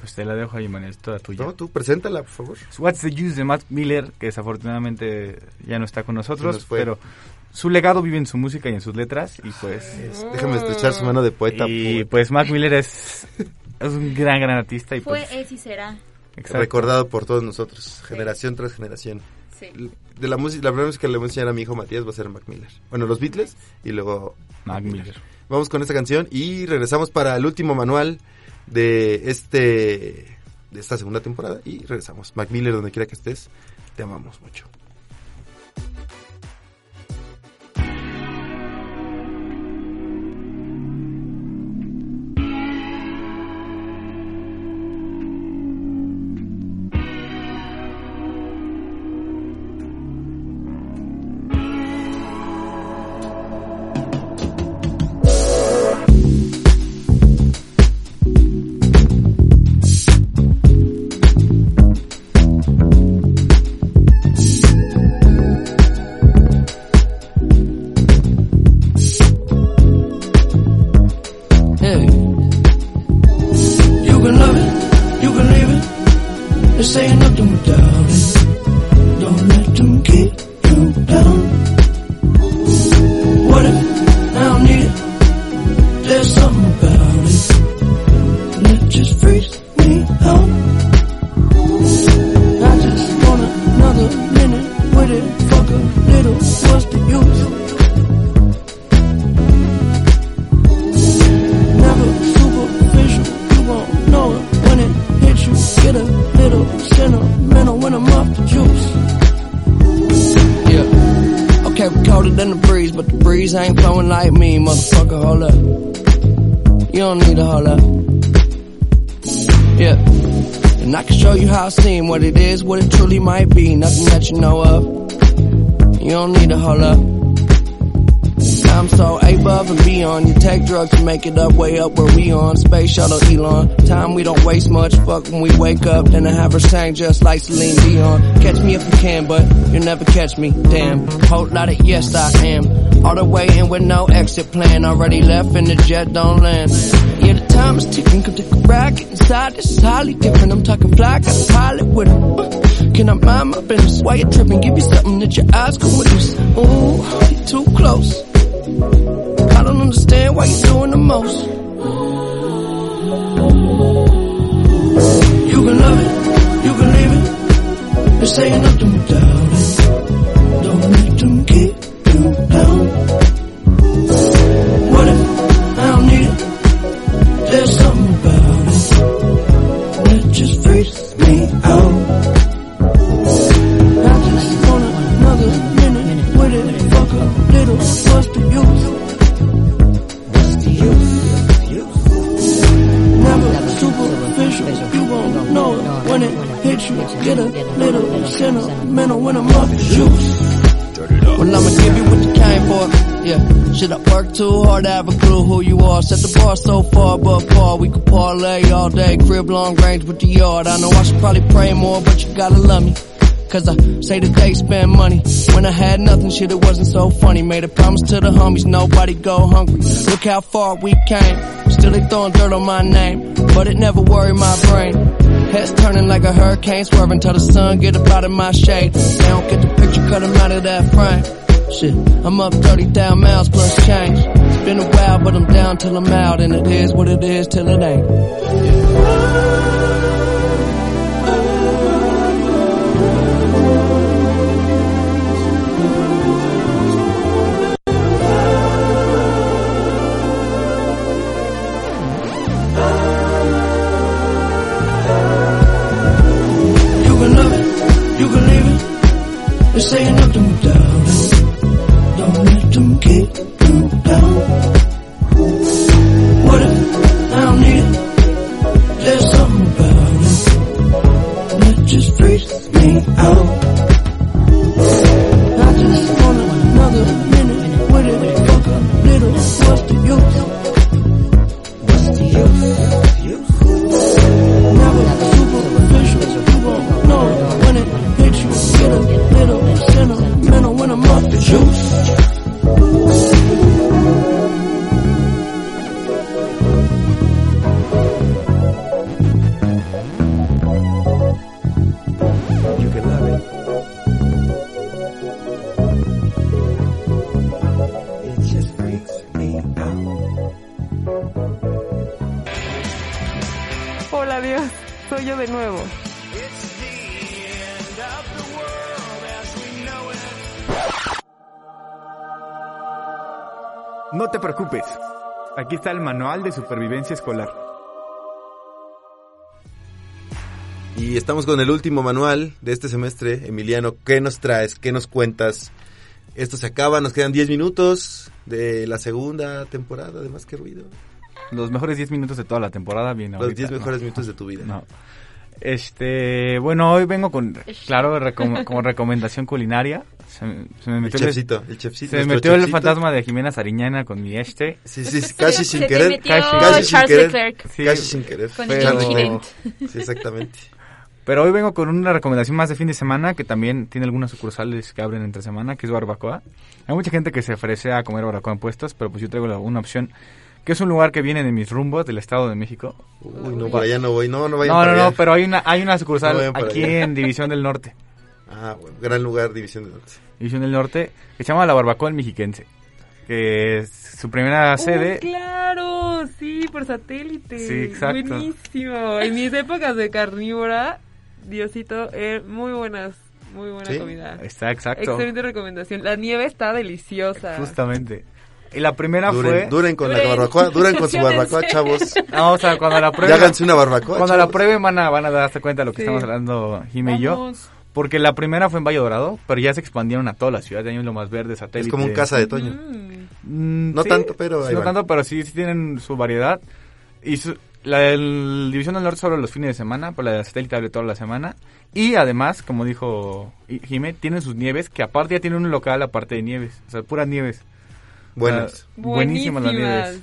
Speaker 7: pues te la dejo ahí, man, es toda tuya.
Speaker 6: No, tú preséntala, por favor.
Speaker 7: What's the Use de Mac Miller, que desafortunadamente ya no está con
Speaker 6: Se
Speaker 7: nosotros,
Speaker 6: nos fue.
Speaker 7: pero su legado vive en su música y en sus letras y pues...
Speaker 6: déjame estrechar su mano de poeta,
Speaker 7: Y pues Mac Miller es, es un gran, gran artista y
Speaker 8: Fue,
Speaker 7: pues...
Speaker 8: es y será.
Speaker 7: Exacto.
Speaker 6: Recordado por todos nosotros, generación tras generación.
Speaker 8: Sí.
Speaker 6: L- De la música, la primera música que le voy a enseñar a mi hijo Matías va a ser Mac Miller. Bueno, los Beatles y luego
Speaker 7: Mac Miller.
Speaker 6: Vamos con esta canción y regresamos para el último manual de este de esta segunda temporada y regresamos. Mac Miller, donde quiera que estés, te amamos mucho.
Speaker 12: Hey. You can love it, you can leave it. There's ain't nothing without it. Don't let them get you down. What if I don't need it? There's something about it. And it just freaks me out. I just want another minute with it. Fuck a little, what's the use? never superficial. You won't know it when it hits you. Get a little sentimental when I'm off the juice. Yeah. Okay, we colder than the breeze, but the breeze ain't blowing like me, motherfucker. Hold up. You don't need a hold up. Yeah. And I can show you how I seen what it is, what it truly might be. Nothing that you know of. You don't need a hold up. I'm so above and beyond. You take drugs to make it up, way up where we on. Space shuttle Elon. Time we don't waste much. Fuck when we wake up. Then I have her sang just like Celine Dion. Catch me if you can, but you'll never catch me. Damn. Whole lot of yes I am. All the way in with no exit plan. Already left and the jet don't land. Yeah, the time is ticking. Come take a racket inside. This is highly different. I'm talking fly. Got a pilot with it. Can I mind my business? Why you tripping? Give me something that your eyes can witness. Ooh, you too close. I don't understand why you're doing the most. You can love it, you can leave it. This ain't nothing without it. Don't let them get you down. What if I don't need it? There's something about it that just freaks me out. I just want another minute with it. Fuck a little, what's the use? Never superficial. You won't know it when it hits you. Get a little sentimental when I'm off the juice. Well, I'ma give you what you came for. Yeah. Should I work too hard to have a clue who you are? Set the bar so far above par. We could parlay all day. Crib long range with the yard. I know I should probably pray more, but you gotta love me. Cause I say that they spend money. When I had nothing, shit, it wasn't so funny. Made a promise to the homies, nobody go hungry. Look how far we came. Still they throwing dirt on my name. But it never worried my brain. Heads turning like a hurricane, swerving till the sun get up out of my shade. They don't get the picture, cut 'em out of that frame. Shit, I'm up 30,000 miles plus change. It's been a while, but I'm down till I'm out. And it is what it is till it ain't. You can love it, you can leave it. This ain't nothing without it. Don't let them get you down. What if
Speaker 9: soy yo de nuevo.
Speaker 7: No te preocupes. Aquí está el manual de supervivencia escolar.
Speaker 6: Y estamos con el último manual de este semestre. Emiliano, ¿qué nos traes? ¿Qué nos cuentas? Esto se acaba, nos quedan 10 minutos de la segunda temporada de Más que Ruido.
Speaker 7: Los mejores 10 minutos de toda la temporada vienen
Speaker 6: Los 10 mejores minutos de tu vida.
Speaker 7: No. Este, bueno, hoy vengo con,
Speaker 6: Este.
Speaker 7: claro, recom- como recomendación culinaria. Se, me- se me metió
Speaker 6: chefcito, el chefcito,
Speaker 7: se me
Speaker 6: nuestro
Speaker 7: metió el
Speaker 6: chefcito.
Speaker 7: fantasma de Jimena Sariñana con mi este.
Speaker 6: Sí, sí, sí, casi Pues Se sin te querer, metió casi- casi sin Charles querer, Leclerc. casi sin querer. Con el
Speaker 7: pero-
Speaker 6: Chident. Sí, exactamente.
Speaker 7: Pero hoy vengo con una recomendación más de fin de semana que también tiene algunas sucursales que abren entre semana, que es Barbacoa. Hay mucha gente que se ofrece a comer barbacoa en puestos, pero pues yo traigo la- una opción que es un lugar que viene de mis rumbos, del Estado de México.
Speaker 6: Uy, no, para allá no voy. No, no vayan
Speaker 7: No,
Speaker 6: para
Speaker 7: no, no,
Speaker 6: allá.
Speaker 7: pero hay una, hay una sucursal
Speaker 6: No vayan para
Speaker 7: aquí
Speaker 6: allá.
Speaker 7: en División del Norte.
Speaker 6: Ah, bueno, gran lugar, División del Norte.
Speaker 7: División del Norte, que se llama La Barbacoa El Mexiquense. Que es su primera sede.
Speaker 9: ¡Oh, claro, sí, por satélite.
Speaker 7: Sí, exacto.
Speaker 9: Buenísimo. En mis épocas de carnívora, Diosito, eh, muy buenas, muy buena
Speaker 7: Sí,
Speaker 9: comida.
Speaker 7: está exacto.
Speaker 9: Excelente recomendación. La nieve está deliciosa.
Speaker 7: Justamente. Y la primera
Speaker 6: Duren-
Speaker 7: fue.
Speaker 6: duren con la Duren. barbacoa, duren con su barbacoa, chavos.
Speaker 7: No, o sea, cuando la prueben.
Speaker 6: Ya háganse una barbacoa,
Speaker 7: Cuando la
Speaker 6: chavos.
Speaker 7: prueben van a, van a darse cuenta de lo que
Speaker 6: Sí.
Speaker 7: estamos hablando Jimmy y yo.
Speaker 6: Vamos.
Speaker 7: Porque la primera fue en Valle Dorado, pero ya se expandieron a toda la ciudad. Ya hay lo más verde, satélite.
Speaker 6: Es como un casa de Toño.
Speaker 7: no
Speaker 6: tanto, pero ahí
Speaker 7: No
Speaker 6: van.
Speaker 7: tanto, pero Mm, sí, sí tienen su variedad. Y su- la del División del Norte solo los fines de semana, pero la de satélite abre toda la semana. Y además, como dijo I- Jimé, tienen sus nieves, que aparte ya tienen un local aparte de nieves. O sea, puras nieves.
Speaker 6: Buenas.
Speaker 7: O sea, buenísimas las nieves.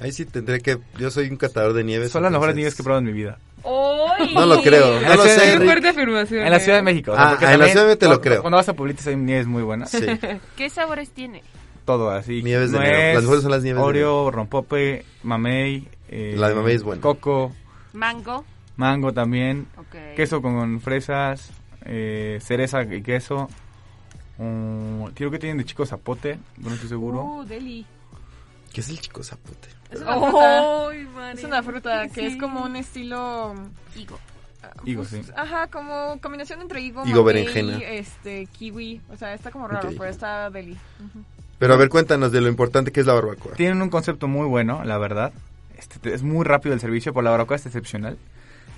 Speaker 6: Ahí sí tendré que. Yo soy un catador de nieves.
Speaker 7: Son las mejores nieves
Speaker 6: que he
Speaker 7: probado en mi vida.
Speaker 6: No lo creo, no lo
Speaker 7: Ciudad de
Speaker 6: sé.
Speaker 7: México.
Speaker 9: fuerte afirmación,
Speaker 7: En la
Speaker 9: eh.
Speaker 7: Ciudad de México. o sea,
Speaker 6: Ah,
Speaker 7: porque
Speaker 6: ah, en la
Speaker 7: también
Speaker 6: Ciudad de México te lo
Speaker 7: cuando-
Speaker 6: creo.
Speaker 7: Cuando vas a Pulitis hay nieves muy buenas.
Speaker 13: ¿Qué sabores tiene?
Speaker 7: Todo así.
Speaker 6: Nieves de enero. Las mejores son las nieves de
Speaker 7: Oreo, rompope, mamey. eh,
Speaker 6: La de mamey es buena.
Speaker 7: Coco,
Speaker 13: Mango.
Speaker 7: mango también.
Speaker 13: Ok.
Speaker 7: Queso con fresas, eh, cereza y queso. mm, creo que tienen de chico zapote, no estoy seguro.
Speaker 13: Uh, deli.
Speaker 6: ¿Qué es el chico zapote?
Speaker 13: Es una fruta,
Speaker 5: Ay, Mari.
Speaker 13: es una fruta que
Speaker 5: Sí.
Speaker 13: es como un estilo... Higo.
Speaker 7: Higo, sí.
Speaker 5: um, ah, Ajá, como combinación entre higo,
Speaker 6: Higo,
Speaker 5: mamey,
Speaker 6: berenjena.
Speaker 5: este, kiwi. O sea, está como raro,
Speaker 6: Ok.
Speaker 5: pero está deli. Ujú.
Speaker 6: Pero a ver, cuéntanos de lo importante que es la barbacoa.
Speaker 7: Tienen un concepto muy bueno, la verdad. Este, te- es muy rápido el servicio, por la barbacoa es excepcional.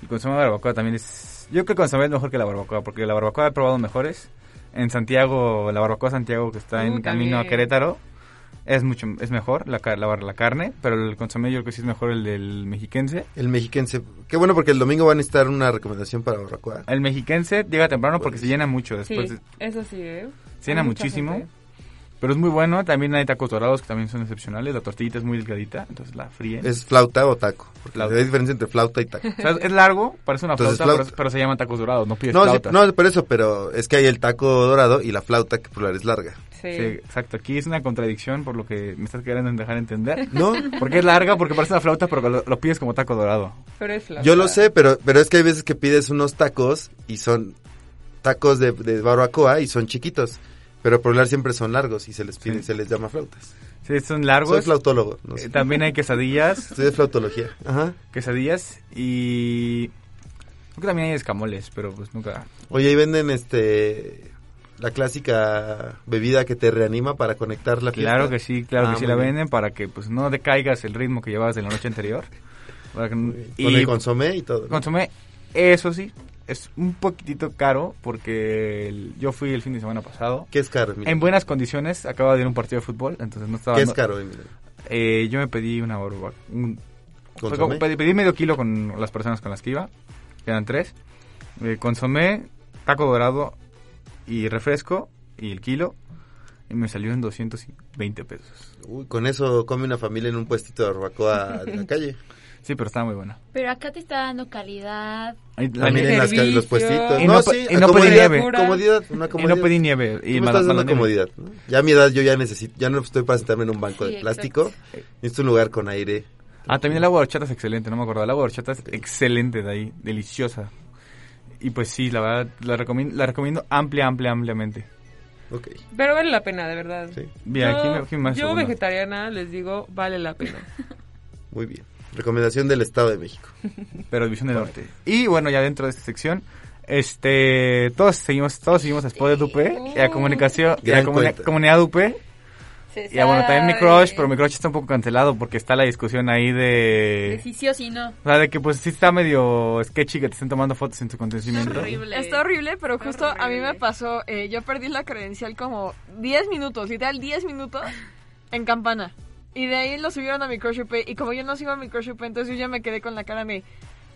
Speaker 7: El consumo de barbacoa también es... Yo creo que consomé es mejor que la barbacoa, porque la barbacoa he probado mejores. En Santiago, la barbacoa Santiago, que está en
Speaker 6: Uh,
Speaker 7: camino a
Speaker 6: también.
Speaker 7: Querétaro, es mucho es mejor la, car- la, bar- la carne, pero el consomé yo creo que sí es mejor el del mexiquense.
Speaker 6: El mexiquense. Qué bueno porque el domingo van a estar una recomendación para barbacoa.
Speaker 7: El mexiquense llega temprano porque se llena mucho
Speaker 9: Sí,
Speaker 7: después. de-
Speaker 9: eso sí, ¿eh?
Speaker 7: Se llena
Speaker 9: Hay mucha
Speaker 7: muchísimo.
Speaker 9: gente.
Speaker 7: Pero es muy bueno, también hay tacos dorados que también son excepcionales, la tortillita es muy delgadita, entonces la fríen.
Speaker 6: ¿Es flauta o taco? Porque
Speaker 7: Flauta.
Speaker 6: hay diferencia entre flauta y taco.
Speaker 7: O sea, es largo, parece una
Speaker 6: Entonces,
Speaker 7: flauta,
Speaker 6: flauta.
Speaker 7: Pero, pero se llaman tacos dorados, no pides
Speaker 6: No, sí,
Speaker 7: flauta.
Speaker 6: no, por eso, pero es que hay el taco dorado y la flauta que por la es larga.
Speaker 7: Sí, exacto. Aquí es una contradicción por lo que me estás queriendo dejar entender.
Speaker 6: No.
Speaker 7: Porque es larga, porque parece una flauta, pero lo, lo pides como taco dorado.
Speaker 9: Pero es flauta.
Speaker 6: Yo lo sé, pero, pero es que hay veces que pides unos tacos y son tacos de, de barbacoa y son chiquitos. Pero por lo general siempre son largos y se les pide, se les llama flautas.
Speaker 7: Sí, son largos.
Speaker 6: Soy flautólogo. no sé.
Speaker 7: Eh, también hay quesadillas.
Speaker 6: Estudié flautología. Ajá.
Speaker 7: Quesadillas y... Creo que también hay escamoles, pero pues nunca...
Speaker 6: Oye, ahí venden este la clásica bebida que te reanima para conectar la fiesta.
Speaker 7: Claro que sí, claro
Speaker 6: Ah,
Speaker 7: que sí
Speaker 6: muy
Speaker 7: la
Speaker 6: bien.
Speaker 7: venden para que pues no decaigas el ritmo que llevabas de la noche anterior. Para que-
Speaker 6: Con el consomé y todo, ¿no?
Speaker 7: Consomé, eso sí, es un poquitito caro porque el- yo fui el fin de semana pasado.
Speaker 6: ¿Qué es caro, Emilio?
Speaker 7: En buenas condiciones, acababa de ir a un partido de fútbol, entonces no estaba...
Speaker 6: ¿Qué es
Speaker 7: no-
Speaker 6: caro, Emilio?
Speaker 7: Eh, yo me pedí una barba. un-
Speaker 6: ¿Consomé?
Speaker 7: fue como- pedí, pedí medio kilo con las personas con las que iba, que eran tres. Eh, consomé, taco dorado y refresco y el kilo. Y me salió en 220 pesos.
Speaker 6: Uy, con eso come una familia en un puestito de barbacoa de Ah, la calle.
Speaker 7: Sí, pero estaba muy buena.
Speaker 8: Pero acá te está dando calidad.
Speaker 7: Ahí-
Speaker 6: Ah, miren las ca- los puestitos.
Speaker 7: Y
Speaker 6: No,
Speaker 7: no,
Speaker 6: sí,
Speaker 7: pe- y no pedí
Speaker 6: comodidad,
Speaker 7: nieve.
Speaker 6: comodidad, una comodidad.
Speaker 7: Y no pedí nieve. Y
Speaker 6: Tú me
Speaker 7: me
Speaker 6: estás
Speaker 7: la-
Speaker 6: dando
Speaker 7: me la-
Speaker 6: comodidad. ¿no? Ya a mi edad yo ya necesito, ya no estoy para sentarme en un banco
Speaker 7: Sí,
Speaker 6: de plástico. Necesito un lugar con aire.
Speaker 7: Ah, también el agua de horchata es excelente, no me acuerdo. El agua de horchata es excelente de ahí, deliciosa. Y pues sí, la verdad, la recomiendo, la recomiendo amplia, amplia, ampliamente.
Speaker 6: Ok.
Speaker 9: Pero vale la pena, de verdad.
Speaker 7: Bien,
Speaker 9: yo,
Speaker 7: aquí me- aquí me hace
Speaker 9: yo
Speaker 7: una.
Speaker 9: vegetariana les digo, vale la pena.
Speaker 6: Muy bien. Recomendación del Estado de México.
Speaker 7: Pero División del Norte. Y bueno, ya dentro de esta sección, este, todos seguimos, todos seguimos a Spot de UP y a Comunicación, y a
Speaker 6: Gran
Speaker 7: comuni-
Speaker 6: cuenta.
Speaker 7: Comunidad UP. Y a, bueno, también mi crush, pero mi crush está un poco cancelado porque está la discusión ahí de...
Speaker 8: Si sí o si no.
Speaker 7: O sea, de que pues sí está medio sketchy que te estén tomando fotos en tu acontecimiento.
Speaker 5: Está horrible, pero justo a mí me pasó, eh, yo perdí la credencial como 10 minutos, literal 10 minutos en campana. Y de ahí lo subieron a mi crush UP, y como yo no sigo a mi crush UP, entonces yo ya me quedé con la cara de...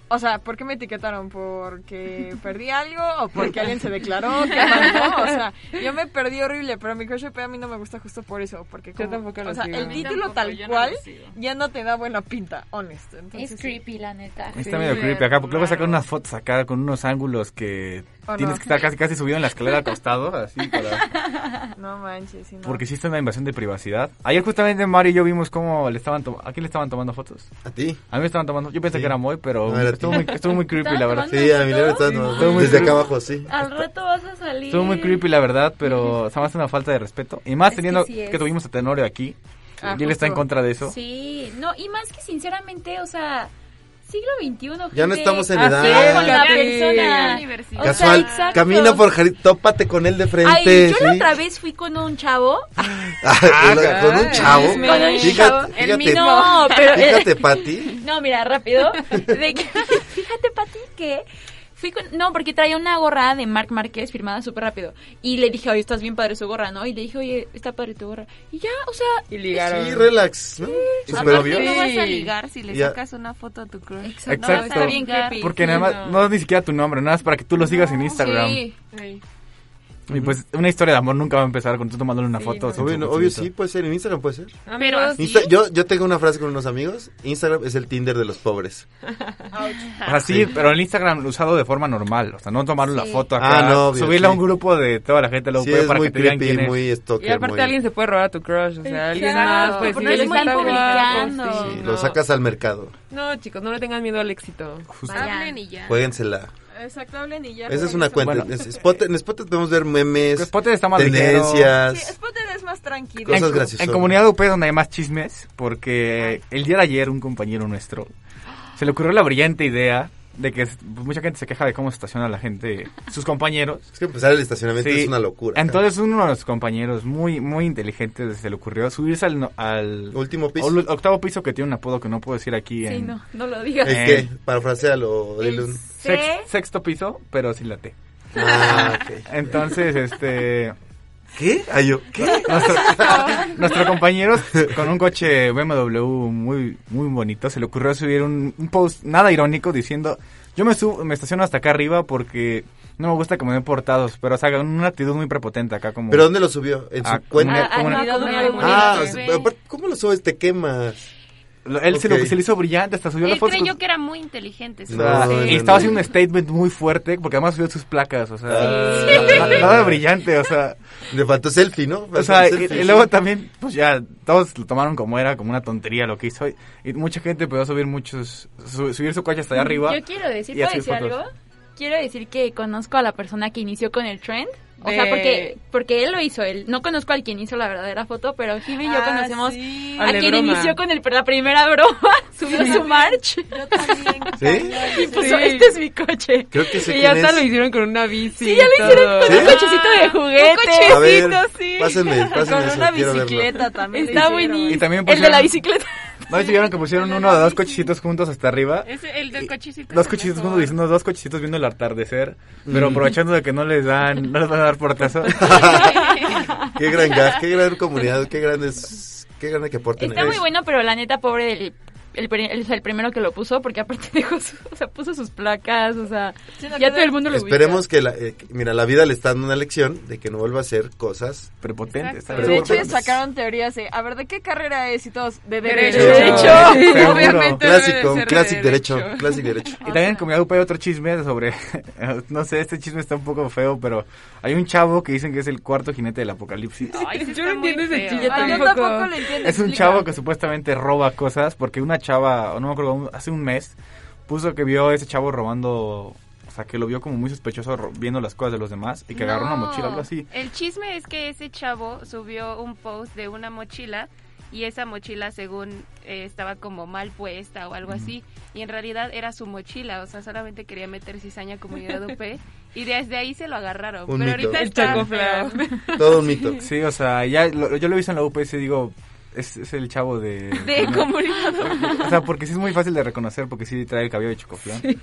Speaker 5: O sea, ¿por qué me etiquetaron? ¿Porque perdí algo o porque alguien se declaró? ¿Qué pasó? O sea, yo me perdí horrible, pero mi crush UP a mí no me gusta justo por eso, porque como,
Speaker 9: tampoco lo
Speaker 5: o sea,
Speaker 9: sigo.
Speaker 5: el
Speaker 9: Yo
Speaker 5: título
Speaker 9: tampoco,
Speaker 5: tal
Speaker 9: yo no lo
Speaker 5: cual
Speaker 9: sigo.
Speaker 5: ya no te da buena pinta, honesto. Entonces,
Speaker 8: Es creepy, la neta.
Speaker 7: Está medio creepy acá, porque luego sacan unas fotos acá con unos ángulos que
Speaker 5: ¿O no?
Speaker 7: tienes que estar casi casi subido en la escalera acostado, así para...
Speaker 5: No manches, sí, no.
Speaker 7: Porque sí está una invasión de privacidad. Ayer justamente Mario y yo vimos cómo le estaban tomando... ¿A quién le estaban tomando fotos? ¿A ti? A mí me estaban tomando... Yo pensé que era Moy, pero
Speaker 6: No, era a ti.
Speaker 7: estuvo, muy, estuvo muy creepy, la verdad.
Speaker 6: Sí, a mi le estaba tomando.
Speaker 7: Estuvo muy
Speaker 6: Desde acá
Speaker 7: creepy.
Speaker 6: abajo, sí.
Speaker 8: Al rato vas a salir.
Speaker 7: Estuvo muy creepy, la verdad, pero o sea, más una falta de respeto. Y más
Speaker 8: Es que
Speaker 7: teniendo
Speaker 8: sí
Speaker 7: que,
Speaker 8: es.
Speaker 7: tuvimos a Tenorio aquí.
Speaker 8: Ah,
Speaker 7: y él está en
Speaker 8: justo.
Speaker 7: contra de eso.
Speaker 8: Sí, no, y más que sinceramente, o sea, siglo XXI.
Speaker 6: Ya no
Speaker 8: gente,
Speaker 6: estamos en
Speaker 8: habla
Speaker 6: edad.
Speaker 8: con la
Speaker 6: Sí.
Speaker 8: persona. O sea,
Speaker 6: Casual.
Speaker 8: exacto.
Speaker 6: Camina por Jari, tópate con él de frente.
Speaker 8: Ay, yo la
Speaker 6: ¿sí?
Speaker 8: otra vez fui con un chavo.
Speaker 6: Ah, el- con un chavo.
Speaker 8: Con un chavo.
Speaker 6: Fíjate,
Speaker 8: El
Speaker 6: fíjate,
Speaker 8: no, pero. eh,
Speaker 6: fíjate, Pati.
Speaker 8: No, mira, rápido. De que- fíjate, Pati, que fui con... No, porque traía una gorra de Marc Márquez firmada súper rápido. Y le dije, oye, estás bien padre su gorra, ¿no? Y le dije, oye, está padre tu gorra. Y ya, o sea...
Speaker 9: Y
Speaker 6: Sí, relax, ¿no? Súper obvio.
Speaker 13: no vas a ligar si le
Speaker 7: Ya.
Speaker 13: sacas una foto a tu crush.
Speaker 7: Exacto.
Speaker 13: No vas a ligar.
Speaker 7: Porque nada más, no es ni siquiera tu nombre, nada más para que tú lo sigas en Instagram.
Speaker 13: Sí.
Speaker 7: Y pues una historia de amor nunca va a empezar con tú tomándole una foto. sin
Speaker 6: Obvio,
Speaker 7: su
Speaker 6: no, obvio
Speaker 7: consentimiento.
Speaker 6: sí, puede ser en Instagram, puede ser.
Speaker 13: Pero
Speaker 6: ¿Ah, Insta- yo, yo tengo una frase con unos amigos. Instagram es el Tinder de los pobres.
Speaker 7: O sea, sí, pero el Instagram usado de forma normal. O sea, no tomarle la foto acá.
Speaker 6: Ah, no, obvio,
Speaker 7: subirla a
Speaker 6: sí.
Speaker 7: un grupo de toda la gente de la UP
Speaker 6: Sí, es
Speaker 7: para
Speaker 6: muy
Speaker 7: que te digan
Speaker 6: creepy,
Speaker 7: quién es.
Speaker 6: muy
Speaker 9: Y aparte alguien se puede robar a tu crush, o sea, alguien
Speaker 8: Exacto,
Speaker 9: más, pues
Speaker 8: porque
Speaker 9: sí,
Speaker 8: lo
Speaker 9: él
Speaker 8: están
Speaker 9: está
Speaker 8: publicando.
Speaker 9: guapo, sí.
Speaker 6: Sí, Lo sacas al mercado.
Speaker 9: No, chicos, no le tengan miedo al éxito.
Speaker 5: Hablen y ya.
Speaker 6: Juéguensela.
Speaker 5: Exacto, hablen y ya.
Speaker 6: Esa es una cuenta.
Speaker 7: Bueno. Pues
Speaker 6: En Spot- en Spotted podemos ver memes,
Speaker 7: está más
Speaker 6: tendencias.
Speaker 5: Sí, Spotted es más tranquilo.
Speaker 6: Cosas
Speaker 7: en,
Speaker 6: graciosas.
Speaker 7: En comunidad UP es donde hay más chismes, porque el día de ayer un compañero nuestro se le ocurrió la brillante idea de que s- pues, mucha gente se queja de cómo estaciona la gente, sus compañeros.
Speaker 6: Es que empezar el estacionamiento es una locura.
Speaker 7: Entonces uno de los compañeros muy muy inteligentes se le ocurrió subirse al, no- al
Speaker 6: último
Speaker 7: piso, octavo piso que tiene un apodo que no puedo decir aquí
Speaker 8: Sí,
Speaker 7: en
Speaker 8: no, no lo digas.
Speaker 6: ¿El qué? Parafrasealo,
Speaker 8: El
Speaker 6: dile un-
Speaker 7: sex- sexto piso, pero sin la T.
Speaker 6: Ah, ok.
Speaker 7: Entonces, este.
Speaker 6: ¿Qué? Ah, yo, ¿qué?
Speaker 7: Nuestro, nuestro compañero con un coche BMW muy, muy bonito se le ocurrió subir un, un post nada irónico diciendo: Yo me, subo, me estaciono hasta acá arriba porque no me gusta que me den portados, pero o sea, con una actitud muy prepotente acá. como
Speaker 6: ¿Pero dónde lo subió? ¿En su
Speaker 7: Ah,
Speaker 6: cuenta?
Speaker 7: como una- como una-
Speaker 6: Ah, o sea, aparte, ¿cómo lo subes? Te quemas.
Speaker 7: él se, lo, se le hizo brillante, hasta subió
Speaker 13: Él
Speaker 7: las fotos.
Speaker 13: creyó que era muy inteligente.
Speaker 7: O sea,
Speaker 6: No,
Speaker 7: Ah, y
Speaker 6: no, no.
Speaker 7: estaba haciendo un statement muy fuerte porque además subió sus placas, o sea,
Speaker 6: Sí.
Speaker 7: nada, nada brillante, o sea.
Speaker 6: Le faltó selfie, ¿no?
Speaker 7: O sea, y, y luego también, pues ya, todos lo tomaron como era, como una tontería lo que hizo. Y, y mucha gente pudo subir muchos, su- subir su coche hasta allá arriba.
Speaker 8: Yo quiero decir,
Speaker 7: y
Speaker 8: ¿puedo
Speaker 7: hacer
Speaker 8: decir
Speaker 7: fotos.
Speaker 8: algo? Quiero decir que conozco a la persona que inició con el trend. O sea,
Speaker 9: De-
Speaker 8: porque, porque él lo hizo, él. No conozco al quien hizo la verdadera foto, pero Jimmy y yo
Speaker 9: Ah,
Speaker 8: conocemos
Speaker 9: sí.
Speaker 8: a
Speaker 9: Al de
Speaker 8: quien
Speaker 9: broma.
Speaker 8: inició con el, la primera broma. Subió su march.
Speaker 6: ¿Sí?
Speaker 8: Y puso,
Speaker 9: Sí.
Speaker 8: este es mi coche.
Speaker 6: Creo que sé
Speaker 9: y ya
Speaker 6: quién
Speaker 9: hasta
Speaker 6: es.
Speaker 9: lo hicieron con una bici.
Speaker 8: Sí, ya lo hicieron con un cochecito de juguete.
Speaker 6: A ver, pásenme, pásenme eso, quiero verlo.
Speaker 5: también
Speaker 8: Está
Speaker 5: lo hicieron.
Speaker 8: buenísimo.
Speaker 7: Y también
Speaker 8: el de
Speaker 7: pusieron-
Speaker 8: la bicicleta.
Speaker 7: ¿No vieron que pusieron uno o dos cochecitos juntos hasta
Speaker 8: Eh,
Speaker 7: arriba?
Speaker 13: Es el del cochecito.
Speaker 7: Dos cochecitos juntos diciendo dos cochecitos viendo el atardecer, pero
Speaker 6: Mm.
Speaker 7: aprovechando de que no les dan, no les van a dar portazo.
Speaker 6: Qué gran gas, qué gran comunidad, qué grandes, qué grande que aporten.
Speaker 8: Está muy bueno, pero la neta, pobre del... El, pri- el, el primero que lo puso, porque aparte dejó su- o sea, puso sus placas, o sea, ya todo el mundo lo
Speaker 6: Esperemos que, la, eh, que- mira, la vida le está dando una lección de que no vuelva a hacer cosas
Speaker 7: prepotentes.
Speaker 5: Pero de hecho sacaron teorías de, a ver, ¿de qué carrera es? Y todos, de derecho.
Speaker 7: Seguro.
Speaker 5: Obviamente debe de ser de
Speaker 6: derecho, clásico derecho.
Speaker 7: Y también como ya pues, hay otro chisme sobre, no sé, este chisme está un poco feo, pero hay un chavo que dicen que es el cuarto jinete del apocalipsis.
Speaker 9: Yo no entiendo ese chiste
Speaker 5: Ay, yo
Speaker 9: tampoco.
Speaker 5: tampoco lo entiendo.
Speaker 7: Es un
Speaker 5: explica.
Speaker 7: chavo que supuestamente roba cosas porque una chava, o no me acuerdo, un- hace un mes puso que vio a ese chavo robando, o sea, que lo vio como muy sospechoso ro- viendo las cosas de los demás y que agarró una
Speaker 13: No.
Speaker 7: mochila, algo así.
Speaker 13: El chisme es que ese chavo subió un post de una mochila y esa mochila según eh, estaba como mal puesta o algo así y en realidad era su mochila, o sea, solamente quería meter cizaña a comunidad UP E, y desde ahí se lo agarraron. Pero
Speaker 7: Un mito.
Speaker 13: ahorita
Speaker 7: El
Speaker 13: está
Speaker 7: Chaco
Speaker 13: feo.
Speaker 6: Todo un mito.
Speaker 7: Sí, o sea, ya lo- yo lo he visto en la UPS y digo, es, es el chavo de...
Speaker 13: de
Speaker 7: ¿no?
Speaker 13: comunidad.
Speaker 7: O sea, porque sí es muy fácil de reconocer, porque sí trae el cabello de chocoflán.
Speaker 18: Yo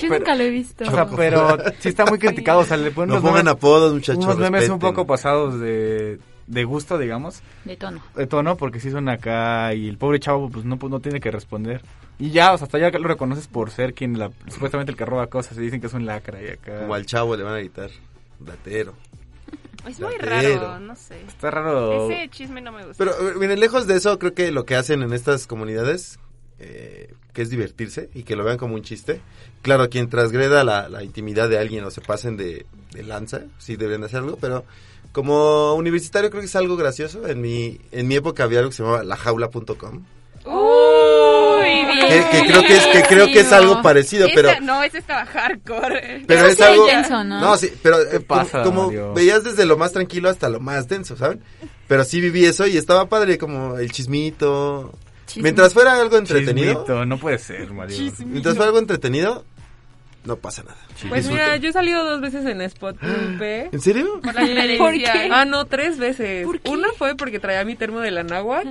Speaker 7: Pero-
Speaker 18: nunca lo he visto.
Speaker 7: O sea, pero sí está muy criticado, o sea, le ponen
Speaker 6: No
Speaker 7: unos
Speaker 6: pongan
Speaker 7: memes-
Speaker 6: apodos, muchachos,
Speaker 7: Unos memes un
Speaker 6: respeten.
Speaker 7: poco pasados de, de gusto, digamos.
Speaker 8: De tono.
Speaker 7: De tono, porque sí son acá y el pobre chavo pues no, pues, no tiene que responder. Y ya, o sea, hasta ya lo reconoces por ser quien, la, supuestamente el que roba cosas, y dicen que es un lacra y acá...
Speaker 6: Como al chavo le van a gritar, datero.
Speaker 13: Es muy
Speaker 6: Datero.
Speaker 13: raro, no sé.
Speaker 7: Está raro.
Speaker 13: Ese chisme no me gusta.
Speaker 6: Pero eh, miren, lejos de eso, creo que lo que hacen en estas comunidades, eh, que es divertirse y que lo vean como un chiste. Claro, quien transgreda la, la intimidad de alguien o se pasen de, de lanza, sí deberían de hacerlo, pero como universitario creo que es algo gracioso. En mi, en mi época había algo que se llamaba lajaula.com.
Speaker 13: Uy,
Speaker 6: Que- que creo que es- que creo que es algo parecido,
Speaker 13: Esta-
Speaker 6: pero-
Speaker 13: No, ese estaba hardcore. eh.
Speaker 6: Pero es algo...
Speaker 8: ¿no?
Speaker 6: sí, pero eh, como-
Speaker 7: pasa,
Speaker 6: como,
Speaker 7: Mario?
Speaker 6: veías desde lo más tranquilo hasta lo más denso, ¿saben? Pero sí viví eso y estaba padre como el chismito.
Speaker 7: Chismito.
Speaker 6: Mientras fuera algo entretenido.
Speaker 7: Chismito, no puede ser, Mario.
Speaker 6: Chismito. Mientras fuera algo entretenido, no pasa nada.
Speaker 9: Pues mira,
Speaker 6: Disfruten.
Speaker 9: yo he salido dos veces en Spot UP.
Speaker 6: ¿En serio?
Speaker 9: Por
Speaker 6: Por
Speaker 9: la
Speaker 6: la
Speaker 9: experiencia.
Speaker 6: ¿Por qué?
Speaker 9: Ah, no, tres veces. Una fue porque traía mi termo de la náhuatl.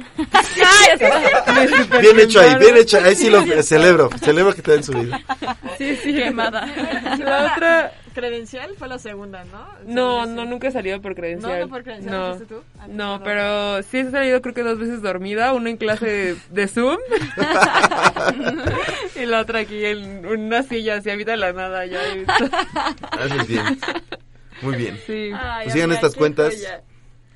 Speaker 6: Bien hecho ahí, bien hecho. Ahí sí lo celebro. Celebro que te den su vida.
Speaker 9: Sí, sí.
Speaker 13: Quemada.
Speaker 9: La otra...
Speaker 25: Credencial fue la segunda, ¿no?
Speaker 9: No, no, nunca he salido por credencial.
Speaker 25: No, no por credencial,
Speaker 9: No,
Speaker 25: ¿fuiste tú? Ah, perdón.
Speaker 9: No, pero sí he salido creo que dos veces dormida, una en clase de, de Zoom y la otra aquí en una silla así a mitad de la nada ya.
Speaker 6: Haces bien. Muy bien.
Speaker 9: Sí.
Speaker 6: Pues sigan estas cuentas.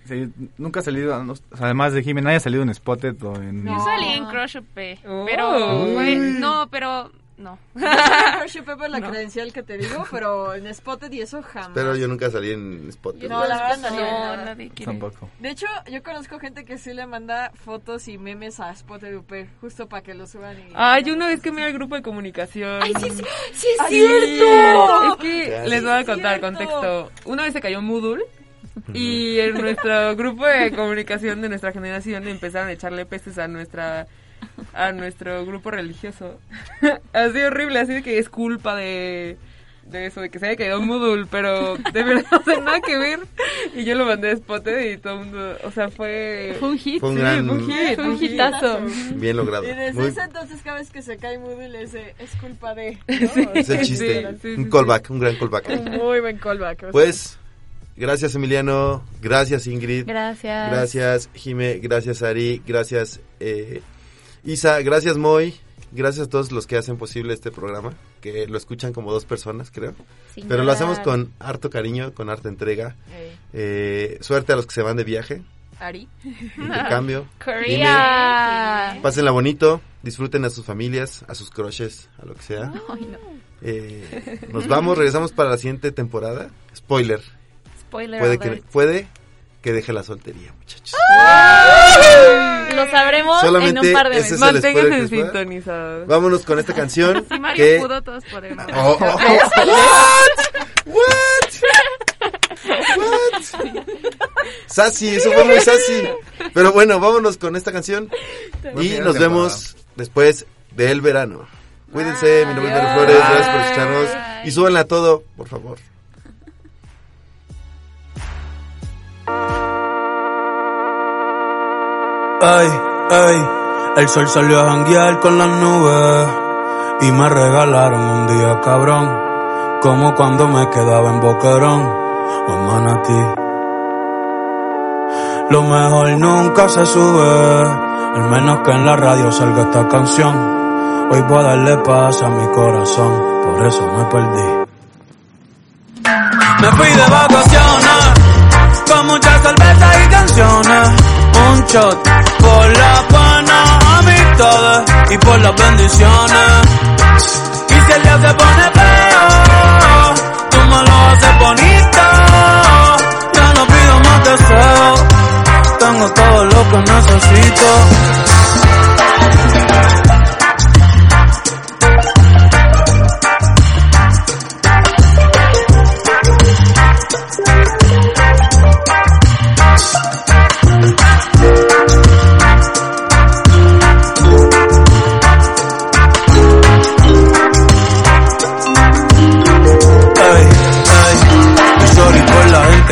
Speaker 7: Sí, nunca ha salido, no, o sea, además de Jimena, nadie ha salido en Spotted o en...
Speaker 13: Yo salí
Speaker 7: Ah.
Speaker 13: en Crush UP,
Speaker 7: Uy.
Speaker 13: pero fue- no, pero no.
Speaker 25: Yo pepe la credencial que te digo, pero en Spotted y eso jamás.
Speaker 6: Pero yo nunca salí en Spotify.
Speaker 25: No, la verdad no.
Speaker 13: No, nadie quiere.
Speaker 7: Tampoco.
Speaker 25: De hecho, yo conozco gente que sí le manda fotos y memes a Spotted UP, justo para que lo suban y...
Speaker 9: Ay, una vez que me iba al grupo de comunicación. Ay, sí, sí,
Speaker 25: sí es cierto.
Speaker 9: Es que
Speaker 25: Ya,
Speaker 9: les
Speaker 25: sí
Speaker 9: voy a
Speaker 25: es
Speaker 9: contar
Speaker 25: cierto.
Speaker 9: contexto. Una vez se cayó Moodle y en nuestro grupo de comunicación de nuestra generación empezaron a echarle pestes a nuestra a nuestro grupo religioso. así horrible, así de que es culpa de de eso, de que se haya caído Moodle, pero de verdad no tiene nada que ver. Y yo lo mandé a Spotted y todo el mundo, o sea, fue...
Speaker 18: Fue un hit.
Speaker 6: Fue un
Speaker 9: sí,
Speaker 6: gran-
Speaker 9: fue un hit.
Speaker 25: Fue un
Speaker 9: fue
Speaker 25: hitazo.
Speaker 6: Bien logrado.
Speaker 25: Y desde
Speaker 6: Muy-
Speaker 25: ese entonces cada vez que se cae Moodle es, de, es culpa de... ¿no?
Speaker 6: Es el chiste.
Speaker 25: Sí, sí,
Speaker 6: Un
Speaker 25: sí.
Speaker 6: callback, un gran callback.
Speaker 25: Un Muy buen callback. o sea.
Speaker 6: Pues, gracias Emiliano, gracias Ingrid.
Speaker 8: Gracias.
Speaker 6: Gracias Jime, gracias Ari, gracias eh, Isa, gracias Moy, gracias a todos los que hacen posible este programa, que lo escuchan como dos personas, creo.
Speaker 8: Sin
Speaker 6: Pero lo
Speaker 8: llorar.
Speaker 6: hacemos con harto cariño, con harta entrega. Eh, suerte a los que se van de viaje.
Speaker 13: Ari.
Speaker 6: Intercambio.
Speaker 8: Korea.
Speaker 6: Dime. Pásenla bonito, disfruten a sus familias, a sus crushes, a lo que sea. Eh, nos vamos, regresamos para la siguiente temporada. Spoiler.
Speaker 8: Spoiler
Speaker 6: Puede que,
Speaker 8: alert.
Speaker 6: puede que deje la soltería.
Speaker 8: Lo sabremos en un par de
Speaker 6: ese
Speaker 8: meses.
Speaker 6: es el spoiler que les puedo dar.
Speaker 9: sintonizados.
Speaker 6: Vámonos con esta canción.
Speaker 8: Si Mario
Speaker 6: que...
Speaker 8: pudo, todos podemos.
Speaker 6: Oh, oh, oh. What? Sassy, eso fue muy sassy. Pero bueno, vámonos con esta canción. Y
Speaker 19: Buena
Speaker 6: nos
Speaker 19: temporada.
Speaker 6: vemos después del verano. Cuídense, mi nombre es Mario Flores, gracias por escucharnos. Y súbanla a todo, por favor.
Speaker 14: Ay, ay, el sol salió a janguear con las nubes y me regalaron un día cabrón, como cuando me quedaba en Boquerón Oh, o en Manatí. Lo mejor nunca se sube, al menos que en la radio salga esta canción. Hoy voy a darle paz a mi corazón, por eso me perdí.
Speaker 21: Me fui de vacaciones con muchas cervezas y canciones. Un shot por las buenas amistades y por las bendiciones. Y si el día se pone feo, tú me lo haces bonito. Ya no pido más deseos, tengo todo lo que necesito.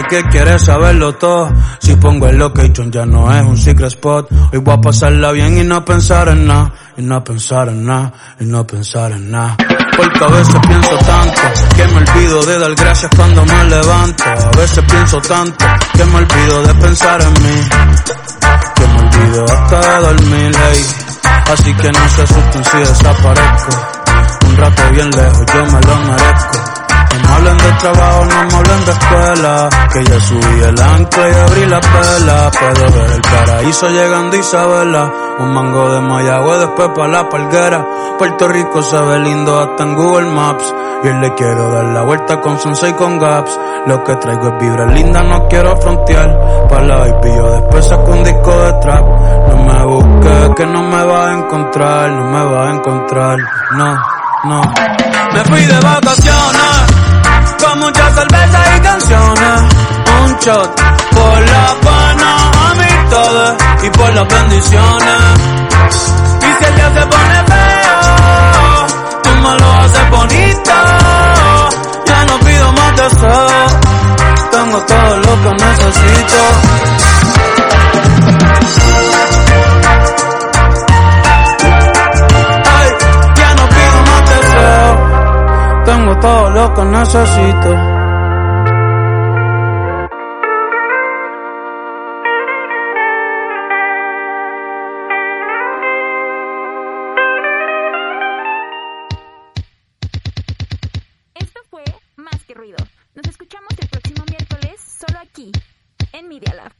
Speaker 14: que quiere saberlo todo. Si pongo el location ya no es un secret spot. Hoy voy a pasarla bien y no pensar en nada, y no pensar en nada, y no pensar en nada. Porque a veces pienso tanto que me olvido de dar gracias cuando me levanto. A veces pienso tanto que me olvido de pensar en mí. Que me olvido hasta de dormir, hey. Así que no se asusten si desaparezco. Un rato bien lejos, yo me lo merezco. No me hablen de trabajo, no me hablen de escuela. Que ya subí el ancla y abrí la pela. Puedo ver el paraíso llegando Isabela. Un mango de Mayagüe después pa' la palguera. Puerto Rico se ve lindo hasta en Google Maps. Y hoy le quiero dar la vuelta con Sunset y con Gaps. Lo que traigo es vibra linda, no quiero frontear. Pa' la baby yo después saco un disco de trap. No me busques que no me va a encontrar, no me va a encontrar. No, no.
Speaker 21: Me fui de vacaciones con mucha cerveza y canciones. Un shot por las buenas amistades y por las bendiciones. Y si el día se pone feo, tú me lo haces bonito. Ya no pido más deseo, tengo todo lo que necesito. Ay, ya no pido más deseo. Tengo todo lo que necesito.
Speaker 22: Esto fue Más que Ruido. Nos escuchamos el próximo miércoles solo aquí, en Media Lab.